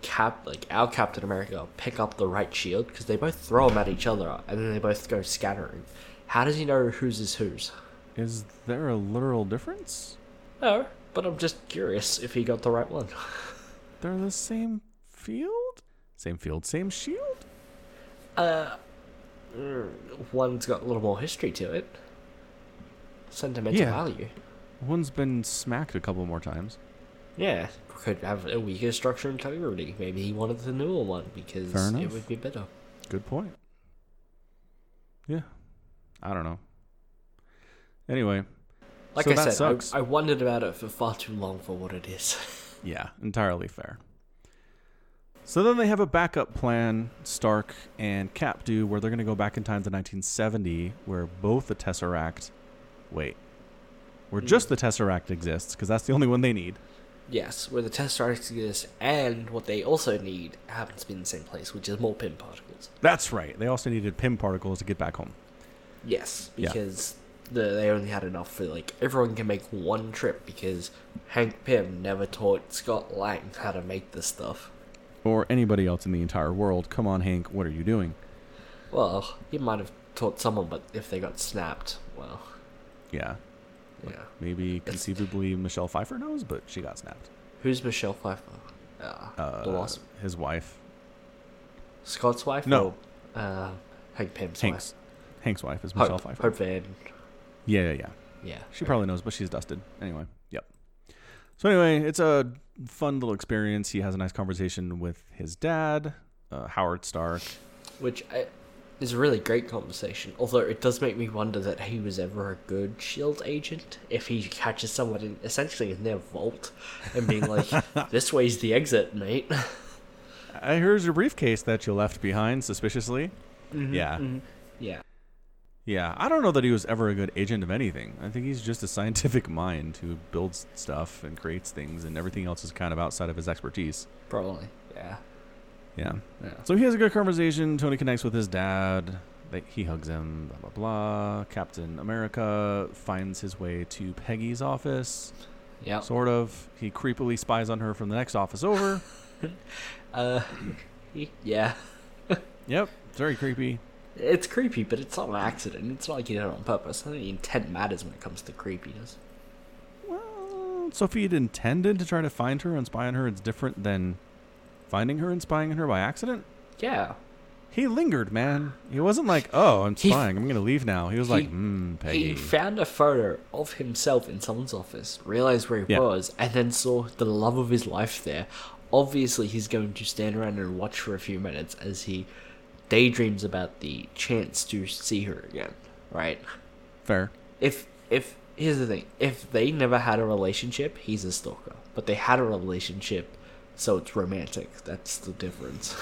Speaker 2: Cap like our Captain America pick up the right shield because they both throw them at each other and then they both go scattering. How does he know whose is whose?
Speaker 1: Is there a literal difference?
Speaker 2: No, but I'm just curious if he got the right (laughs) one.
Speaker 1: They're the same field? Same field, same shield?
Speaker 2: Uh, mm, One's got a little more history to it. Sentimental
Speaker 1: Yeah.
Speaker 2: value.
Speaker 1: One's been smacked a couple more times.
Speaker 2: Yeah, could have a weaker structure integrity. Maybe he wanted the newer one because
Speaker 1: Fair
Speaker 2: it
Speaker 1: enough.
Speaker 2: would be better.
Speaker 1: Good point. Yeah. I don't know. Anyway.
Speaker 2: Like
Speaker 1: So
Speaker 2: I
Speaker 1: that
Speaker 2: said,
Speaker 1: sucks.
Speaker 2: I, I wondered about it for far too long for what it is. (laughs)
Speaker 1: Yeah, entirely fair. So then they have a backup plan, Stark and Cap do, where they're going to go back in time to 1970, where both the Tesseract. Wait. Where just the Tesseract exists, because that's the only one they need.
Speaker 2: yes, where the Tesseract exists and what they also need happens to be in the same place, which is more pin particles.
Speaker 1: That's right. They also needed Pym particles to get back home.
Speaker 2: Yes,
Speaker 1: Yeah.
Speaker 2: because the, they only had enough for like everyone can make one trip because Hank Pym never taught Scott Lang how to make this stuff.
Speaker 1: or anybody else in the entire world. Come on, Hank, what are you doing?
Speaker 2: Well, he might have taught someone, but if they got snapped, well,
Speaker 1: Yeah.
Speaker 2: Yeah.
Speaker 1: Maybe conceivably Michelle Pfeiffer knows, but she got snapped.
Speaker 2: Who's Michelle Pfeiffer? Uh,
Speaker 1: Uh,
Speaker 2: the Wasp.
Speaker 1: His wife,
Speaker 2: Scott's wife?
Speaker 1: No.
Speaker 2: Or, uh, Hank Pym's
Speaker 1: Hank's. Hank's wife is
Speaker 2: wife.
Speaker 1: Michelle
Speaker 2: Hope,
Speaker 1: Pfeiffer.
Speaker 2: Hope Van.
Speaker 1: Yeah, yeah, yeah.
Speaker 2: Yeah.
Speaker 1: She probably knows, but she's dusted. Anyway, yep. So anyway, it's a fun little experience. He has a nice conversation with his dad, uh, Howard Stark.
Speaker 2: Which I, is a really great conversation. Although it does make me wonder that he was ever a good shield E agent if he catches someone in essentially in their vault and being (laughs) like, "This way's the exit, mate." (laughs)
Speaker 1: I Uh, here's your briefcase that you left behind suspiciously.
Speaker 2: Mm-hmm,
Speaker 1: yeah.
Speaker 2: yeah.
Speaker 1: Yeah, I don't know that he was ever a good agent of anything. I think he's just a scientific mind who builds stuff and creates things, and everything else is kind of outside of his expertise.
Speaker 2: Probably. Yeah.
Speaker 1: Yeah.
Speaker 2: Yeah.
Speaker 1: So he has a good conversation. Tony connects with his dad. They, he hugs him, blah, blah, blah. Captain America finds his way to Peggy's office,
Speaker 2: Yeah.
Speaker 1: sort of. He creepily spies on her from the next office
Speaker 2: (laughs)
Speaker 1: over.
Speaker 2: Uh, yeah.
Speaker 1: yep, it's very creepy.
Speaker 2: It's creepy, but it's not an accident. It's not like you did it on purpose. I think intent matters when it comes to creepiness.
Speaker 1: Well, so if he had intended to try to find her and spy on her, it's different than finding her and spying on her by accident.
Speaker 2: Yeah.
Speaker 1: He lingered, man. He wasn't like, oh, I'm
Speaker 2: He-
Speaker 1: spying. I'm going to leave now. He was
Speaker 2: he-
Speaker 1: like, hmm, Peggy.
Speaker 2: He found a photo of himself in someone's office, realized where he
Speaker 1: Yeah.
Speaker 2: was, and then saw the love of his life there. Obviously, he's going to stand around and watch for a few minutes as he daydreams about the chance to see her again, right?
Speaker 1: Fair.
Speaker 2: If if here's the thing, if they never had a relationship, he's a stalker. But they had a relationship, so it's romantic. That's
Speaker 1: (laughs)
Speaker 2: the difference.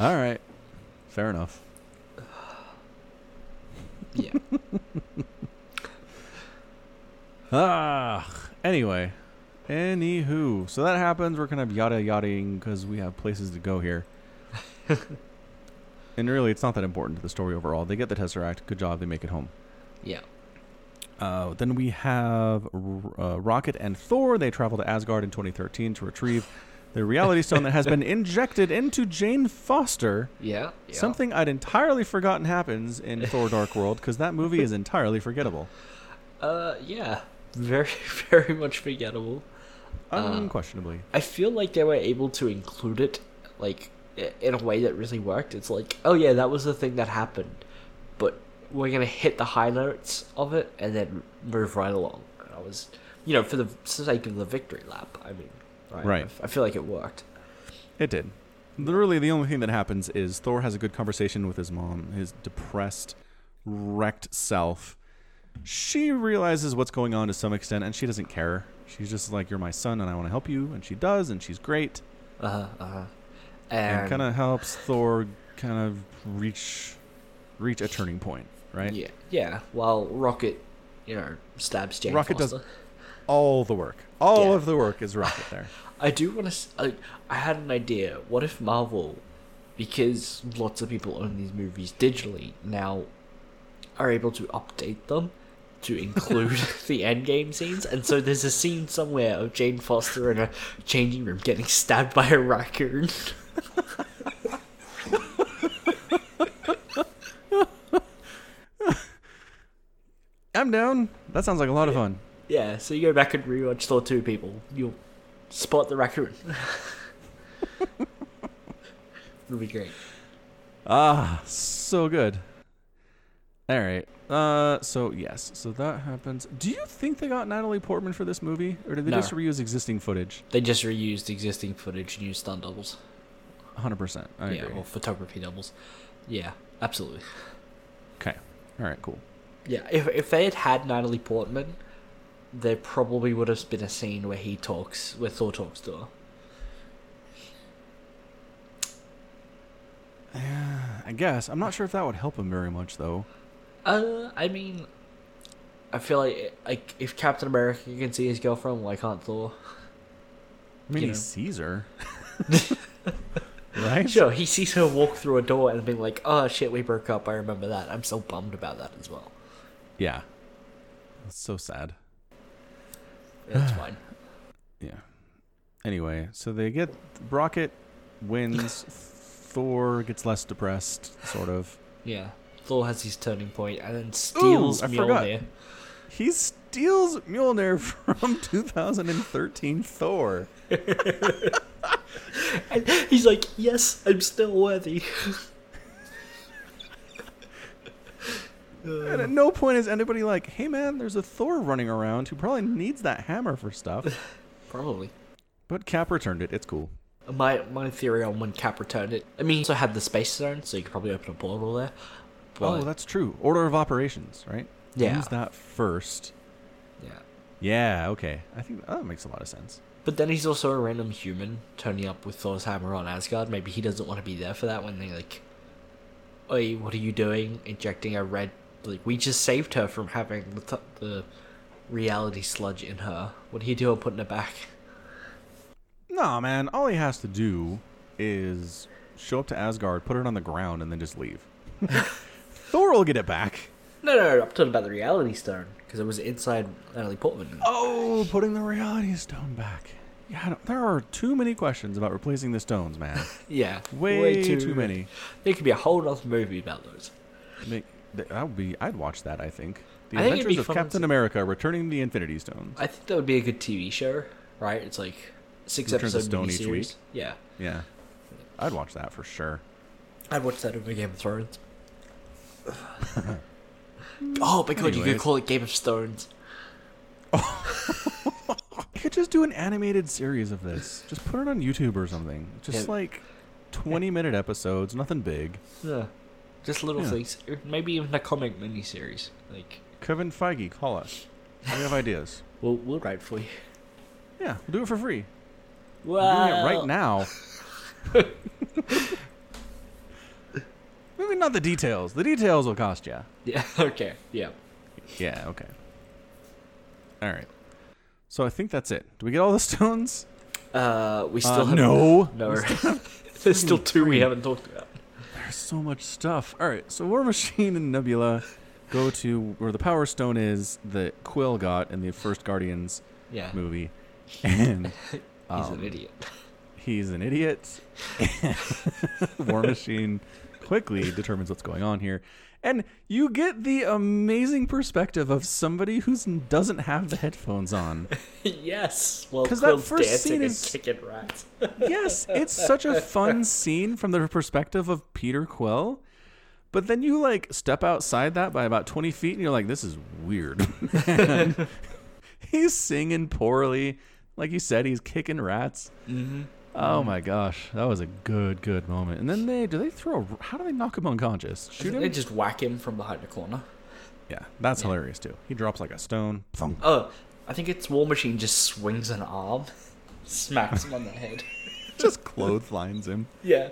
Speaker 1: All right. Fair enough.
Speaker 2: yeah.
Speaker 1: Ah. Anyway. Anywho. So that happens. We're kind of yada yadaing because we have places to go
Speaker 2: (laughs)
Speaker 1: here. and really, it's not that important to the story overall. They get the Tesseract. Good job. They make it home.
Speaker 2: Yeah.
Speaker 1: Uh, then we have R- uh, Rocket and Thor. They travel to Asgard in 2013 to retrieve the Reality Stone that has
Speaker 2: (laughs)
Speaker 1: been injected into Jane Foster.
Speaker 2: Yeah. yeah.
Speaker 1: Something I'd entirely forgotten happens in Thor Dark World because that movie is entirely forgettable.
Speaker 2: Uh, yeah. (laughs) Very, very much forgettable. Uh,
Speaker 1: Unquestionably.
Speaker 2: I feel like they were able to include it, like, i- in a way that really worked. It's like, oh yeah, that was the thing that happened, but we're gonna hit the highlights of it and then move right along. And I was, you know, for the sake of the victory lap. I mean, right?
Speaker 1: Right.
Speaker 2: I f- I feel like it worked.
Speaker 1: It did. Literally, the only thing that happens is Thor has a good conversation with his mom, his depressed, wrecked self. She realizes what's going on to some extent, and she doesn't care. She's just like, "You're my son, and I want to help you," and she does, and she's great,
Speaker 2: Uh huh. Uh-huh.
Speaker 1: and,
Speaker 2: And
Speaker 1: kind of helps Thor kind of reach reach a turning point, right?
Speaker 2: yeah, yeah. While Rocket, you know, stabs Jane
Speaker 1: Rocket does-
Speaker 2: Foster.
Speaker 1: All the work, all
Speaker 2: Yeah.
Speaker 1: of the work is Rocket there.
Speaker 2: I do want to. I, I had an idea. What if Marvel, because lots of people own these movies digitally now, are able to update them to include the endgame scenes? And so there's a scene somewhere of Jane Foster in a changing room getting stabbed by a raccoon. (laughs)
Speaker 1: I'm down. That sounds like a lot of fun.
Speaker 2: yeah, so you go back and rewatch Thor 2, people. You'll spot the raccoon. It'll be great.
Speaker 1: Ah, so good. All right. Uh, so yes, so that happens. Do you think they got Natalie Portman for this movie, or did they
Speaker 2: No.
Speaker 1: just reuse existing footage?
Speaker 2: They just reused existing footage and used stunt doubles.
Speaker 1: Hundred percent. I
Speaker 2: yeah,
Speaker 1: agree.
Speaker 2: or photography doubles. Yeah, absolutely.
Speaker 1: okay. All right. Cool.
Speaker 2: Yeah, if if they had had Natalie Portman, there probably would have been a scene where he talks, where Thor talks to her.
Speaker 1: I guess I'm not sure if that would help him very much though.
Speaker 2: Uh, I mean, I feel like like if Captain America can see his girlfriend, why can't Thor?
Speaker 1: I mean,
Speaker 2: You
Speaker 1: he
Speaker 2: know.
Speaker 1: sees (laughs) her, right?
Speaker 2: (laughs) Sure, he sees her walk through a door and being like, "Oh shit, we broke up. I remember that. I'm so bummed about that as well."
Speaker 1: Yeah. That's so sad. (sighs)
Speaker 2: That's fine.
Speaker 1: Yeah. Anyway, so they get (laughs) Rocket wins. Thor gets less depressed, sort of.
Speaker 2: Yeah, Thor has his turning point and then
Speaker 1: I forgot. He steals Mjolnir (laughs) from 2013 Thor.
Speaker 2: And (laughs) he's like, "Yes, I'm still worthy."
Speaker 1: And at no point is anybody like, hey man, there's a Thor running around who probably needs that hammer for stuff.
Speaker 2: Probably.
Speaker 1: But Cap returned it. It's cool.
Speaker 2: My my theory on when Cap returned it. I mean, he also had the space zone, so you could probably open a portal there. But,
Speaker 1: Oh, that's true. Order of operations, right?
Speaker 2: Yeah.
Speaker 1: Use that first.
Speaker 2: yeah.
Speaker 1: Yeah, okay. I think that makes a lot of sense.
Speaker 2: But then he's also a random human turning up with Thor's hammer on Asgard. Maybe he doesn't want to be there for that when they like, "Oi, what are you doing? Injecting a red like we just saved her from having the th- the reality sludge in her. What do you do? I'm putting it back."
Speaker 1: Nah, man. All he has to do is show up to Asgard, put it on the ground, and then just leave. Thor will get it back.
Speaker 2: No, no, no I'm talking about the reality stone because it was inside Natalie Portman.
Speaker 1: Oh, putting the reality stone back. Yeah, I don't- there are too many questions about replacing the stones, (laughs) man.
Speaker 2: Yeah,
Speaker 1: Way, too, many.
Speaker 2: There could be a whole other movie about those.
Speaker 1: Make- th- That would be. I'd watch that. I think. The
Speaker 2: I think it'd
Speaker 1: Adventures
Speaker 2: be
Speaker 1: of
Speaker 2: fun
Speaker 1: Captain
Speaker 2: to-
Speaker 1: America: Returning the Infinity Stones.
Speaker 2: I think that would be a good TV show, right? It's like six
Speaker 1: Return of the
Speaker 2: episodes
Speaker 1: Stone each week.
Speaker 2: Yeah,
Speaker 1: Yeah, I'd watch that for sure.
Speaker 2: I'd watch that over Game of (laughs) Thrones. oh my god, you could
Speaker 1: Anyways.
Speaker 2: call it Game of Stones.
Speaker 1: You could just do an animated series of this. Just put it on YouTube or something. Just
Speaker 2: Yeah.
Speaker 1: like twenty-minute episodes. Nothing big.
Speaker 2: Yeah, just little
Speaker 1: Yeah.
Speaker 2: things. Or Maybe even a comic miniseries. Like,
Speaker 1: Kevin Feige, call us. We have ideas.
Speaker 2: we'll we'll write for you.
Speaker 1: (laughs) Yeah, we'll do it for free.
Speaker 2: Well,
Speaker 1: We're doing it right now. Maybe not the details. The details will cost you.
Speaker 2: Yeah. (laughs) Okay. Yeah.
Speaker 1: Yeah, okay. All right. So I think that's it. Do we get all the (laughs) stones?
Speaker 2: Uh, we still
Speaker 1: Uh,
Speaker 2: haven't-
Speaker 1: no.
Speaker 2: (laughs)
Speaker 1: (laughs)
Speaker 2: No, there's still two we haven't talked about.
Speaker 1: There's so much stuff. All right. So War Machine and Nebula go to where the Power Stone is that Quill got in the first Guardians
Speaker 2: Yeah,
Speaker 1: movie. (laughs) And
Speaker 2: he's
Speaker 1: um,
Speaker 2: an idiot. (laughs)
Speaker 1: he's an idiot. (laughs) War Machine quickly determines what's going on here. And you get the amazing perspective of somebody who doesn't have the headphones on.
Speaker 2: yes, well,
Speaker 1: 'Cause that
Speaker 2: Quill's
Speaker 1: first
Speaker 2: dancing
Speaker 1: scene
Speaker 2: and
Speaker 1: is-
Speaker 2: kicking rats.
Speaker 1: yes, it's such a fun scene from the perspective of Peter Quill. But then you like step outside that by about 20 feet and you're like, this is weird. (laughs) And he's singing poorly. Like you said, he's kicking rats. Oh my gosh, that was a good, good moment. And then they do they throw? a- How do they knock him unconscious? Shoot
Speaker 2: They
Speaker 1: him?
Speaker 2: just whack him from behind a corner.
Speaker 1: Yeah, that's hilarious too. He drops like a stone. Thunk. (laughs)
Speaker 2: Oh, I think it's War Machine just swings an arm, smacks him on the head.
Speaker 1: Just clotheslines him. (laughs)
Speaker 2: Yeah.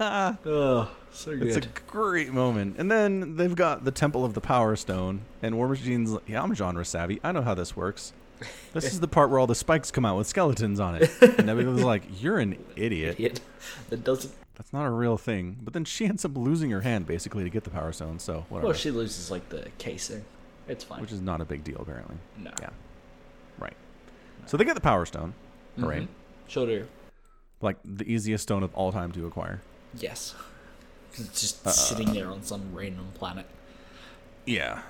Speaker 2: oh, so good.
Speaker 1: It's a great moment. And then they've got the Temple of the Power Stone, and War Machine's like, yeah, I'm genre savvy. I know how this works. This is the part where all the spikes come out with skeletons on it. And everyone's like, (laughs) you're an idiot.
Speaker 2: Idiot. That doesn't.
Speaker 1: That's not a real thing. But then she ends up losing her hand, basically, to get the Power Stone, so whatever.
Speaker 2: Well, she loses like the casing. It's fine.
Speaker 1: Which is not a big deal, apparently.
Speaker 2: no.
Speaker 1: Yeah. Right. So they get the Power Stone. Hooray.
Speaker 2: Mhm. Sure do.
Speaker 1: Like, the easiest stone of all time to acquire.
Speaker 2: Yes. 'Cause It's
Speaker 1: Uh,
Speaker 2: just sitting there on some random planet.
Speaker 1: Yeah.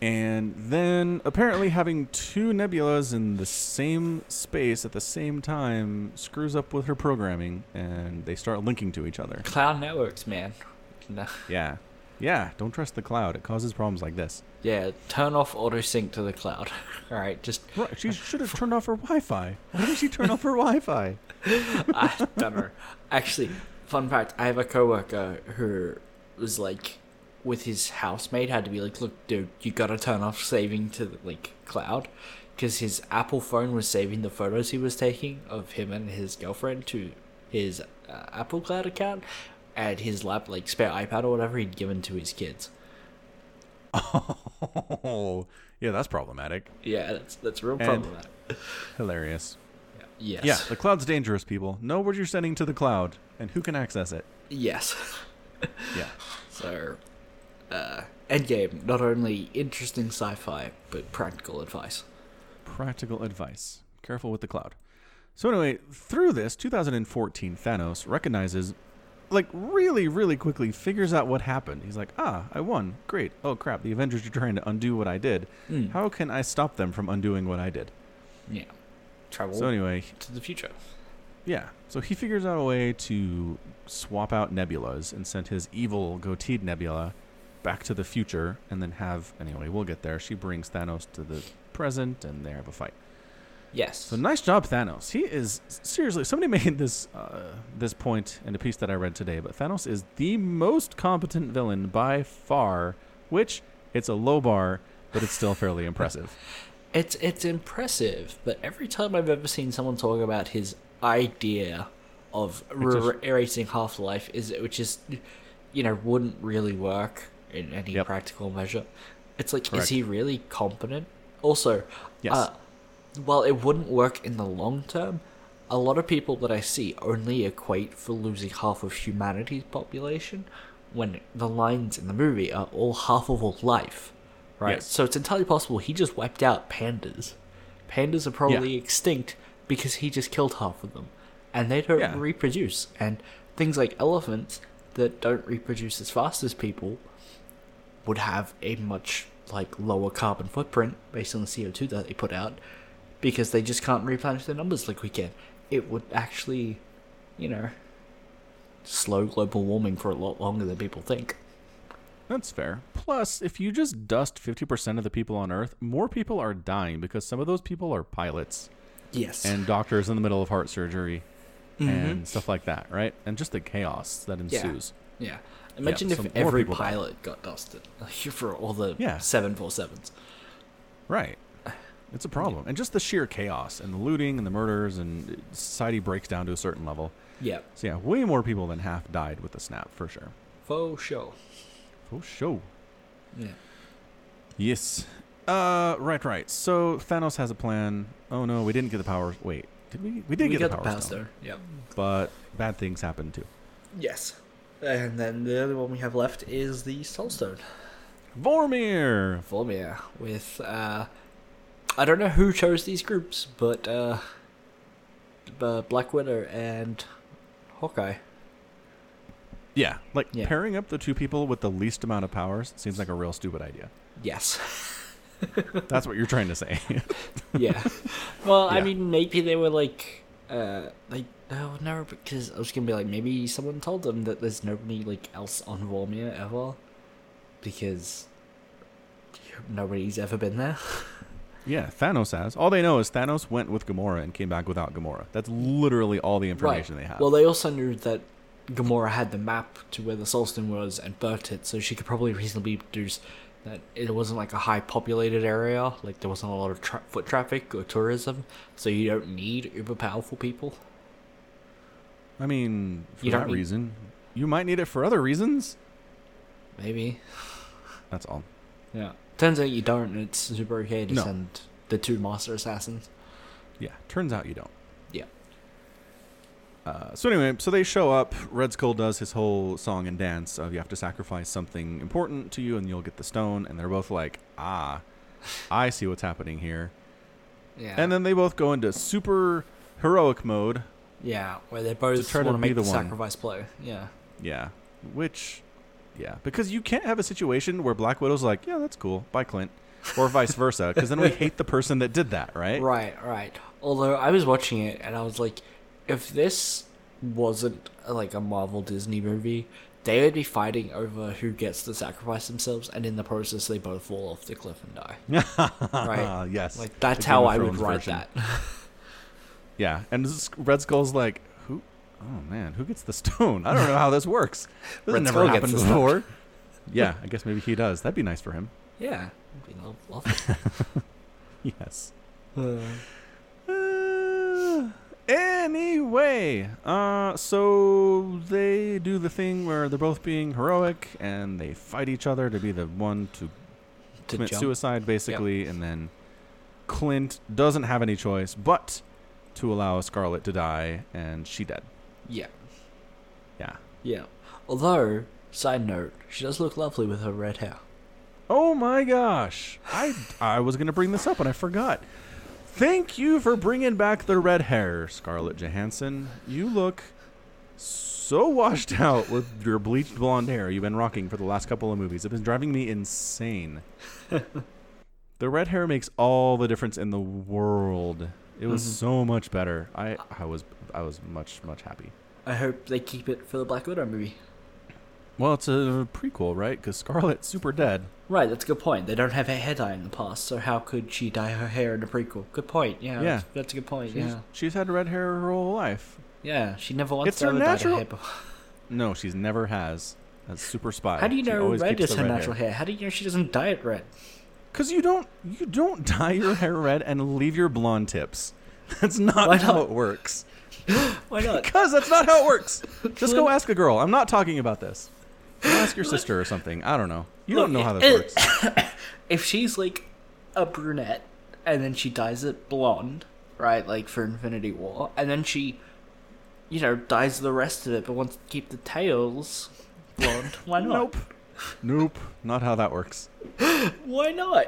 Speaker 1: And then apparently having two nebulas in the same space at the same time screws up with her programming and they start linking to each other.
Speaker 2: Cloud networks, man. No.
Speaker 1: Yeah. Yeah, don't trust the cloud. It causes problems like this.
Speaker 2: Yeah, turn off auto sync to the cloud. (laughs) All right, just
Speaker 1: Right. She should have turned off her Wi Fi. Why did she turn off her Wi Fi?
Speaker 2: I don't know. Actually, fun fact: I have a coworker who was like, with his housemate, had to be like, "Look, dude, you gotta turn off saving to the, like cloud, because his Apple phone was saving the photos he was taking of him and his girlfriend to his uh, Apple Cloud account, and his lap like spare iPad or whatever he'd given to his kids."
Speaker 1: Oh, yeah, that's problematic.
Speaker 2: Yeah, that's that's real
Speaker 1: And-
Speaker 2: problematic.
Speaker 1: Hilarious.
Speaker 2: Yes.
Speaker 1: Yeah, the cloud's dangerous, people. Know what you're sending to the cloud and who can access it.
Speaker 2: Yes. (laughs)
Speaker 1: Yeah.
Speaker 2: So, uh, Endgame, not only interesting sci fi, but practical advice.
Speaker 1: practical advice. Careful with the cloud. So anyway, through this, 2014 Thanos recognizes like really, really quickly figures out what happened. He's like, ah, I won. Great. Oh crap, the Avengers are trying to undo what I did.
Speaker 2: Mm.
Speaker 1: How can I stop them from undoing what I did?
Speaker 2: Yeah. Travel
Speaker 1: So anyway,
Speaker 2: to the future.
Speaker 1: yeah. So he figures out a way to swap out nebulas and send his evil goateed nebula back to the future and then have anyway, we'll get there. She brings Thanos to the present and they have a fight.
Speaker 2: Yes.
Speaker 1: So nice job, Thanos. He is seriously. Somebody (laughs) made this uh, this point in a piece that I read today, but Thanos is the most competent villain by far. Which it's a low bar, but it's still fairly impressive.
Speaker 2: It's it's impressive, but every time I've ever seen someone talk about his idea of
Speaker 1: just-
Speaker 2: re- erasing Half Life, is which is, you know, wouldn't really work in any
Speaker 1: Yep.
Speaker 2: practical measure. It's like,
Speaker 1: Correct.
Speaker 2: is he really competent? Also,
Speaker 1: Yes.
Speaker 2: uh, while it wouldn't work in the long term, a lot of people that I see only equate for losing half of humanity's population when the lines in the movie are all half of all life, right?
Speaker 1: Yes.
Speaker 2: So it's entirely possible he just wiped out pandas. Pandas are probably extinct because he just killed half of them, and they don't
Speaker 1: Yeah.
Speaker 2: reproduce. And things like elephants that don't reproduce as fast as people would have a much like lower carbon footprint based on the CO2 that they put out because they just can't replenish their numbers like we can. It would actually, you know, slow global warming for a lot longer than people think.
Speaker 1: That's fair. Plus, if you just dust fifty percent of the people on Earth, more people are dying because some of those people are pilots
Speaker 2: Yes.
Speaker 1: and doctors in the middle of heart surgery and stuff like that, right? And just the chaos that
Speaker 2: Yeah.
Speaker 1: ensues.
Speaker 2: yeah. Imagine
Speaker 1: so
Speaker 2: if
Speaker 1: more
Speaker 2: every
Speaker 1: people die.
Speaker 2: pilot got dusted like, (laughs) for all the
Speaker 1: Yeah.
Speaker 2: 747s.
Speaker 1: Right. It's a problem. And just the sheer chaos and the looting and the murders and society breaks down to a certain level.
Speaker 2: Yeah,
Speaker 1: So yeah, way more people than half died with the snap for sure.
Speaker 2: for sure.
Speaker 1: For sure.
Speaker 2: Yeah.
Speaker 1: Yes. Uh right, right. So Thanos has a plan. Oh no, we didn't get the power wait. Did we we did
Speaker 2: we
Speaker 1: get
Speaker 2: got
Speaker 1: the
Speaker 2: the
Speaker 1: power
Speaker 2: power
Speaker 1: stone,
Speaker 2: stone. Yep.
Speaker 1: But bad things happened too.
Speaker 2: Yes. And then the other one we have left is the soul stone.
Speaker 1: Vormir.
Speaker 2: Volmir with uh I don't know who chose these groups, but uh uh, Black Widow and Hawkeye.
Speaker 1: Yeah. Like
Speaker 2: Yeah.
Speaker 1: pairing up the two people with the least amount of powers seems like a real stupid idea.
Speaker 2: Yes.
Speaker 1: That's what you're trying to say.
Speaker 2: (laughs) yeah. Well, I
Speaker 1: Yeah.
Speaker 2: mean maybe they were like uh like no no because I was gonna be like maybe someone told them that there's nobody like else on Volmir ever because nobody's ever been there.
Speaker 1: Yeah, Thanos has. All they know is Thanos went with Gamora and came back without Gamora. That's literally all the information they have.
Speaker 2: Well, they also knew that Gamora had the map to where the Solston was and burnt it, so she could probably reasonably deduce that it wasn't like a high populated area, like there wasn't a lot of tra- foot traffic or tourism, so you don't need uber powerful people.
Speaker 1: I mean, for
Speaker 2: You don't
Speaker 1: that
Speaker 2: need-
Speaker 1: reason, you might need it for other reasons.
Speaker 2: Maybe.
Speaker 1: That's all.
Speaker 2: Yeah. Turns out you don't, and it's super okay to
Speaker 1: No.
Speaker 2: send the two master assassins.
Speaker 1: Yeah, turns out you don't.
Speaker 2: Yeah.
Speaker 1: Uh, so anyway, so they show up. Red Skull does his whole song and dance of you have to sacrifice something important to you and you'll get the stone. And they're both like, ah, I see what's happening here.
Speaker 2: Yeah.
Speaker 1: And then they both go into super heroic mode.
Speaker 2: yeah, where they both
Speaker 1: try to
Speaker 2: want to
Speaker 1: be
Speaker 2: make
Speaker 1: the
Speaker 2: the,
Speaker 1: one.
Speaker 2: sacrifice play. Yeah.
Speaker 1: Yeah, which, yeah, because you can't have a situation where Black Widow's like, yeah, that's cool, bye Clint, or
Speaker 2: (laughs)
Speaker 1: vice versa, because then we hate the person that did that, right?
Speaker 2: Right, right. Although I was watching it and I was like, if this wasn't uh, like a Marvel Disney movie, they would be fighting over who gets to sacrifice themselves, and in the process, they both fall off the cliff and die.
Speaker 1: (laughs) Ah, yes.
Speaker 2: Like that's
Speaker 1: The Game
Speaker 2: how
Speaker 1: of
Speaker 2: I would
Speaker 1: Thrones
Speaker 2: write
Speaker 1: version.
Speaker 2: that.
Speaker 1: Yeah, and this is- Red Skull's like, who? Oh man, who gets the stone? I don't know how this works. This
Speaker 2: (laughs)
Speaker 1: has
Speaker 2: Red
Speaker 1: never
Speaker 2: Skull
Speaker 1: happened
Speaker 2: gets the stone.
Speaker 1: before. yeah, I guess maybe he does. That'd be nice for him. (laughs)
Speaker 2: yeah. Be lo- lovely.
Speaker 1: Yes.
Speaker 2: Uh,
Speaker 1: Uh, anyway, uh, so they do the thing where they're both being heroic and they fight each other to be the one to,
Speaker 2: to
Speaker 1: (laughs) commit
Speaker 2: jump.
Speaker 1: suicide, basically. And then Clint doesn't have any choice but to allow Scarlet to die, and she dead.
Speaker 2: Yeah,
Speaker 1: Yeah.
Speaker 2: yeah. Although, side note, she does look lovely with her red hair.
Speaker 1: Oh my gosh! I I was gonna bring this up and I forgot. Thank you for bringing back the red hair, Scarlett Johansson. You look so washed (laughs) out with your bleached blonde hair you've been rocking for the last couple of movies. It's been driving me insane. the red hair makes all the difference in the world. It was so much better. I, I was I was much much happy.
Speaker 2: I hope they keep it for the Black Widow movie.
Speaker 1: Well, it's a prequel, right? Because Scarlet's super dead.
Speaker 2: Right, that's a good point. They don't have her hair dye in the past, so how could she dye her hair in the prequel? Good point.
Speaker 1: Yeah.
Speaker 2: Yeah, That's, that's a good point.
Speaker 1: She's,
Speaker 2: yeah,
Speaker 1: she's had red hair her whole life.
Speaker 2: yeah. She never once
Speaker 1: It's her
Speaker 2: ever dyed her
Speaker 1: natural-
Speaker 2: hair before.
Speaker 1: No, she's never has. That's super spy.
Speaker 2: How do you
Speaker 1: She
Speaker 2: know
Speaker 1: always
Speaker 2: red
Speaker 1: keeps
Speaker 2: is
Speaker 1: the
Speaker 2: her
Speaker 1: red
Speaker 2: natural hair? How do you know she doesn't dye it red?
Speaker 1: Because you don't you don't dye your hair red and leave your blonde tips. (laughs) That's not,
Speaker 2: Why
Speaker 1: how
Speaker 2: not?
Speaker 1: it works.
Speaker 2: Why not?
Speaker 1: (laughs) Because that's not how it works. Just go ask a girl. I'm not talking about this. Go ask your sister or something. I don't know. You don't know
Speaker 2: Look, eh,
Speaker 1: how
Speaker 2: it-
Speaker 1: this works.
Speaker 2: if she's like a brunette and then she dyes it blonde, right, like for Infinity War, and then she, you know, dyes the rest of it but wants to keep the tails blonde, why not?
Speaker 1: Nope. Nope. Not how that works.
Speaker 2: Why not?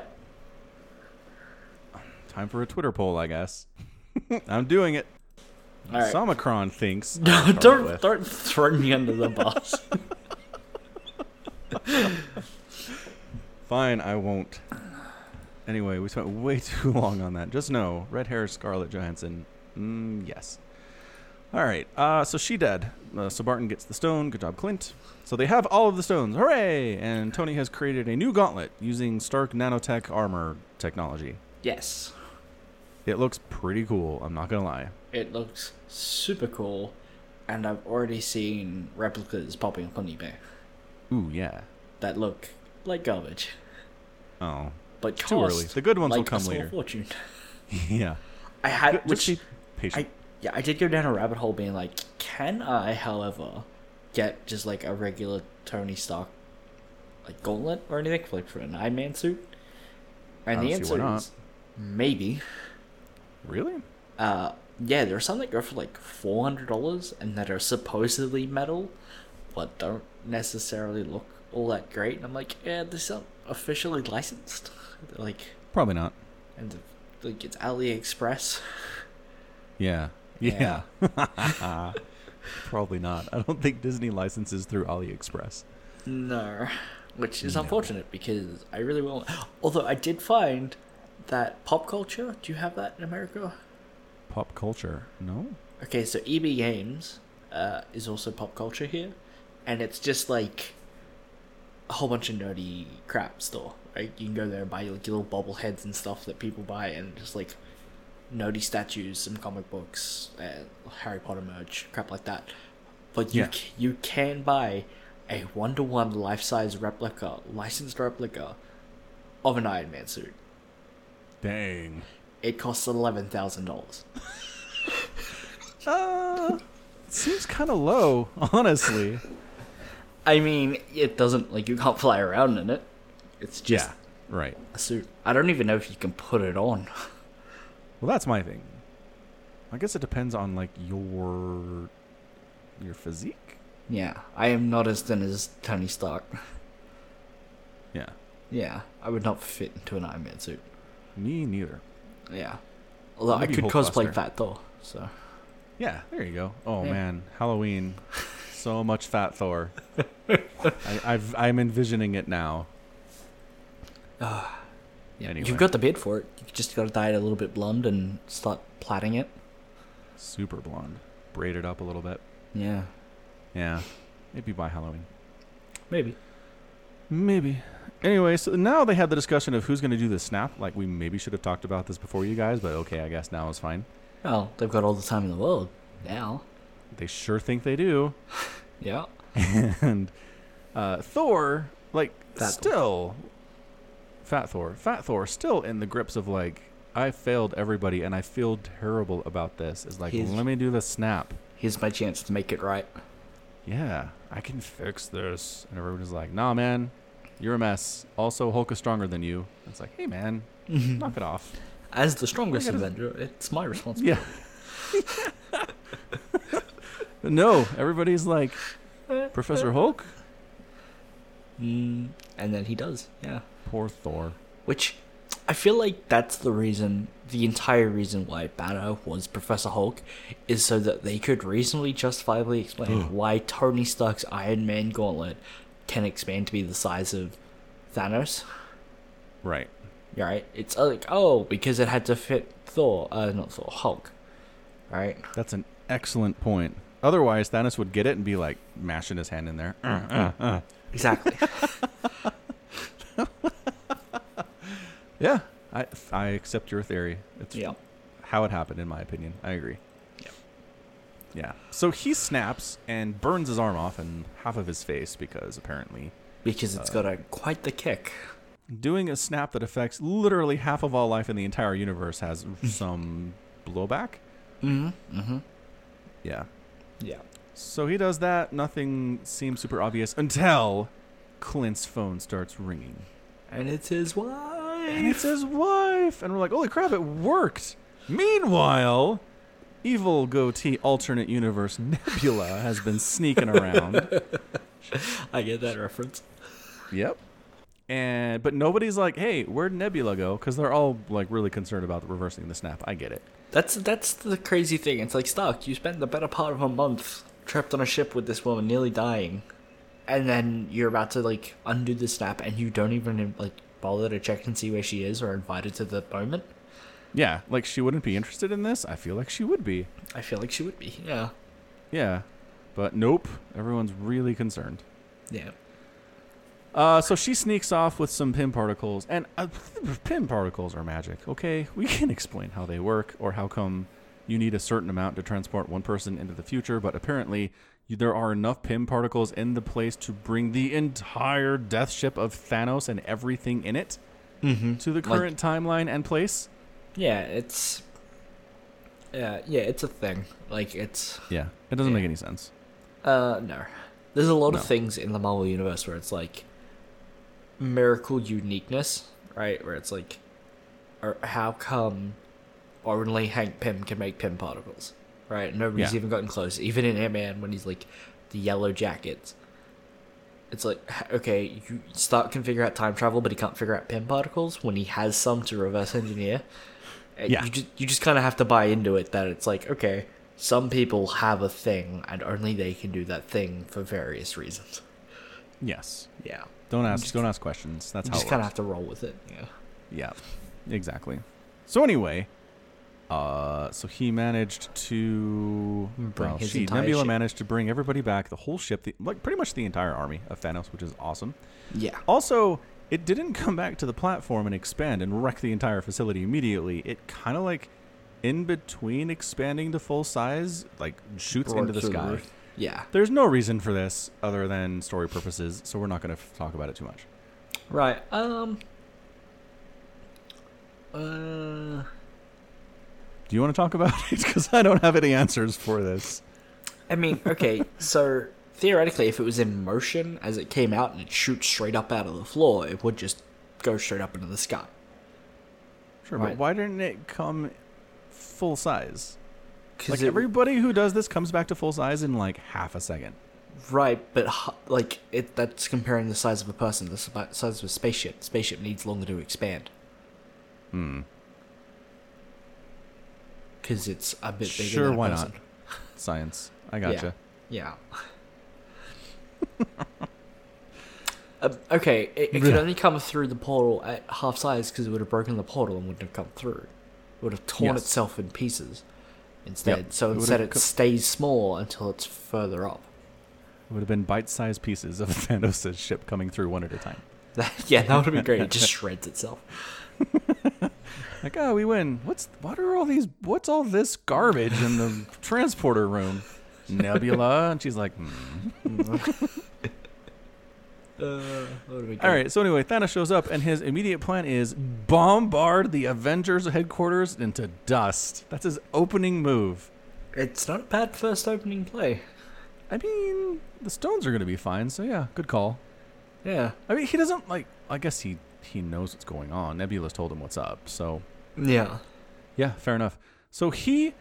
Speaker 1: Time for a Twitter poll, I guess. (laughs) I'm doing it.
Speaker 2: All right.
Speaker 1: Somicron thinks.
Speaker 2: No,
Speaker 1: I'll start
Speaker 2: (laughs) don't
Speaker 1: with.
Speaker 2: don't throw me under
Speaker 1: (laughs)
Speaker 2: the bus.
Speaker 1: Fine, I won't. Anyway, we spent way (laughs) too long on that. Just know, red hair Scarlett Johansson. Mm, yes. All right. Uh, so she dead. Uh, so Barton gets the stone. Good job, Clint. So they have all of the stones. Hooray! And Tony has created a new gauntlet using Stark nanotech armor technology.
Speaker 2: yes,
Speaker 1: It looks pretty cool. I'm not gonna lie.
Speaker 2: it looks super cool, and I've already seen replicas popping up on eBay
Speaker 1: Ooh yeah.
Speaker 2: that look like garbage,
Speaker 1: Oh,
Speaker 2: but
Speaker 1: too early.
Speaker 2: cost,
Speaker 1: The good ones
Speaker 2: like
Speaker 1: will
Speaker 2: a
Speaker 1: come
Speaker 2: small
Speaker 1: later.
Speaker 2: Fortune.
Speaker 1: (laughs) yeah.
Speaker 2: I had
Speaker 1: Just
Speaker 2: which
Speaker 1: be patient.
Speaker 2: I yeah I did go down a rabbit hole being like, can I, however, get just like a regular Tony Stark, like gauntlet or anything like for an Iron Man suit? And
Speaker 1: I
Speaker 2: the
Speaker 1: don't see why
Speaker 2: answer
Speaker 1: not.
Speaker 2: is maybe.
Speaker 1: really?
Speaker 2: Uh, yeah, there are some that go for like four hundred dollars and that are supposedly metal, but don't necessarily look all that great. And I'm like, yeah, this isn't officially licensed. Like,
Speaker 1: Probably not.
Speaker 2: and like it's AliExpress. (laughs)
Speaker 1: Yeah. Yeah.
Speaker 2: Yeah.
Speaker 1: (laughs) Probably not. I don't think Disney licenses through AliExpress.
Speaker 2: No, which is
Speaker 1: No.
Speaker 2: unfortunate because I really want. Although I did find that pop culture. Do you have that in America?
Speaker 1: Pop culture. No.
Speaker 2: Okay, so EB Games uh, is also pop culture here, and it's just like a whole bunch of nerdy crap store. Right, you can go there and buy like your little bobbleheads and stuff that people buy, and just like nerdy statues, some comic books, uh, Harry Potter merch, crap like that. But you
Speaker 1: Yeah.
Speaker 2: c- you can buy a one to one life size replica, licensed replica of an Iron Man suit.
Speaker 1: Dang.
Speaker 2: It costs eleven thousand dollars.
Speaker 1: Uh, (laughs) seems kind of low, (laughs) honestly.
Speaker 2: I mean, it doesn't like you can't fly around in it. It's just
Speaker 1: Right.
Speaker 2: a suit. I don't even know if you can put it on. (laughs)
Speaker 1: Well, that's my thing. I guess it depends on like your your physique.
Speaker 2: Yeah, I am not as thin as Tony Stark. (laughs)
Speaker 1: Yeah.
Speaker 2: Yeah, I would not fit into an Iron Man suit.
Speaker 1: Me neither.
Speaker 2: Yeah, although I
Speaker 1: You'd be
Speaker 2: could cosplay
Speaker 1: Hulkbuster.
Speaker 2: Fat Thor. So (sighs)
Speaker 1: Yeah. There you go. Oh
Speaker 2: Yeah.
Speaker 1: man, Halloween. So much fat (laughs) Thor. I, I've, I'm envisioning it now.
Speaker 2: yeah,
Speaker 1: Anyway.
Speaker 2: you've got the bid for it. You just got to dye it a little bit blonde and start plaiting it.
Speaker 1: Super blonde, braided up a little bit.
Speaker 2: Yeah,
Speaker 1: Yeah. Maybe by Halloween.
Speaker 2: maybe.
Speaker 1: Maybe. Anyway, so now they had the discussion of who's going to do the snap. Like, we maybe should have talked about this before you guys, but okay, I guess now is fine.
Speaker 2: Well, they've got all the time in the world now.
Speaker 1: They sure think they do. (laughs)
Speaker 2: Yeah.
Speaker 1: And uh, Thor, like,
Speaker 2: Fat Thor.
Speaker 1: still. Fat Thor. Fat Thor, still in the grips of, like, I failed everybody and I feel terrible about this. Is like,
Speaker 2: He's-
Speaker 1: let me do the snap.
Speaker 2: Here's my chance to make it
Speaker 1: (laughs)
Speaker 2: right.
Speaker 1: Yeah, I can fix this. And everyone is like, nah, man, you're a mess. Also, Hulk is stronger than you. It's like, hey, man, knock it off.
Speaker 2: As the strongest
Speaker 1: gotta-
Speaker 2: Avenger, it's my responsibility.
Speaker 1: Yeah. (laughs) no, everybody's like Professor Hulk.
Speaker 2: Mm, and then he does, yeah.
Speaker 1: Poor Thor.
Speaker 2: Which I feel like that's the reason, the entire reason why Banner was Professor Hulk, is so that they could reasonably justifiably explain why Tony Stark's Iron Man gauntlet can expand to be the size of Thanos.
Speaker 1: Right.
Speaker 2: Right? It's like, oh, because it had to fit Thor, uh, not Thor, Hulk. Right?
Speaker 1: That's an excellent point. Otherwise, Thanos would get it and be like mashing his hand in there. Uh, uh, uh.
Speaker 2: Exactly.
Speaker 1: Yeah, I I accept your theory. It's
Speaker 2: (laughs) yeah.
Speaker 1: how it happened, in my opinion. I agree.
Speaker 2: Yep.
Speaker 1: Yeah. So he snaps and burns his arm off and half of his face because apparently
Speaker 2: Because it's got a quite the kick.
Speaker 1: doing a snap that affects literally half of all life in the entire universe has some blowback.
Speaker 2: Mm hmm. Mm hmm.
Speaker 1: Yeah.
Speaker 2: Yeah.
Speaker 1: So he does that. Nothing seems super obvious until Clint's phone starts ringing.
Speaker 2: And it's his wife.
Speaker 1: And it's his wife. And we're like, holy crap, it worked. Meanwhile, evil goatee alternate universe Nebula has been sneaking around.
Speaker 2: I get that reference.
Speaker 1: yep. And but nobody's like, hey, where'd Nebula go? Because they're all like really concerned about reversing the snap. I get it.
Speaker 2: That's that's the crazy thing. It's like Stark, you spent the better part of a month trapped on a ship with this woman, nearly dying, and then you're about to like undo the snap, and you don't even like bother to check and see where she is or invite her to the moment.
Speaker 1: Yeah, like she wouldn't be interested in this. I feel like she would be.
Speaker 2: I feel like she would be. Yeah,
Speaker 1: Yeah. But nope. Everyone's really concerned.
Speaker 2: yeah.
Speaker 1: Uh, so she sneaks off with some pin particles, and uh, pin particles are magic. Okay, we can explain how they work or how come you need a certain amount to transport one person into the future, but apparently you, there are enough pin particles in the place to bring the entire death ship of Thanos and everything in it
Speaker 2: Mm-hmm.
Speaker 1: to the current timeline and place.
Speaker 2: Yeah, it's. Yeah, yeah, it's a thing. Like it's.
Speaker 1: Yeah, it doesn't
Speaker 2: Yeah.
Speaker 1: make any sense.
Speaker 2: Uh, no. There's a lot
Speaker 1: No.
Speaker 2: of things in the Marvel universe where it's like miracle uniqueness, right? Where it's like, or how come only Hank Pym can make Pym particles, right? Nobody's
Speaker 1: Yeah.
Speaker 2: even gotten close. Even in Ant Man, when he's like the yellow jackets, it's like h- okay, you Stark can figure out time travel, but he can't figure out Pym particles when he has some to reverse engineer. Uh,
Speaker 1: Yeah.
Speaker 2: You just, you just kind of have to buy into it that it's like, okay, some people have a thing and only they can do that thing for various reasons.
Speaker 1: Yes,
Speaker 2: Yeah.
Speaker 1: don't ask. don't ask questions. That's
Speaker 2: You
Speaker 1: how
Speaker 2: just
Speaker 1: it
Speaker 2: kind
Speaker 1: works.
Speaker 2: of have to roll with it. Yeah.
Speaker 1: Yeah, exactly. So anyway, uh, so he managed to
Speaker 2: Bring
Speaker 1: well,
Speaker 2: his
Speaker 1: she,
Speaker 2: entire
Speaker 1: Nebula
Speaker 2: ship.
Speaker 1: managed to bring everybody back, the whole ship, the, like pretty much the entire army of Thanos, which is awesome.
Speaker 2: Yeah.
Speaker 1: Also, it didn't come back to the platform and expand and wreck the entire facility immediately. It kind of like in between expanding to full size, like shoots into the sky.
Speaker 2: Yeah.
Speaker 1: There's no reason for this other than story purposes, so we're not going to f- talk about it too much.
Speaker 2: Right. Um. Uh.
Speaker 1: Do you want to talk about (laughs) it? Because I don't have any answers for this.
Speaker 2: I mean, okay, so theoretically, if it was in motion as it came out and it shoots straight up out of the floor, it would just go straight up into the sky.
Speaker 1: Sure, but
Speaker 2: Right.
Speaker 1: why didn't it come full size?
Speaker 2: Because
Speaker 1: Like everybody who does this comes back to full size in like half a second.
Speaker 2: Right, but ho- like it, that's comparing the size of a person to the spa- size of a spaceship. Spaceship needs longer to expand
Speaker 1: Hmm.
Speaker 2: because it's a bit bigger.
Speaker 1: Sure,
Speaker 2: than a
Speaker 1: why
Speaker 2: person.
Speaker 1: not? Science. I gotcha. (laughs)
Speaker 2: Yeah. yeah. Uh, okay, it, it could
Speaker 1: Yeah.
Speaker 2: only come through the portal at half size because it would have broken the portal and wouldn't have come through. It would have torn
Speaker 1: Yes.
Speaker 2: itself in pieces instead. So
Speaker 1: It would
Speaker 2: instead,
Speaker 1: have
Speaker 2: it
Speaker 1: co-
Speaker 2: stays small until it's further up. (laughs)
Speaker 1: It would have been bite-sized pieces of (laughs) Thanos' ship coming through one at a time.
Speaker 2: yeah, that would have been great. It just
Speaker 1: (laughs)
Speaker 2: shreds itself.
Speaker 1: Like, oh, we win. What's what are all these? What's all this garbage in the (laughs) transporter room? Nebula, and she's like, hmm.
Speaker 2: (laughs) Uh,
Speaker 1: All right. So anyway, Thanos shows up, and his immediate plan is bombard the Avengers headquarters into dust. That's his opening move.
Speaker 2: It's not a bad first opening play.
Speaker 1: I mean, the stones are going to be fine, so yeah, good call.
Speaker 2: Yeah.
Speaker 1: I mean, he doesn't like. I guess he he knows what's going on. Nebula's told him what's up, so
Speaker 2: Yeah.
Speaker 1: yeah, fair enough. So he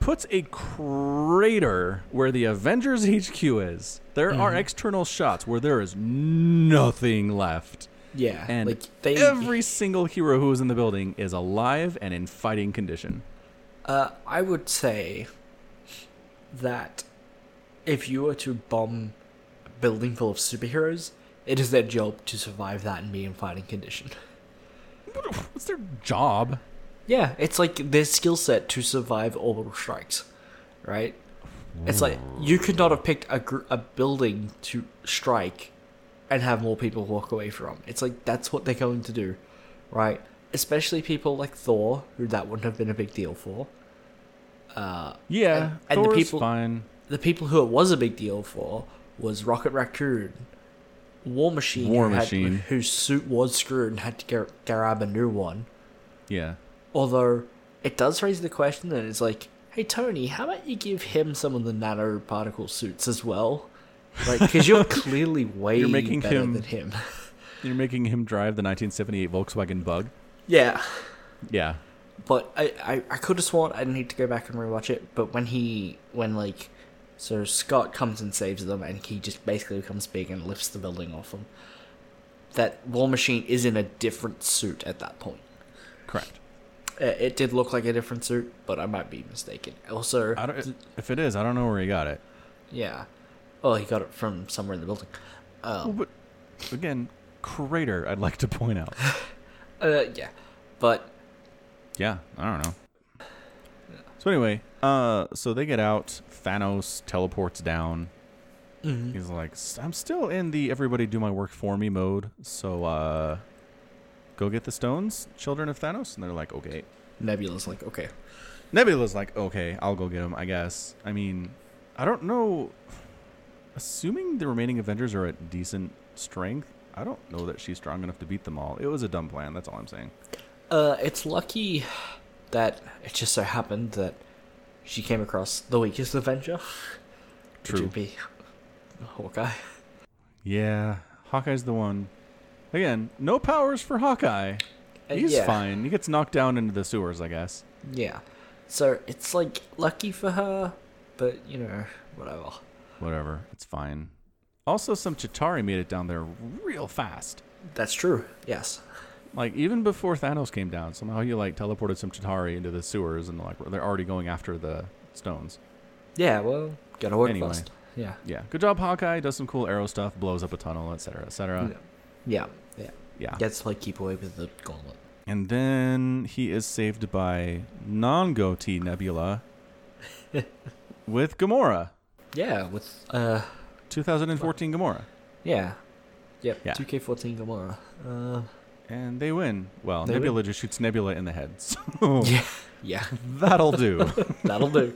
Speaker 1: puts a crater where the
Speaker 2: Mm-hmm.
Speaker 1: Avengers HQ is. There are external shots where there is nothing left.
Speaker 2: Yeah,
Speaker 1: And
Speaker 2: like they
Speaker 1: every single hero who is in the building is alive and in fighting condition.
Speaker 2: Uh, I would say that if you were to bomb a building full of superheroes, it is their job to survive that and be in fighting condition.
Speaker 1: What's their job?
Speaker 2: Yeah, it's like their skill set to survive orbital strikes, right? It's like you could not have picked a gr- a building to strike and have more people walk away from. It's like that's what they're going to do, right? Especially people like Thor, who that wouldn't have been a big deal for. Uh,
Speaker 1: Yeah,
Speaker 2: and the
Speaker 1: Thor's
Speaker 2: people-
Speaker 1: fine.
Speaker 2: the people who it was a big deal for was Rocket Raccoon, War Machine,
Speaker 1: War
Speaker 2: who had-
Speaker 1: Machine.
Speaker 2: whose suit was screwed and had to gar- grab a new one.
Speaker 1: Yeah,
Speaker 2: Although it does raise the question, and it's like, hey Tony, how about you give him some of the nanoparticle suits as well? Like, because
Speaker 1: (laughs)
Speaker 2: you're clearly way
Speaker 1: You're making
Speaker 2: better
Speaker 1: him- (laughs)
Speaker 2: than him.
Speaker 1: you're making him drive the 1978 Volkswagen Bug.
Speaker 2: yeah,
Speaker 1: Yeah,
Speaker 2: but I, I, I could have sworn I need to go back and rewatch it. But when he when like so Scott comes and saves them, and he just basically becomes big and lifts the building off them. That War Machine is in a different suit at that point.
Speaker 1: correct.
Speaker 2: Uh, It did look like a different suit, but I might be mistaken. Also,
Speaker 1: I don't, if it is, I don't know where he got it.
Speaker 2: yeah, oh, he got it from somewhere in the building. Oh, Um,
Speaker 1: Well, but again, crater. I'd like to point out.
Speaker 2: Uh, yeah, but
Speaker 1: Yeah, I don't know. So anyway, uh, so they get out. Thanos teleports down.
Speaker 2: mm-hmm.
Speaker 1: He's like, "S- I'm still in the everybody do my work for me mode. So uh, go get the stones, children of Thanos. And they're like, okay.
Speaker 2: Nebula's like, okay,
Speaker 1: Nebula's like, okay, I'll go get them. I guess. I mean, I don't know. Assuming the remaining Avengers are at decent strength, I don't know that she's strong enough to beat them all. It was a dumb plan. That's all I'm saying.
Speaker 2: Uh, it's lucky that it just so happened that she came across the weakest Avenger, which
Speaker 1: True.
Speaker 2: would be Hawkeye.
Speaker 1: Yeah, Hawkeye's the one. Again, no powers for Hawkeye.
Speaker 2: Uh,
Speaker 1: He's
Speaker 2: yeah.
Speaker 1: fine. He gets knocked down into the sewers, I guess.
Speaker 2: Yeah, so it's like lucky for her, but you know, whatever.
Speaker 1: Whatever, it's fine. Also, some Chitari made it down there real fast.
Speaker 2: That's true. Yes.
Speaker 1: Like even before Thanos came down, somehow he like teleported some Chitari into the sewers, and like they're already going after the stones.
Speaker 2: Yeah. Well, gotta work
Speaker 1: Anyway.
Speaker 2: fast. Yeah.
Speaker 1: Yeah, good job, Hawkeye. Does some cool arrow stuff, blows up a tunnel, etc., etc.
Speaker 2: yeah. Yeah. Yeah.
Speaker 1: Yeah.
Speaker 2: Gets like keep away with the gauntlet.
Speaker 1: And then he is saved by non-goatee
Speaker 2: (laughs)
Speaker 1: Nebula with Gamora,
Speaker 2: Yeah. With uh.
Speaker 1: 2014 Gamora.
Speaker 2: Yeah. Yep.
Speaker 1: Yeah.
Speaker 2: 2K14 Gamora. Uh.
Speaker 1: And they win. Well,
Speaker 2: They
Speaker 1: Nebula just shoots Nebula in the head. (laughs) So
Speaker 2: Yeah. Yeah.
Speaker 1: that'll
Speaker 2: (laughs)
Speaker 1: do.
Speaker 2: That'll do.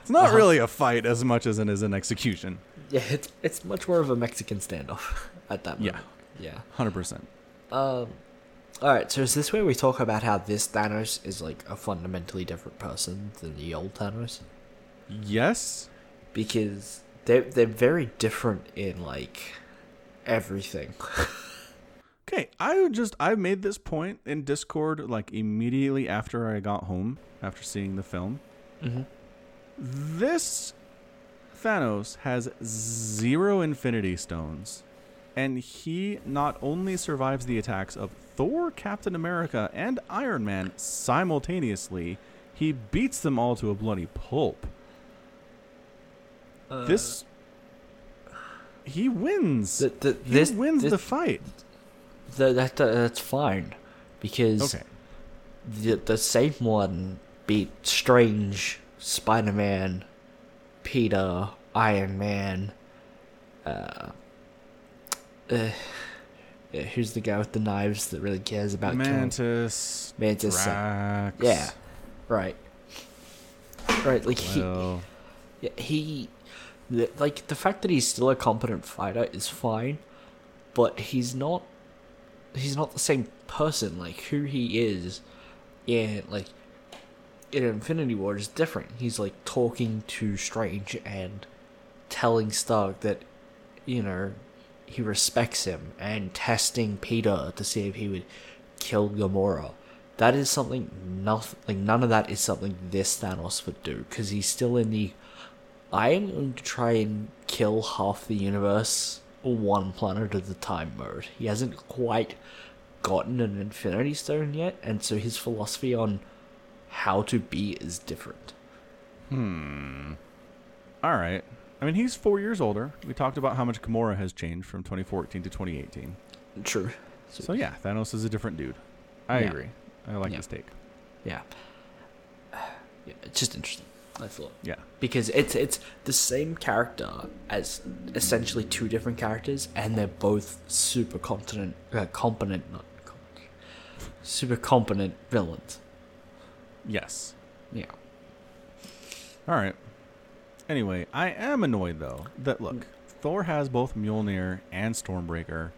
Speaker 1: It's not really a fight as much as it is an execution.
Speaker 2: Yeah, it's it's much more of a Mexican standoff (laughs) at that
Speaker 1: Yeah.
Speaker 2: moment. Yeah.
Speaker 1: 100%.
Speaker 2: Um all right, so is this where we talk about how this Thanos is like a fundamentally different person than the old Thanos?
Speaker 1: Yes.
Speaker 2: Because they're they're very different in like everything.
Speaker 1: Okay, I would just I made this point in Discord like immediately after I got home after seeing the film. Mm-hmm.
Speaker 2: Mhm.
Speaker 1: This Thanos has zero Infinity Stones, and he not only survives the attacks of Thor, Captain America, and Iron Man simultaneously, he beats them all to a bloody pulp. this he wins.
Speaker 2: The, the,
Speaker 1: he
Speaker 2: this
Speaker 1: wins
Speaker 2: this,
Speaker 1: the fight.
Speaker 2: the, that, that that's fine because
Speaker 1: Okay.
Speaker 2: the the same one beat Strange, Spider Man, Peter, Iron Man. Uh, uh, yeah, who's the guy with the knives that really cares about killing?
Speaker 1: Mantis.
Speaker 2: Mantis, uh,
Speaker 1: Drax.
Speaker 2: Yeah, right, right. Like
Speaker 1: Well,
Speaker 2: he, yeah, he, the, like the fact that he's still a competent fighter is fine, but he's not. He's not the same person. Like who he is, in like in Infinity War is different. He's like talking to Strange and telling Stark that, you know, he respects him and testing Peter to see if he would kill Gamora. That is something nothing like none of that is something this Thanos would do because he's still in the I am going to try and kill half the universe one planet at a time mode. He hasn't quite gotten an Infinity Stone yet, and so his philosophy on how to be is different.
Speaker 1: All right. I mean, he's four years older. We talked about how much Gamora has changed from 2014 to 2018.
Speaker 2: True.
Speaker 1: So yeah, Thanos is a different dude. I
Speaker 2: Yeah.
Speaker 1: agree. I like
Speaker 2: Yeah.
Speaker 1: this take.
Speaker 2: Yeah. yeah. It's just interesting, I thought.
Speaker 1: Yeah.
Speaker 2: Because it's it's the same character as essentially two different characters, and they're both super competent, uh, competent, not competent, super competent villains.
Speaker 1: Yes.
Speaker 2: Yeah.
Speaker 1: All right. Anyway, I am annoyed though that look,
Speaker 2: Hmm.
Speaker 1: Thor has both Mjolnir and Stormbreaker,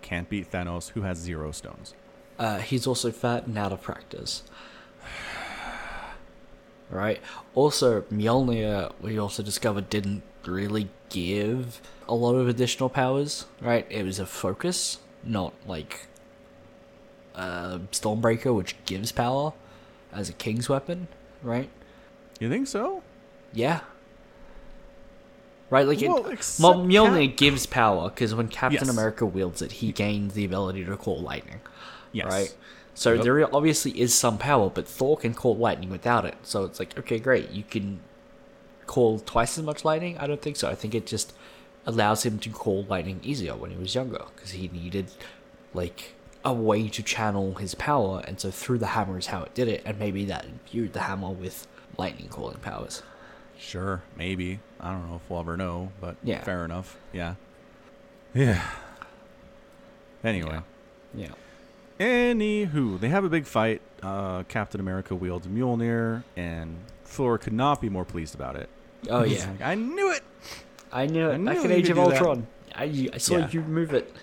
Speaker 1: can't beat Thanos who has zero stones.
Speaker 2: Uh, he's also fat and out of practice. (sighs) Right. Also, Mjolnir, we also discovered, didn't really give a lot of additional powers. Right. It was a focus, not like uh, Stormbreaker, which gives power as a king's weapon. Right.
Speaker 1: You think so?
Speaker 2: Yeah. Right, like it,
Speaker 1: Well,
Speaker 2: well,
Speaker 1: except
Speaker 2: Mjolnir gives power because when Captain
Speaker 1: Yes.
Speaker 2: America wields it, he gains the ability to call lightning.
Speaker 1: Yes.
Speaker 2: Right. So
Speaker 1: Yep.
Speaker 2: there obviously is some power, but Thor can call lightning without it. So it's like, okay, great, you can call twice as much lightning. I don't think so. I think it just allows him to call lightning easier when he was younger because he needed like a way to channel his power, and so through the hammer is how it did it, and maybe that imbued the hammer with lightning calling powers.
Speaker 1: Sure, maybe. I don't know if we'll ever know, but
Speaker 2: Yeah.
Speaker 1: fair enough. Yeah. Yeah. Anyway.
Speaker 2: Yeah.
Speaker 1: Anywho, they have a big fight. Uh, Captain America wields Mjolnir, and Thor could not be more pleased about it.
Speaker 2: Oh
Speaker 1: He's (laughs)
Speaker 2: yeah,
Speaker 1: like, I knew it.
Speaker 2: I knew it.
Speaker 1: I
Speaker 2: Back
Speaker 1: knew
Speaker 2: in
Speaker 1: you
Speaker 2: Age
Speaker 1: could
Speaker 2: of
Speaker 1: do that.
Speaker 2: Ultron, I, I saw
Speaker 1: Yeah.
Speaker 2: you move it.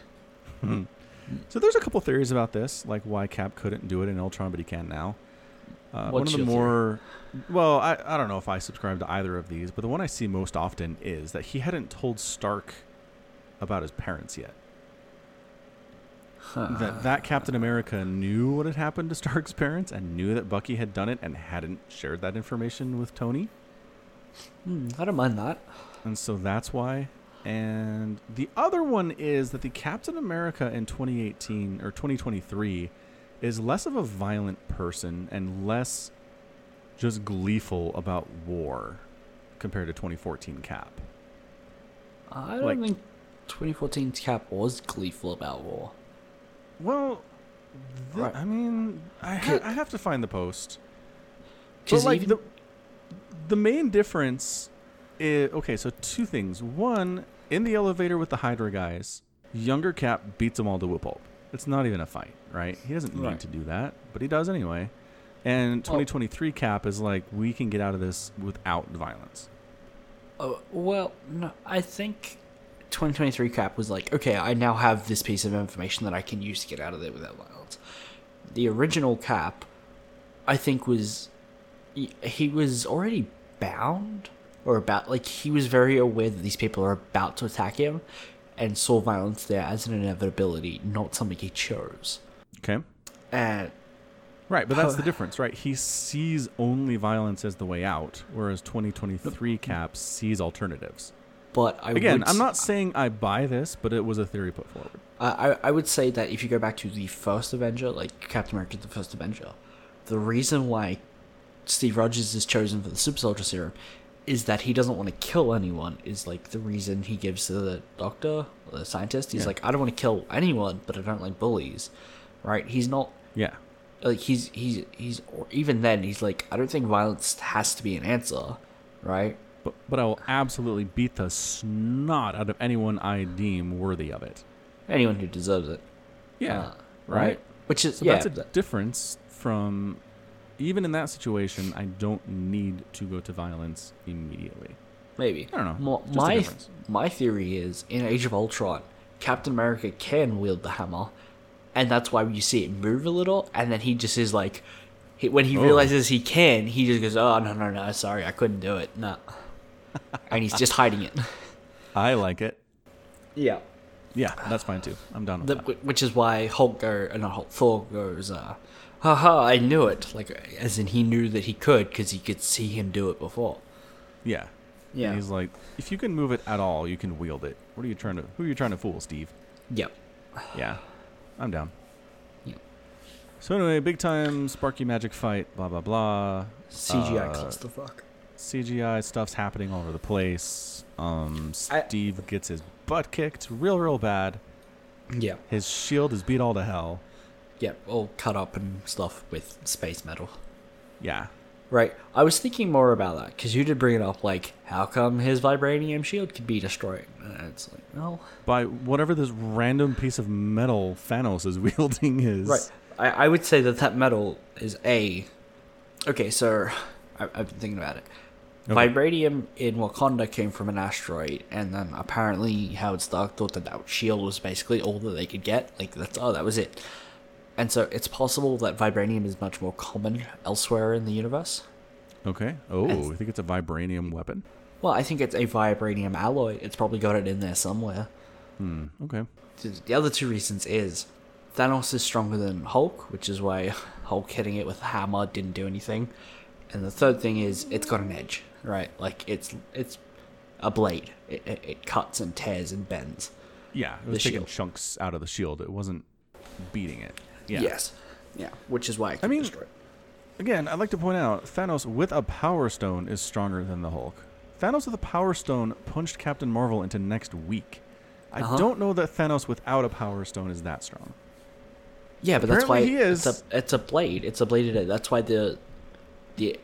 Speaker 1: So there's a couple theories about this, like why Cap couldn't do it in Ultron, but he can now. Uh, one
Speaker 2: What's
Speaker 1: of the
Speaker 2: your theory?
Speaker 1: more, well, I, I don't know if I subscribe to either of these, but the one I see most often is that he hadn't told Stark about his parents yet. That that Captain America knew what had happened to Stark's parents and knew that Bucky had done it and hadn't shared that information with Tony.
Speaker 2: Hmm, I don't mind that.
Speaker 1: And so that's why. And the other one is that the Captain America in 2018 or 2023 is less of a violent person and less just gleeful about war compared to 2014 Cap.
Speaker 2: I don't
Speaker 1: Like-
Speaker 2: think 2014's Cap was gleeful about war.
Speaker 1: Well, th-
Speaker 2: Right.
Speaker 1: I mean, I, ha-
Speaker 2: Could-
Speaker 1: I have to find the post. But
Speaker 2: 'Cause
Speaker 1: like
Speaker 2: even-
Speaker 1: the the main difference is okay. So two things. One, in the elevator with the Hydra guys, younger Cap beats them all to whip pulp. It's not even a fight, right? He doesn't need
Speaker 2: Right.
Speaker 1: to do that, but he does anyway. And
Speaker 2: Well-
Speaker 1: 2023 Cap is like, we can get out of this without violence.
Speaker 2: Oh, well, no, I think 2023 Cap was like, okay, I now have this piece of information that I can use to get out of there without violence. The original Cap, I think, was he, he was already bound or about like he was very aware that these people are about to attack him, and saw violence there as an inevitability, not something he chose.
Speaker 1: Okay.
Speaker 2: And
Speaker 1: Right, but that's the difference, right? He sees only violence as the way out, whereas 2023 Cap sees alternatives.
Speaker 2: but I
Speaker 1: Again,
Speaker 2: would
Speaker 1: I'm
Speaker 2: s-
Speaker 1: not saying I buy this, but it was a theory put forward.
Speaker 2: Uh, I, I I would say that if you go back to the first Avenger, like Captain America, the first Avenger, the reason why Steve Rogers is chosen for the Super Soldier Serum is that he doesn't want to kill anyone. Is like the reason he gives to the doctor, or the scientist. He's
Speaker 1: Yeah.
Speaker 2: like, I don't want to kill anyone, but I don't like bullies, right? He's not
Speaker 1: Yeah.
Speaker 2: like he's he's he's or even then he's like, I don't think violence has to be an answer, right?
Speaker 1: But, but I will absolutely beat the snot out of anyone I deem worthy of it.
Speaker 2: Anyone who deserves it,
Speaker 1: Yeah.
Speaker 2: uh,
Speaker 1: right?
Speaker 2: Which is
Speaker 1: So
Speaker 2: yeah,
Speaker 1: that's a
Speaker 2: but-
Speaker 1: difference from even in that situation, I don't need to go to violence immediately.
Speaker 2: Maybe.
Speaker 1: I don't know.
Speaker 2: Mo-
Speaker 1: Just a
Speaker 2: My,
Speaker 1: difference.
Speaker 2: my theory is in Age of Ultron, Captain America can wield the hammer, and that's why you see it move a little, and then he just is like, he, when he
Speaker 1: Oh.
Speaker 2: realizes he can, he just goes, oh, no, no, no, sorry, I couldn't do it.
Speaker 1: (laughs)
Speaker 2: No. and he's just hiding it.
Speaker 1: I like it.
Speaker 2: Yeah.
Speaker 1: Yeah, that's fine too. I'm done with
Speaker 2: The,
Speaker 1: that.
Speaker 2: wh- which is why Hulk go, uh, not Hulk, Thor goes, uh, haha, I knew it. Like, as in he knew that he could because he could see him do it before.
Speaker 1: Yeah.
Speaker 3: Yeah.
Speaker 1: And he's like, if you can move it at all, you can wield it. What are you trying to? Who are you trying to fool, (sighs) Steve?
Speaker 2: Yep.
Speaker 1: Yeah, I'm down.
Speaker 2: Yep.
Speaker 1: So anyway, big time Sparky magic fight. Blah blah blah.
Speaker 3: CGI
Speaker 1: Uh,
Speaker 3: clusterfuck.
Speaker 1: CGI stuff's happening all over the place. Um,
Speaker 3: I-
Speaker 1: Steve gets his butt kicked real, real bad.
Speaker 2: Yep.
Speaker 1: His shield is beat all to hell.
Speaker 2: Yep. All cut up and stuff with space metal.
Speaker 1: Yeah.
Speaker 2: Right. I was thinking more about that because you did bring it up. Like, how come his vibranium shield could be destroyed? And it's like, well,
Speaker 1: By whatever this random piece of metal Thanos is (laughs) wielding is.
Speaker 2: right. I, I would say that that metal is a. Okay, so I, I've been thinking about it.
Speaker 1: Okay.
Speaker 2: Vibranium in Wakanda came from an asteroid, and then apparently Howard Stark thought that that shield was basically all that they could get. Like that's oh, that was it. And so it's possible that vibranium is much more common elsewhere in the universe.
Speaker 1: Okay. Oh,
Speaker 2: Yes.
Speaker 1: I think it's a vibranium weapon.
Speaker 2: Well, I think it's a vibranium alloy. It's probably got it in there somewhere.
Speaker 1: Hmm. Okay.
Speaker 2: The other two reasons is Thanos is stronger than Hulk, which is why (laughs) Hulk hitting it with a hammer didn't do anything. And the third thing is it's got an edge, right? Like it's it's a blade. It, it, it cuts and tears and bends.
Speaker 1: Yeah. It was taking
Speaker 2: shield.
Speaker 1: chunks out of the shield. It wasn't beating it. Yeah.
Speaker 2: Yes. Yeah, which is why it can
Speaker 1: mean-
Speaker 2: destroy it.
Speaker 1: Again, I'd like to point out Thanos with a power stone is stronger than the Hulk. Thanos with a power stone punched Captain Marvel into next week. I
Speaker 2: Uh-huh.
Speaker 1: don't know that Thanos without a power stone is that strong.
Speaker 2: Yeah, but that's why
Speaker 1: Apparently he
Speaker 2: it's
Speaker 1: is.
Speaker 2: a it's a blade. It's a bladed edge. That's why the the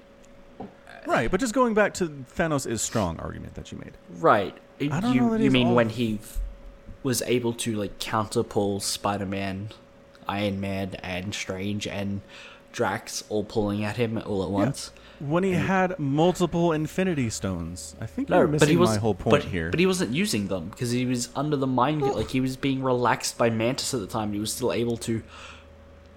Speaker 1: Right, but just going back to Thanos is strong argument that you made.
Speaker 2: Right.
Speaker 1: I don't
Speaker 2: you
Speaker 1: know that
Speaker 2: you
Speaker 1: he's
Speaker 2: mean
Speaker 1: all-
Speaker 2: when he f- was able to like counterpull Spider Man, Iron Man, and Strange and Drax all pulling at him all at once.
Speaker 1: When he had multiple Infinity Stones, I think you're missing
Speaker 2: but he was
Speaker 1: my whole point
Speaker 2: but,
Speaker 1: here.
Speaker 2: But he wasn't using them because he was under the mind like he was being relaxed by Mantis at the time. He was still able to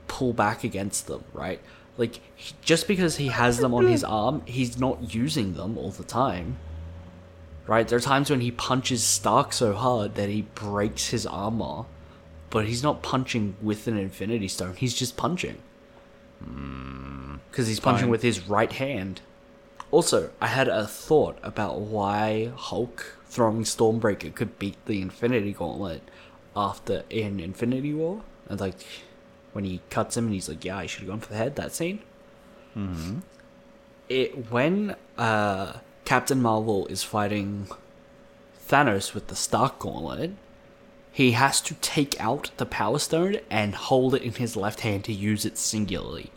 Speaker 2: pull back against them, right? Like he, just because he has them on his arm, he's not using them all the time. Right? There are times when he punches Stark so hard that he breaks his armor, but he's not punching with an Infinity Stone. He's just punching. Because he's punching
Speaker 1: Hmm, Fine.
Speaker 2: with his right hand. Also, I had a thought about why Hulk throwing Stormbreaker could beat the Infinity Gauntlet after in Infinity War. And like when he cuts him and he's like, Yeah, I should have gone for the head, that scene. It when uh Captain Marvel is fighting Thanos with the Stark Gauntlet, he has to take out the Power Stone and hold it in his left hand to use it singularly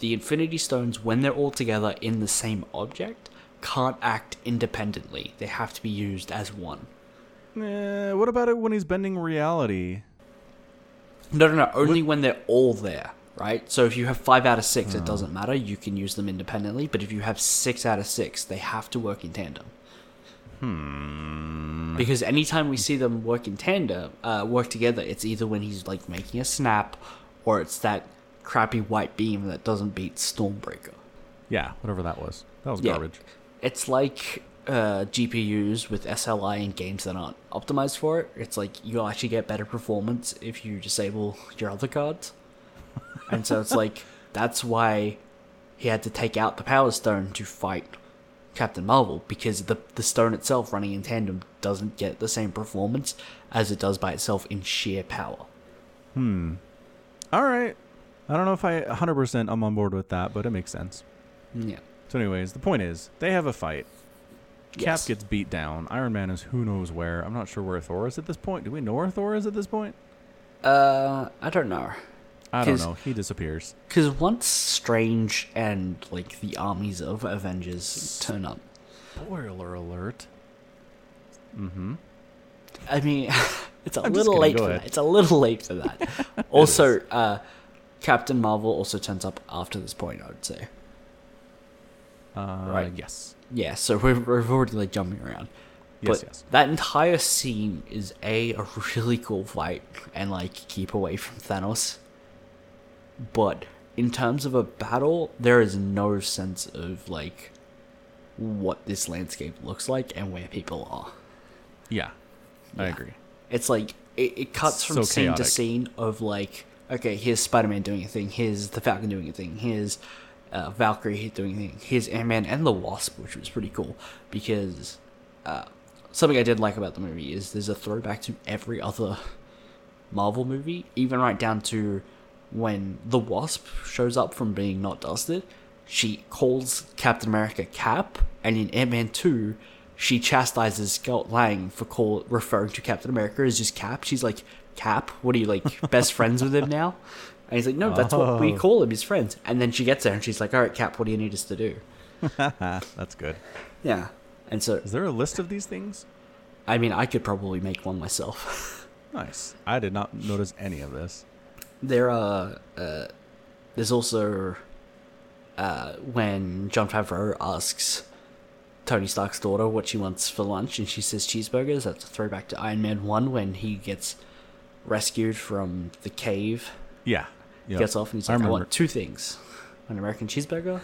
Speaker 2: the Infinity Stones, when they're all together in the same object, can't act independently. They have to be used as one.
Speaker 1: Eh, what about it when he's bending reality?
Speaker 2: No, no, no. Only when they're all there, right? So if you have five out of six, it doesn't matter. You can use them independently. But if you have six out of six, they have to work in tandem. Hmm. Because anytime we see them work in tandem, uh, work together, it's either when he's like making a snap, or it's that crappy white beam that doesn't beat Stormbreaker.
Speaker 1: Yeah, whatever that was. That was garbage.
Speaker 2: It's like uh, GPUs with SLI in games that aren't optimized for it. It's like you actually get better performance if you disable your other
Speaker 1: (laughs)
Speaker 2: cards. And so it's like that's why he had to take out the Power Stone to fight Captain Marvel because the the stone itself running in tandem doesn't get the same performance as it does by itself in sheer power.
Speaker 1: All right. I don't know if I 100% I'm on board with that, but it makes sense. Hmm.
Speaker 2: Yeah.
Speaker 1: So, anyways, the point is they have a fight.
Speaker 2: Yes.
Speaker 1: Cap gets beat down. Iron Man is who knows where. I'm not sure where Thor is at this point. Do we know where Thor is at this point?
Speaker 2: Uh, I don't know.
Speaker 1: I don't
Speaker 2: His-
Speaker 1: know. He disappears.
Speaker 2: Because once Strange and like the armies of Avengers turn up,
Speaker 1: Spoiler alert.
Speaker 2: I mean, (laughs) it's a
Speaker 1: I'm just
Speaker 2: little
Speaker 1: kidding,
Speaker 2: late
Speaker 1: go
Speaker 2: for
Speaker 1: ahead.
Speaker 2: that. It's a little late
Speaker 1: (laughs)
Speaker 2: for that. also, uh, Captain Marvel also turns up after this point. I would say.
Speaker 1: Uh,
Speaker 2: Right.
Speaker 1: Yes.
Speaker 2: Yeah, so we're, we're already like jumping around.
Speaker 1: Yes,
Speaker 2: but
Speaker 1: yes.
Speaker 2: that entire scene is a a really cool fight and like keep away from Thanos. But in terms of a battle, there is no sense of like what this landscape looks like and where people are.
Speaker 1: Yeah. I agree.
Speaker 2: It's like it, it cuts from
Speaker 1: so
Speaker 2: scene
Speaker 1: chaotic.
Speaker 2: to scene of like, okay, here's Spider Man doing a thing, here's the Falcon doing a thing, here's uh, Valkyrie doing things. Here's Ant Man and the Wasp, which was pretty cool because uh, something I did like about the movie is there's a throwback to every other Marvel movie, even right down to when the Wasp shows up from being not dusted. She calls Captain America Cap, and in Ant Man 2, she chastises Scott Lang for call referring to Captain America as just Cap. She's like, Cap, what are you like best friends with him now? And he's like, No, that's what we
Speaker 1: Oh.
Speaker 2: call him, his friends. And then she gets there and she's like, All right, Cap, what do you need us to do?
Speaker 1: That's good.
Speaker 2: Yeah. And so,
Speaker 1: Is there a list of these things?
Speaker 2: I mean, I could probably make one myself. (laughs)
Speaker 1: Nice. I did not notice any of this.
Speaker 2: There are. Uh, there's also uh, when John Favreau asks Tony Stark's daughter what she wants for lunch, and she says cheeseburgers. That's a throwback to Iron Man One when he gets rescued from the cave,
Speaker 1: Yeah. Yep.
Speaker 2: gets off, and he's
Speaker 1: I
Speaker 2: like, "I,
Speaker 1: remember.
Speaker 2: want two things: an American
Speaker 1: (laughs)
Speaker 2: cheeseburger,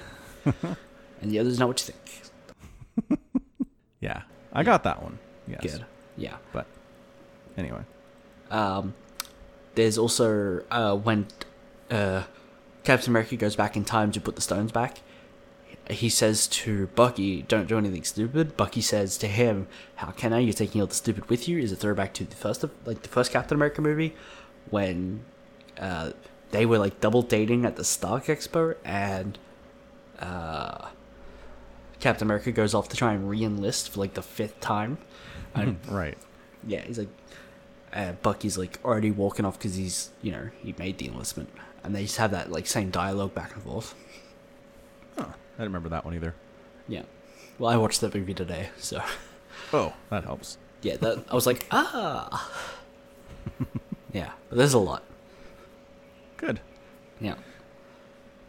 Speaker 2: and the other's not what you think."
Speaker 1: Yeah. I got that one. Yes.
Speaker 2: Good, yeah.
Speaker 1: But anyway.
Speaker 2: Um, there's also uh, when uh, Captain America goes back in time to put the stones back. He says to Bucky, "Don't do anything stupid." Bucky says to him, "How can I? You're taking all the stupid with you." Is a throwback to the first, of, like the first Captain America movie, when uh, they were like double dating at the Stark Expo, and uh, Captain America goes off to try and re-enlist for like the fifth time, and
Speaker 1: Right.
Speaker 2: yeah, he's like, uh, Bucky's like already walking off because he's, you know, he made the enlistment. And they just have that like same dialogue back and forth.
Speaker 1: Huh. I didn't remember that one either.
Speaker 2: Yeah. Well, I watched that movie today, so (laughs)
Speaker 1: Oh, that helps.
Speaker 2: yeah, that I was like, ah. (laughs) yeah, but there's a lot.
Speaker 1: Good.
Speaker 2: Yeah.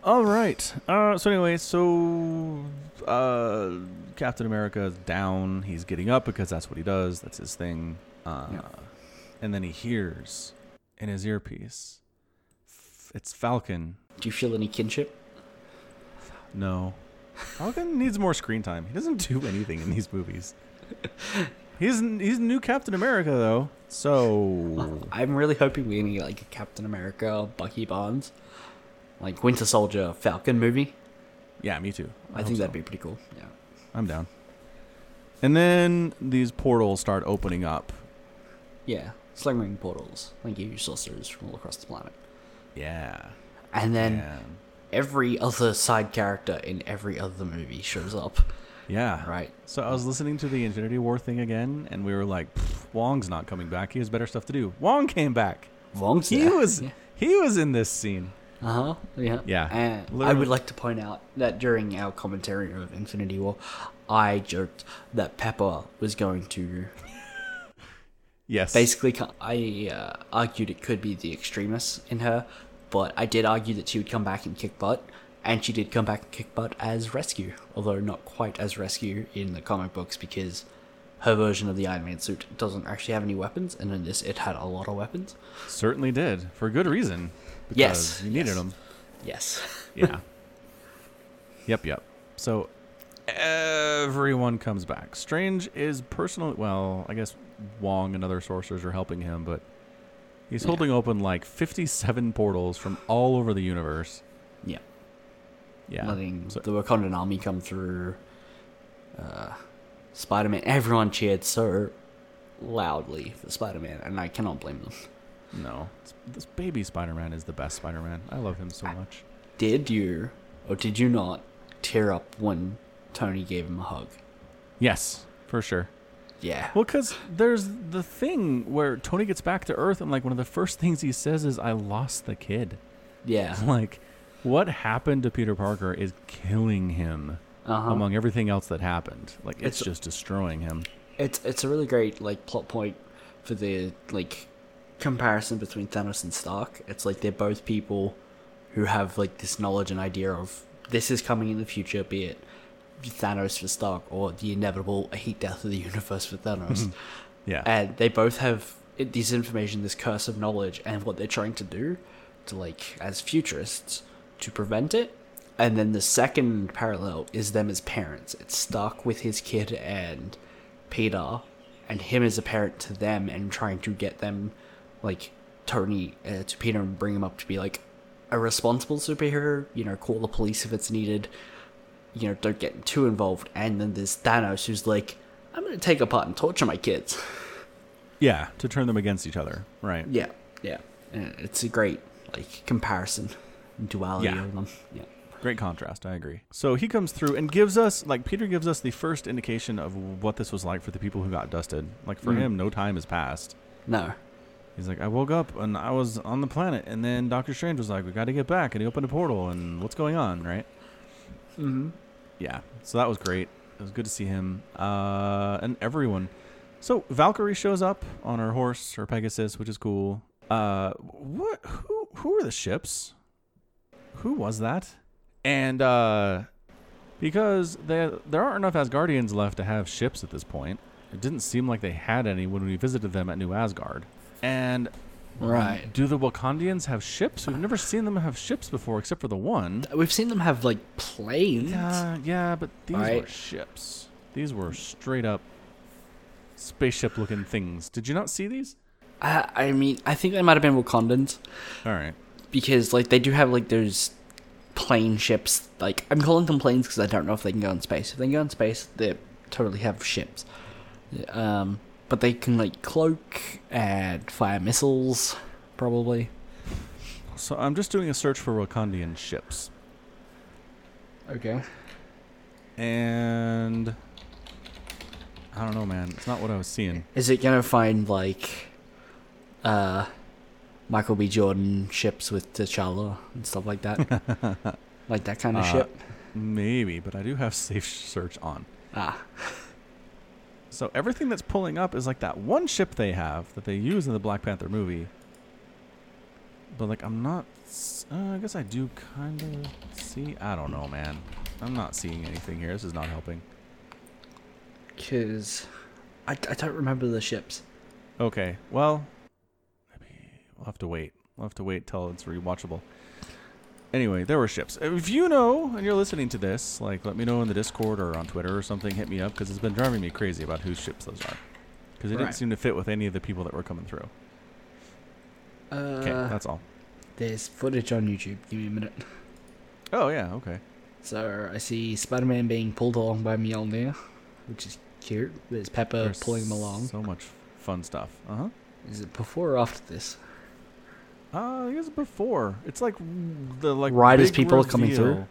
Speaker 1: All right. Uh, so anyway, so uh, Captain America is down. He's getting up because that's what he does. That's his thing. Uh,
Speaker 2: Yeah.
Speaker 1: And then he hears in his earpiece, f- it's Falcon.
Speaker 2: Do you feel any kinship?
Speaker 1: No, Falcon (laughs) needs more screen time. He doesn't do anything in these movies. He's he's new Captain America though. So
Speaker 2: I'm really hoping we're gonna get like a Captain America, Bucky Barnes, like Winter Soldier, Falcon movie.
Speaker 1: yeah, me too.
Speaker 2: I,
Speaker 1: hope
Speaker 2: think
Speaker 1: so.
Speaker 2: that'd be pretty cool. Yeah.
Speaker 1: I'm down. And then these portals start opening up.
Speaker 2: Yeah. Slingering portals. Like you sorcerers from all across the planet.
Speaker 1: Yeah.
Speaker 2: And then
Speaker 1: Man.
Speaker 2: every other side character in every other movie shows up,
Speaker 1: Yeah.
Speaker 2: right?
Speaker 1: So I was listening to the Infinity War thing again, and we were like, "Pff, "Wong's not coming back. He has better stuff to do." Wong came back.
Speaker 2: Wong's
Speaker 1: He
Speaker 2: there.
Speaker 1: was
Speaker 2: Yeah.
Speaker 1: he was in this scene.
Speaker 2: Uh huh. Yeah.
Speaker 1: Yeah.
Speaker 2: And I
Speaker 1: Literally-
Speaker 2: would like to point out that during our commentary of Infinity War, I joked that Pepper was going to
Speaker 1: Yes.
Speaker 2: basically. co- I uh, argued it could be the extremists in her, but I did argue that she would come back and kick butt, and she did come back and kick butt as Rescue, although not quite as Rescue in the comic books because her version of the Iron Man suit doesn't actually have any weapons, and in this it had a lot of weapons.
Speaker 1: certainly did for good reason. Because
Speaker 2: Yes,
Speaker 1: you needed
Speaker 2: yes. (laughs)
Speaker 1: him.
Speaker 2: Yes.
Speaker 1: Yeah. yep. Yep. So everyone comes back. Strange is personally well. I guess Wong and other sorcerers are helping him, but he's
Speaker 2: Yeah.
Speaker 1: holding open like 57 portals from all over the universe.
Speaker 2: Yeah.
Speaker 1: Yeah.
Speaker 2: Letting
Speaker 1: So-
Speaker 2: the Wakandan army come through. Uh, Spider Man. Everyone cheered so loudly for Spider Man, and I cannot blame them.
Speaker 1: No, It's- this baby Spider-Man is the best Spider-Man. I love him so much.
Speaker 2: Did you, or did you not, tear up when Tony gave him a hug?
Speaker 1: Yes, for sure.
Speaker 2: Yeah.
Speaker 1: Well, because there's the thing where Tony gets back to Earth, and like one of the first things he says is, "I lost the kid." (laughs)
Speaker 2: Yeah.
Speaker 1: Like, what happened to Peter Parker is killing him.
Speaker 2: Uh-huh.
Speaker 1: Among everything else that happened, like it's,
Speaker 2: It's-
Speaker 1: just destroying him.
Speaker 2: It's it's a really great like plot point for the like comparison between Thanos and Stark. It's like they're both people who have like this knowledge and idea of this is coming in the future, be it Thanos for Stark or the inevitable heat death of the universe for Thanos.
Speaker 1: Yeah,
Speaker 2: and they both have it- this information, this curse of knowledge, and what they're trying to do to like as futurists to prevent it. And then the second parallel is them as parents. It's Stark with his kid and Peter, and him as a parent to them, and trying to get them, like Tony uh, to Peter, and bring him up to be like, a responsible superhero, you know, call the police if it's needed, you know, don't get too involved. And then there's Thanos, who's like, I'm going to take apart and torture my kids. (laughs)
Speaker 1: Yeah, to turn them against each other. Right.
Speaker 2: Yeah, yeah. And it's a great, like, comparison, duality
Speaker 1: Yeah.
Speaker 2: of them. Yeah.
Speaker 1: Great contrast. I agree. So he comes through and gives us, like, Peter gives us the first indication of what this was like for the people who got dusted. Like, for him, no time has passed.
Speaker 2: No.
Speaker 1: He's like, I woke up and I was on the planet, and then Doctor Strange was like, "We got to get back," and he opened a portal, and what's going on, right?
Speaker 2: Mm-hmm.
Speaker 1: Yeah, so that was great. It was good to see him uh, and everyone. So Valkyrie shows up on her horse, her Pegasus, which is cool. Uh, what? Who? Who were the ships? Who was that? And uh, because there there aren't enough Asgardians left to have ships at this point, it didn't seem like they had any when we visited them at New Asgard. And
Speaker 2: Right.
Speaker 1: do the Wakandians have ships? We've never seen them have ships before, except for the one.
Speaker 2: We've seen them have, like, planes.
Speaker 1: Yeah, yeah, but these were
Speaker 2: Right.
Speaker 1: ships. These were straight up spaceship-looking things. Did you not see these?
Speaker 2: I, I mean, I think they might have been Wakandans.
Speaker 1: All right.
Speaker 2: because like they do have like those plane ships. Like I'm calling them planes because I don't know if they can go in space. If they can go in space, they totally have ships. Um, but they can like cloak and fire missiles, probably.
Speaker 1: So I'm just doing a search for Wakandian ships,
Speaker 2: Okay.
Speaker 1: and I don't know, man. It's not what I was seeing.
Speaker 2: Is it gonna find like, uh, Michael B. Jordan ships with T'Challa and stuff like that?
Speaker 1: (laughs)
Speaker 2: like that kind of
Speaker 1: Uh,
Speaker 2: ship.
Speaker 1: Maybe, but I do have safe search on.
Speaker 2: Ah,
Speaker 1: So everything that's pulling up is like that one ship they have that they use in the Black Panther movie. But like I'm not, s- uh, I guess I do kind of see. I don't know, man. I'm not seeing anything here. This is not helping.
Speaker 2: cause I, I don't remember the ships.
Speaker 1: Okay, well, maybe we'll have to wait. We'll have to wait till it's rewatchable. Anyway, there were ships. If you know and you're listening to this, like let me know in the Discord or on Twitter or something. Hit me up because it's been driving me crazy about whose ships those are. Because it didn't
Speaker 2: Right.
Speaker 1: seem to fit with any of the people that were coming through.
Speaker 2: Uh,
Speaker 1: Okay, that's all.
Speaker 2: There's footage on YouTube. Give me a minute.
Speaker 1: Oh yeah, okay.
Speaker 2: So I see Spider-Man being pulled along by Mjolnir, which is cute. There's Pepper
Speaker 1: There's
Speaker 2: Uh, pulling him along.
Speaker 1: So much fun stuff. Uh
Speaker 2: Is it before or after this?
Speaker 1: huh. Uh, I guess before it's like the like
Speaker 2: Right as
Speaker 1: big
Speaker 2: people are coming through?
Speaker 1: reveal.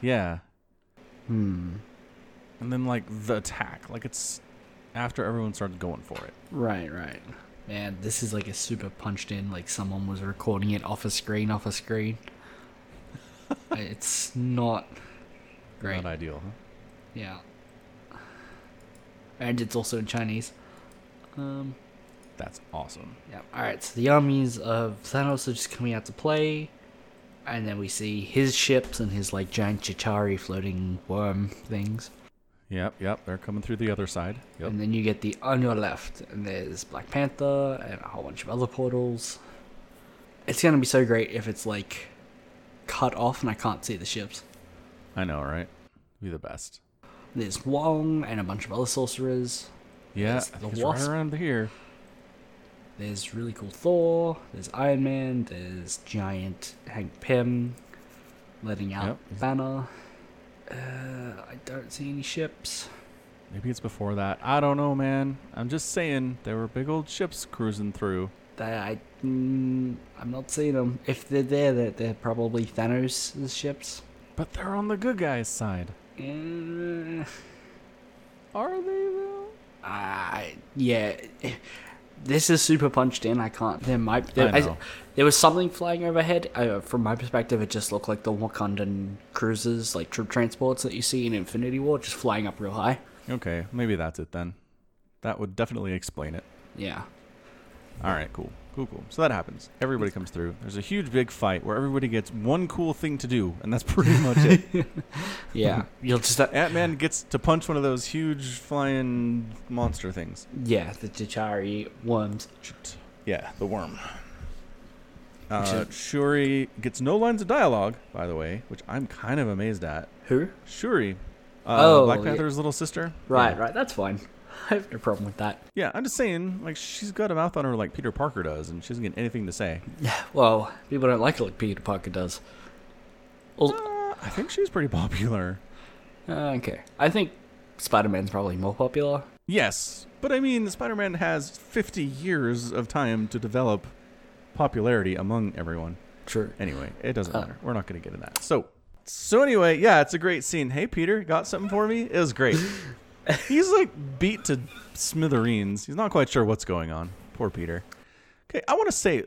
Speaker 1: Yeah,
Speaker 2: Hmm.
Speaker 1: and then like the attack, like it's after everyone started going for it.
Speaker 2: Right, right. Man, this is like a super punched in. Like someone was recording it off a screen, off a (laughs) screen. it's not great.
Speaker 1: Not ideal. Huh?
Speaker 2: yeah. And it's also in Chinese. Um.
Speaker 1: That's awesome.
Speaker 2: Yeah. All right. So the armies of Thanos are just coming out to play, and then we see his ships and his like giant Chitari floating worm things,
Speaker 1: Yep, yep. They're coming through the other side. Yep.
Speaker 2: and then you get the on your left, and there's Black Panther and a whole bunch of other portals. It's gonna be so great if it's like cut off and I can't see the ships.
Speaker 1: I know, right? Be the best.
Speaker 2: There's Wong and a bunch of other sorcerers.
Speaker 1: Yeah,
Speaker 2: Yes,
Speaker 1: I
Speaker 2: the
Speaker 1: think it's
Speaker 2: wasp.
Speaker 1: right around here.
Speaker 2: There's really cool Thor. There's Iron Man. There's giant Hank Pym letting out
Speaker 1: Yep.
Speaker 2: Banner. Uh, I don't see any ships.
Speaker 1: Maybe it's before that. I don't know, man. I'm just saying there were big old ships cruising through.
Speaker 2: They, I, mm, I'm not seeing them. If they're there, they're, they're probably Thanos' ships.
Speaker 1: But they're on the good guys' side.
Speaker 2: Uh,
Speaker 1: Are they though?
Speaker 2: I, Uh, yeah. This is super punched in. I can't. There might. There,
Speaker 1: I know.
Speaker 2: there was something flying overhead. Uh, from my perspective, it just looked like the Wakandan cruisers, like troop transports that you see in Infinity War, just flying up real high.
Speaker 1: Okay, maybe that's it then. That would definitely explain it.
Speaker 2: Yeah.
Speaker 1: All right, cool. Cool, cool. So that happens. Everybody comes through. There's a huge big fight where everybody gets one cool thing to do, and that's (laughs) pretty much
Speaker 2: (laughs)
Speaker 1: it.
Speaker 2: Yeah. You'll just.
Speaker 1: Ant Man gets to punch one of those huge flying monster things.
Speaker 2: yeah, the T'Chari worms.
Speaker 1: Yeah, the worm. Uh, Shuri gets no lines of dialogue, by the way, which I'm kind of amazed at.
Speaker 2: Who?
Speaker 1: Shuri, uh,
Speaker 2: Oh,
Speaker 1: Black
Speaker 2: yeah.
Speaker 1: Panther's little sister.
Speaker 2: Right,
Speaker 1: Yeah.
Speaker 2: right. That's fine. (laughs) I have no problem with that.
Speaker 1: Yeah, I'm just saying, like she's got a mouth on her like Peter Parker does, and she doesn't get anything to say.
Speaker 2: Well, people don't like it like Peter Parker does. Well,
Speaker 1: Uh, I think she's pretty popular.
Speaker 2: Uh, okay. I think Spider Man's probably more popular.
Speaker 1: Yes, but I mean, Spider-Man has 50 years of time to develop popularity among everyone.
Speaker 2: True.
Speaker 1: Anyway, it doesn't
Speaker 2: Oh.
Speaker 1: matter. We're not going to get in that. So, so anyway, yeah, it's a great scene. Hey, Peter, got something for me? It was great. He's like beat to smithereens. He's not quite sure what's going on. Poor Peter. Okay, I want to say,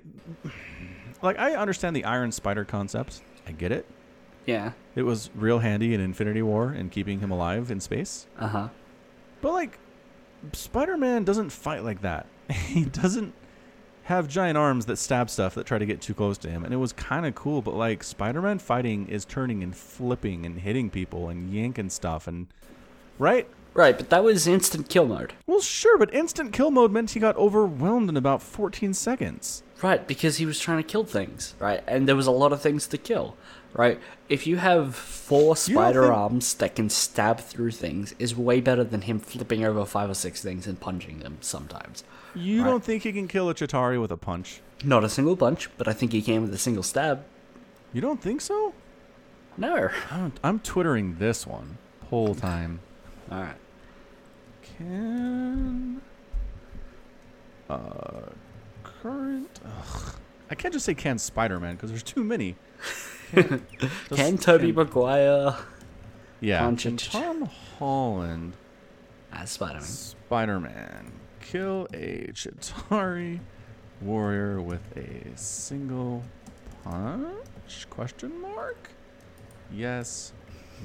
Speaker 1: like, I understand the Iron Spider concept. I get it.
Speaker 2: Yeah.
Speaker 1: It was real handy in Infinity War and keeping him alive in space.
Speaker 2: Uh huh.
Speaker 1: But like, Spider-Man doesn't fight like that. (laughs) he doesn't have giant arms that stab stuff that try to get too close to him. And it was kind of cool, but like Spider-Man fighting is turning and flipping and hitting people and yanking stuff and right?
Speaker 2: Right, but that was instant kill mode.
Speaker 1: Well, sure, but instant kill mode meant he got overwhelmed in about 14 seconds.
Speaker 2: Right, because he was trying to kill things, right? And there was a lot of things to kill, right? If you have four
Speaker 1: You don't
Speaker 2: spider
Speaker 1: think-
Speaker 2: arms that can stab through things, is way better than him flipping over five or six things and punching them sometimes.
Speaker 1: You don't think he can kill a Chitari with a punch?
Speaker 2: Not a single punch, but I think he came with a single stab.
Speaker 1: You don't think so?
Speaker 2: No. (laughs)
Speaker 1: I don't, I'm twittering this one. Poll time.
Speaker 2: All right.
Speaker 1: Can uh current ugh. I can't just say can Spider Man because there's too many. Can- just
Speaker 2: (laughs) Can Toby
Speaker 1: can-
Speaker 2: Maguire
Speaker 1: yeah,
Speaker 2: punch
Speaker 1: can
Speaker 2: it?
Speaker 1: Tom Holland
Speaker 2: as Spider-Man?
Speaker 1: Spider Man kill a Chitari warrior with a single punch? Question mark? Yes.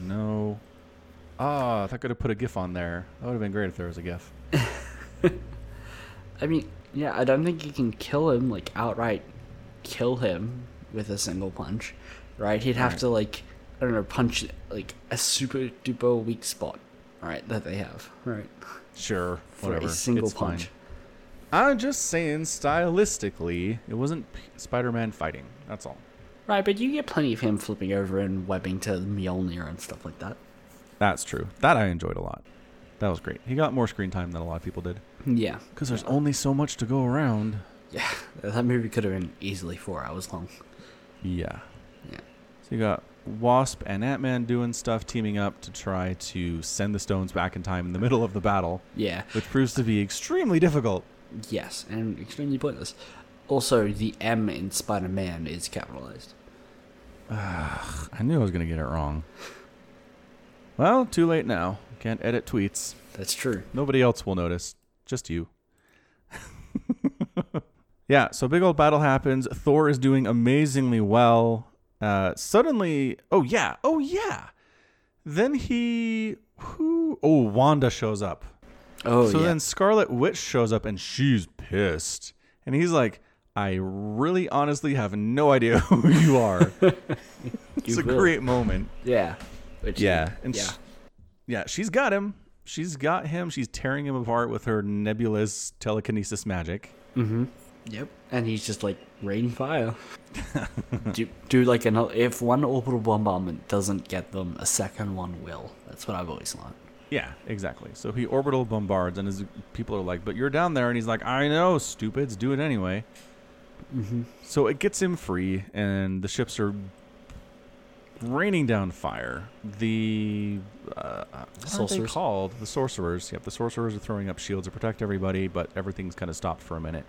Speaker 1: No. Ah, I thought I could have put a GIF on there. That would have been great if there was a GIF.
Speaker 2: I mean, yeah, I don't think you can kill him like outright kill him with a single punch, right? He'd have to like I don't know, punch like a super duper weak spot, right? That they have, right?
Speaker 1: Sure,
Speaker 2: For
Speaker 1: whatever.
Speaker 2: a single
Speaker 1: it's
Speaker 2: punch.
Speaker 1: Fine. I'm just saying, stylistically, it wasn't P- Spider-Man fighting. That's all.
Speaker 2: Right, but you get plenty of him flipping over and webbing to Mjolnir and stuff like that.
Speaker 1: That's true. That I enjoyed a lot. That was great. He got more screen time than a lot of people did.
Speaker 2: Yeah,
Speaker 1: Because there's only so much to go around.
Speaker 2: yeah, (laughs) that movie could have been easily four hours long.
Speaker 1: Yeah.
Speaker 2: Yeah.
Speaker 1: So you got Wasp and Ant-Man doing stuff, teaming up to try to send the stones back in time in the middle of the battle,
Speaker 2: Yeah,
Speaker 1: which proves to be extremely difficult.
Speaker 2: yes, and extremely pointless. Also, the M in Spider-Man is capitalized.
Speaker 1: I knew I was going to get it wrong. Well, too late now. Can't edit tweets.
Speaker 2: That's true.
Speaker 1: Nobody else will notice. Just you. (laughs) yeah, so big old battle happens. Thor is doing amazingly well. Uh, suddenly, oh yeah, oh yeah. Then he, who? Oh, Wanda shows up.
Speaker 2: Oh
Speaker 1: so
Speaker 2: yeah.
Speaker 1: then Scarlet Witch shows up and she's pissed. And he's like, I really honestly have no idea (laughs) who you
Speaker 2: (laughs)
Speaker 1: are. it's
Speaker 2: You
Speaker 1: a
Speaker 2: will.
Speaker 1: great moment.
Speaker 2: Yeah. Which,
Speaker 1: Yeah, and
Speaker 2: yeah.
Speaker 1: sh- yeah, she's got him. She's got him. She's tearing him apart with her nebulous telekinesis magic.
Speaker 2: Yep. And he's just like rain (laughs) fire. do do like another. If one orbital bombardment doesn't get them, a second one will. That's what I've always learned.
Speaker 1: Yeah, exactly. So he orbital bombards, and his people are like, "But you're down there," and he's like, "I know, stupids, do it anyway."
Speaker 2: Mm-hmm.
Speaker 1: So it gets him free, and the ships are raining down fire. The uh, what are they
Speaker 2: Sorcerers.
Speaker 1: called? The sorcerers. Yep, the sorcerers are throwing up shields to protect everybody, but everything's kind of stopped for a minute.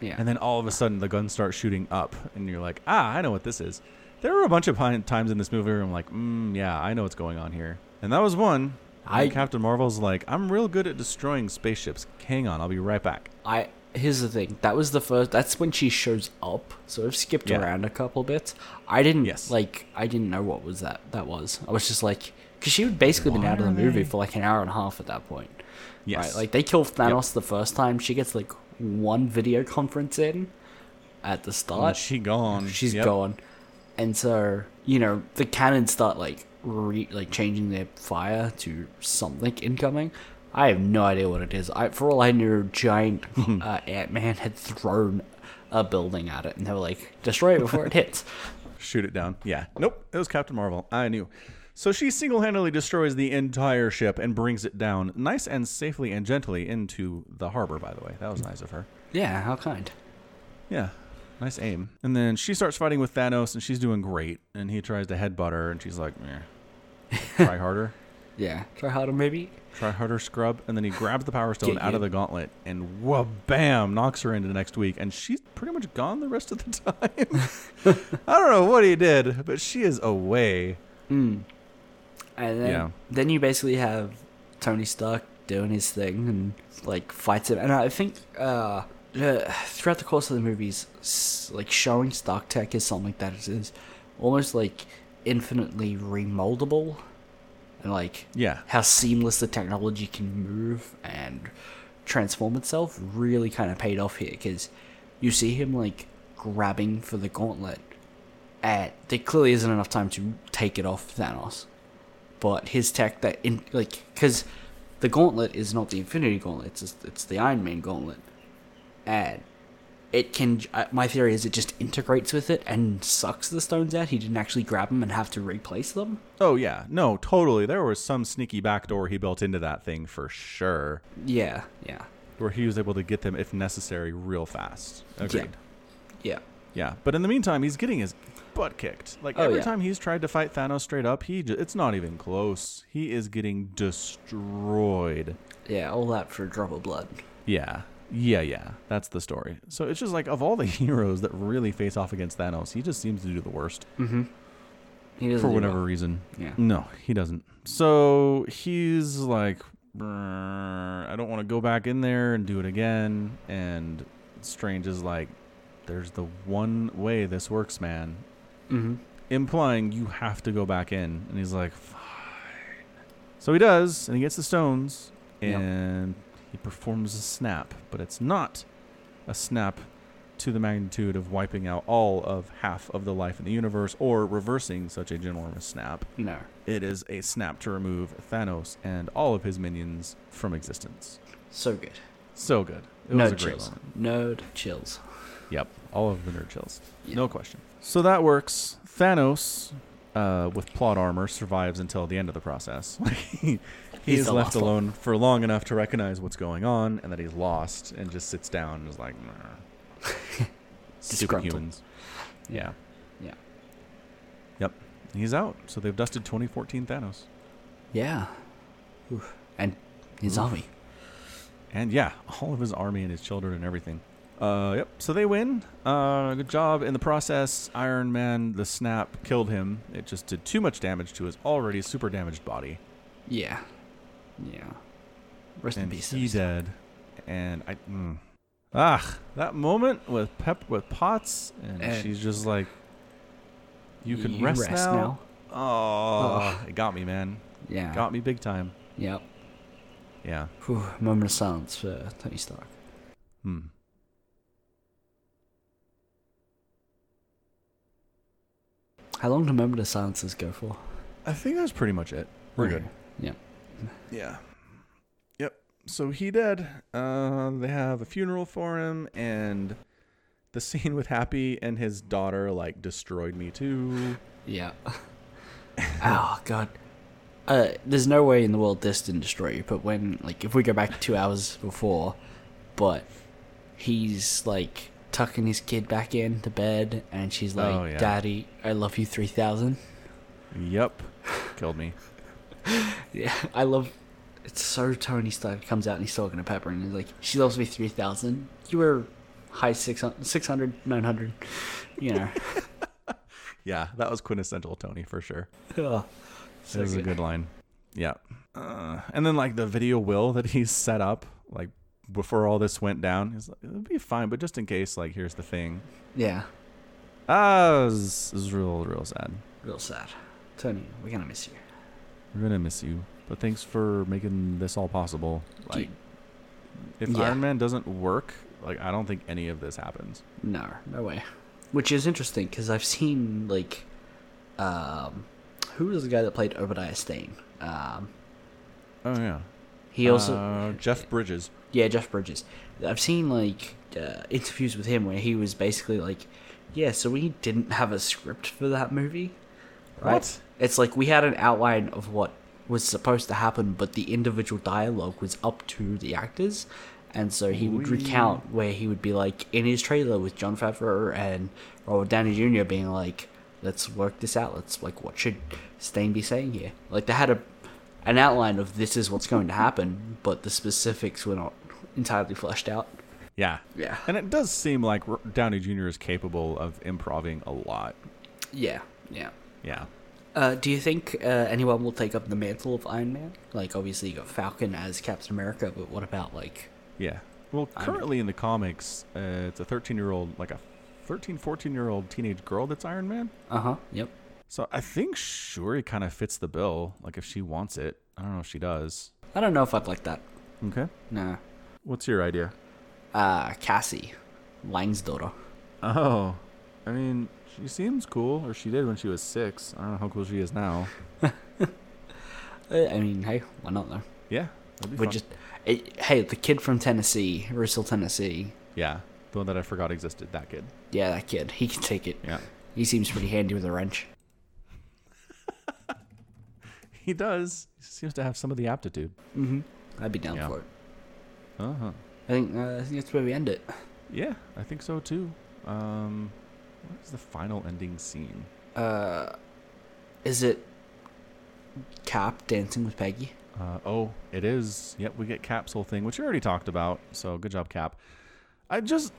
Speaker 2: Yeah.
Speaker 1: And then all of a sudden, the guns start shooting up, and you're like, ah, I know what this is. There were a bunch of pi- times in this movie where I'm like, mm, yeah, I know what's going on here. And that was one.
Speaker 2: I-
Speaker 1: And Captain Marvel's like, I'm real good at destroying spaceships. Hang on, I'll be right back.
Speaker 2: I here's the thing. That was the first. That's when she shows up. So I've skipped
Speaker 1: Yeah.
Speaker 2: around a couple bits. I didn't
Speaker 1: Yes.
Speaker 2: like. I didn't know what was that. That was. I was just like, because she had basically been out of the movie for like an hour and a half at that point.
Speaker 1: Yes.
Speaker 2: Right. Like they kill Thanos the first time. She gets like one video conference in at the
Speaker 1: And
Speaker 2: start.
Speaker 1: she gone.
Speaker 2: She's
Speaker 1: Yep.
Speaker 2: gone. And so, you know, the cannons start like re- like changing their fire to something incoming. I have no idea what it is. I, for all I knew, (laughs) giant uh, Ant Man had thrown a building at (laughs) it, and they were like, "Destroy it before it hits."
Speaker 1: Shoot it down. Yeah. Nope. It was Captain Marvel. I knew. So she single handedly destroys the entire ship and brings it down, nice and safely and gently, into the harbor, by the way. That was nice of her.
Speaker 2: Yeah, how kind.
Speaker 1: Yeah. Nice aim. And then she starts fighting with Thanos, and she's doing great. And he tries to headbutt her, and she's like, "Meh." try harder,
Speaker 2: Yeah. Try harder, maybe.
Speaker 1: try harder, scrub. And then he grabs the Power Stone
Speaker 2: Get
Speaker 1: out of
Speaker 2: you.
Speaker 1: the gauntlet and wha bam, knocks her into next week. And she's pretty much gone the rest of the (laughs) time. I don't know what he did, but she is away.
Speaker 2: Mm. And then,
Speaker 1: Yeah.
Speaker 2: then you basically have Tony Stark doing his thing and like fights him. And I think uh, uh, throughout the course of the movies, s- like showing Stark tech is something that is, is almost like infinitely remoldable, and like
Speaker 1: Yeah.
Speaker 2: how seamless the technology can move and transform itself really kind of paid off here because you see him like grabbing for the gauntlet and there clearly isn't enough time to take it off Thanos but his tech that in like because the gauntlet is not the infinity gauntlet it's just, it's the Iron Man gauntlet and it can j- uh, my theory is it just integrates with it and sucks the stones out he didn't actually grab them and have to replace them
Speaker 1: Oh yeah, no, totally. There was some sneaky backdoor he built into that thing for sure,
Speaker 2: yeah yeah
Speaker 1: where he was able to get them if necessary real fast. Agreed.
Speaker 2: yeah
Speaker 1: Yeah, but in the meantime, he's getting his butt kicked. Like
Speaker 2: Oh,
Speaker 1: every
Speaker 2: yeah.
Speaker 1: time he's tried to fight Thanos straight up, he ju- it's not even close. He is getting destroyed.
Speaker 2: Yeah, all that for a drop of blood.
Speaker 1: Yeah. Yeah, yeah. That's the story. So it's just like of all the (laughs) heroes that really face off against Thanos, he just seems to do the worst.
Speaker 2: He doesn't
Speaker 1: for
Speaker 2: do
Speaker 1: whatever
Speaker 2: well.
Speaker 1: reason.
Speaker 2: Mm-hmm. Yeah.
Speaker 1: No, he doesn't. So he's like, "Brr, I don't want to go back in there and do it again. And Strange is like, there's the one way this works, man.
Speaker 2: Mm-hmm.
Speaker 1: Implying you have to go back in. And he's like, fine. So he does, and he gets the stones,
Speaker 2: Yep.
Speaker 1: and he performs a snap, but it's not a snap to the magnitude of wiping out all of half of the life in the universe or reversing such a ginormous snap.
Speaker 2: No.
Speaker 1: It is a snap to remove Thanos and all of his minions from existence.
Speaker 2: So good.
Speaker 1: So good. It
Speaker 2: no
Speaker 1: was a great
Speaker 2: chills.
Speaker 1: moment.
Speaker 2: Nerd chills.
Speaker 1: Yep. All of the nerd chills.
Speaker 2: Yeah.
Speaker 1: No question. So that works. Thanos, uh, with plot armor, survives until the end of the process. (laughs) he
Speaker 2: He's
Speaker 1: is
Speaker 2: the
Speaker 1: left
Speaker 2: last one.
Speaker 1: alone for long enough to recognize what's going on and that he's lost and just sits down and is like,
Speaker 2: (laughs)
Speaker 1: "Nah." stupid
Speaker 2: Disgruntled.
Speaker 1: humans. Yeah.
Speaker 2: Yeah.
Speaker 1: Yep. He's out. So they've dusted 2014 Thanos.
Speaker 2: Yeah. Oof. And his army.
Speaker 1: And yeah, (laughs) all of his army and his children and everything. Uh, yep. So they win. Uh, good job in the process. Iron Man, the snap killed him. It just did too much damage to his already super damaged body,
Speaker 2: Yeah. Yeah. Rest in
Speaker 1: and
Speaker 2: peace.
Speaker 1: he
Speaker 2: Tony Stark.
Speaker 1: dead. And I, mm. ah, that moment with Pep with Potts, and,
Speaker 2: And-
Speaker 1: she's just like, "You can rest, now." Oh, it got me, man.
Speaker 2: Yeah.
Speaker 1: Got me big time.
Speaker 2: Yep.
Speaker 1: Yeah.
Speaker 2: Whew. Moment of silence for Tony Stark.
Speaker 1: Hmm.
Speaker 2: How long do moment of silences go for?
Speaker 1: I think that's pretty much it. We're good.
Speaker 2: Yeah.
Speaker 1: Yeah. Yep. So he dead. Uh, they have a funeral for him, and the scene with Happy and his daughter like destroyed me too. (laughs)
Speaker 2: Yeah. oh god. Uh, there's no way in the world this didn't destroy you. But when, like, if we go back two hours before, but he's like tucking his kid back into bed, and she's like,
Speaker 1: Oh, yeah.
Speaker 2: "Daddy, I love you three thousand.
Speaker 1: Yep. Killed me.
Speaker 2: Yeah, (laughs) I love. It's so Tony Stark comes out and he's talking to Pepper, and he's like, "She loves me three thousand. You were high 600, 600 900, You
Speaker 1: (laughs)
Speaker 2: know.
Speaker 1: Yeah, that was quintessential Tony for sure.
Speaker 2: oh,
Speaker 1: that was a good line. Yeah. Uh, and then like the video will that he's set up like before all this went down, he's like, it'll be fine, but just in case, like here's the thing.
Speaker 2: Yeah,
Speaker 1: Ah, it was, it was real, real sad.
Speaker 2: real sad. Tony, we're gonna miss you.
Speaker 1: We're gonna miss you, but thanks for making this all possible. Like, if
Speaker 2: Yeah.
Speaker 1: Iron Man doesn't work, like I don't think any of this happens.
Speaker 2: No, no way. Which is interesting because I've seen like, um, who was the guy that played Obadiah Stane? Um,
Speaker 1: Oh yeah.
Speaker 2: he also
Speaker 1: Uh, Jeff Bridges.
Speaker 2: yeah Jeff Bridges. I've seen like uh, interviews with him where he was basically like, yeah, so we didn't have a script for that movie, Right?
Speaker 1: What?
Speaker 2: It's like we had an outline of what was supposed to happen, but the individual dialogue was up to the actors. And so he would
Speaker 1: Wee.
Speaker 2: recount where he would be like in his trailer with John Favreau and Robert Downey Jr. being like, "Let's work this out. Let's like, what should Stain be saying here?" Like they had a an outline of this is what's going to happen, but the specifics were not entirely fleshed out.
Speaker 1: Yeah.
Speaker 2: Yeah.
Speaker 1: And it does seem like R- Downey Jr. is capable of improving a lot.
Speaker 2: Yeah, yeah.
Speaker 1: Yeah.
Speaker 2: Uh, do you think uh, anyone will take up the mantle of Iron Man? Like, obviously, you got Falcon as Captain America, but what about like?
Speaker 1: Yeah. Well,
Speaker 2: I know.
Speaker 1: currently in the comics, uh, it's a 13 year old, like a 13, 14 year old teenage girl that's Iron Man.
Speaker 2: Uh huh. Yep.
Speaker 1: So I think Shuri kind of fits the bill. Like if she wants it, I don't know if she does.
Speaker 2: I don't know if I'd like that.
Speaker 1: Okay.
Speaker 2: Nah.
Speaker 1: What's your idea?
Speaker 2: Uh, Cassie, Lang's daughter.
Speaker 1: Oh, I mean, she seems cool, or she did when she was six. I don't know how cool she is now.
Speaker 2: Uh, I mean, hey, why not though?
Speaker 1: Yeah. That'd be
Speaker 2: We
Speaker 1: fun.
Speaker 2: just, it, hey, the kid from Tennessee, Russell, Tennessee.
Speaker 1: yeah, the one that I forgot existed. That kid.
Speaker 2: Yeah, that kid. He can take it.
Speaker 1: Yeah.
Speaker 2: He seems pretty handy with a wrench.
Speaker 1: (laughs) He does. He seems to have some of the aptitude.
Speaker 2: Mm-hmm. I'd be down
Speaker 1: Yeah.
Speaker 2: for it.
Speaker 1: Uh huh.
Speaker 2: I think uh, I think that's where we end it.
Speaker 1: Yeah, I think so too. Um, what is the final ending scene?
Speaker 2: Uh, is it Cap dancing with Peggy?
Speaker 1: Uh, oh, it is. Yep, we get Cap's whole thing, which you already talked about. So good job, Cap. I just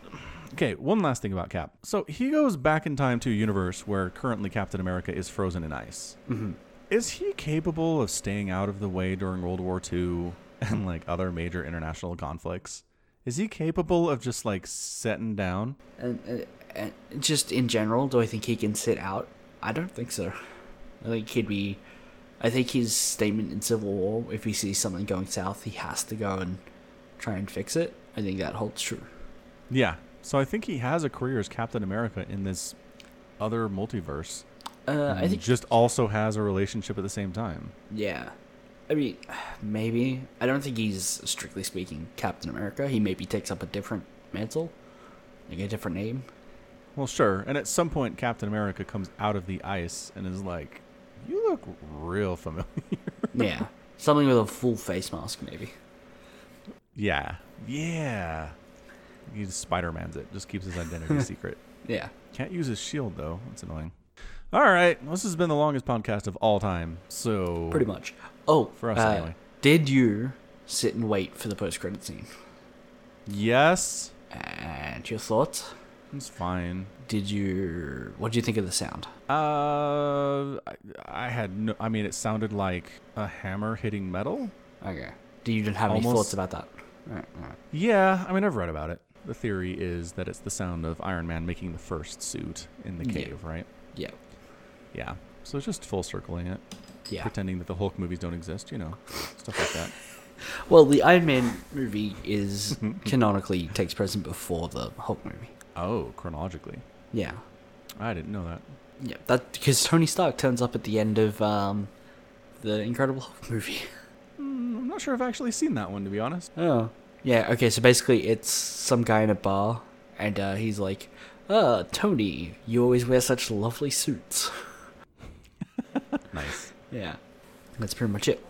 Speaker 1: okay. One last thing about Cap. So he goes back in time to a universe where currently Captain America is frozen in ice.
Speaker 2: Mhm.
Speaker 1: Is he capable of staying out of the way during World War II (laughs) and like other major international conflicts? Is he capable of just like setting down?
Speaker 2: And, and, and Uh, just in general, do I think he can sit out? I don't think so. I think he'd be. I think his statement in Civil War, if he sees something going south, he has to go and try and fix it. I think that holds true.
Speaker 1: Yeah. So I think he has a career as Captain America in this other multiverse.
Speaker 2: Uh, I
Speaker 1: and
Speaker 2: think.
Speaker 1: just also has a relationship at the same time.
Speaker 2: Yeah. I mean, maybe. I don't think he's, strictly speaking, Captain America. He maybe takes up a different mantle, like a different (laughs) name.
Speaker 1: Well, sure. And at some point, Captain America comes out of the ice and is like, "You look real familiar." (laughs)
Speaker 2: yeah. Something with a full face mask, maybe.
Speaker 1: yeah, yeah. He just Spider Man's it. Just keeps his
Speaker 2: (laughs)
Speaker 1: identity secret.
Speaker 2: Yeah.
Speaker 1: Can't use his shield though. That's annoying. All right, well, this has been the longest podcast of all time. So
Speaker 2: Pretty much. Oh,
Speaker 1: For us,
Speaker 2: uh,
Speaker 1: anyway.
Speaker 2: Did you sit and wait for the post-credit scene?
Speaker 1: Yes,
Speaker 2: And your thoughts?
Speaker 1: it's fine.
Speaker 2: Did you? What did you think of the sound?
Speaker 1: Uh, I, I had no. I mean, it sounded like a hammer hitting metal.
Speaker 2: Okay. Do you didn't have any
Speaker 1: Almost.
Speaker 2: thoughts about that? Right, right.
Speaker 1: Yeah, I mean, I've read about it. The theory is that it's the sound of Iron Man making the first suit in the
Speaker 2: Yeah.
Speaker 1: cave, right?
Speaker 2: Yeah.
Speaker 1: Yeah. So it's just full circling it,
Speaker 2: Yeah.
Speaker 1: pretending that the Hulk movies don't exist, you know, stuff like
Speaker 2: (laughs)
Speaker 1: that.
Speaker 2: Well, the Iron Man movie is (laughs) canonically takes place before the Hulk movie.
Speaker 1: Oh, chronologically.
Speaker 2: Yeah.
Speaker 1: I didn't know that.
Speaker 2: Yeah. That because Tony Stark turns up at the end of um, the Incredible Hulk movie.
Speaker 1: Mm, I'm not sure I've actually seen that one, to be honest.
Speaker 2: Oh. Yeah, okay, so basically it's some guy in a bar, and uh, he's like, Uh, Tony, you always wear such lovely suits.
Speaker 1: Nice.
Speaker 2: Yeah. That's pretty much it.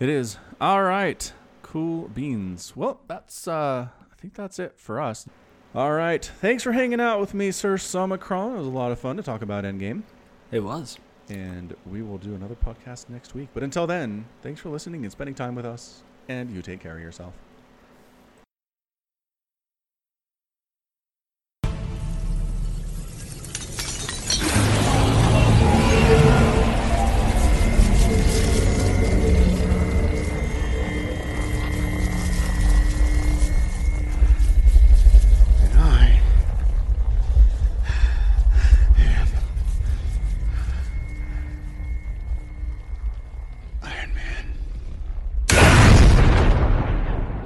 Speaker 1: It is. All right. Cool beans. Well, that's uh I think that's it for us. All right. Thanks for hanging out with me, Sir Somicron. It was a lot of fun to talk about Endgame.
Speaker 2: It was.
Speaker 1: And we will do another podcast next week. But until then, thanks for listening and spending time with us. And you take care of yourself.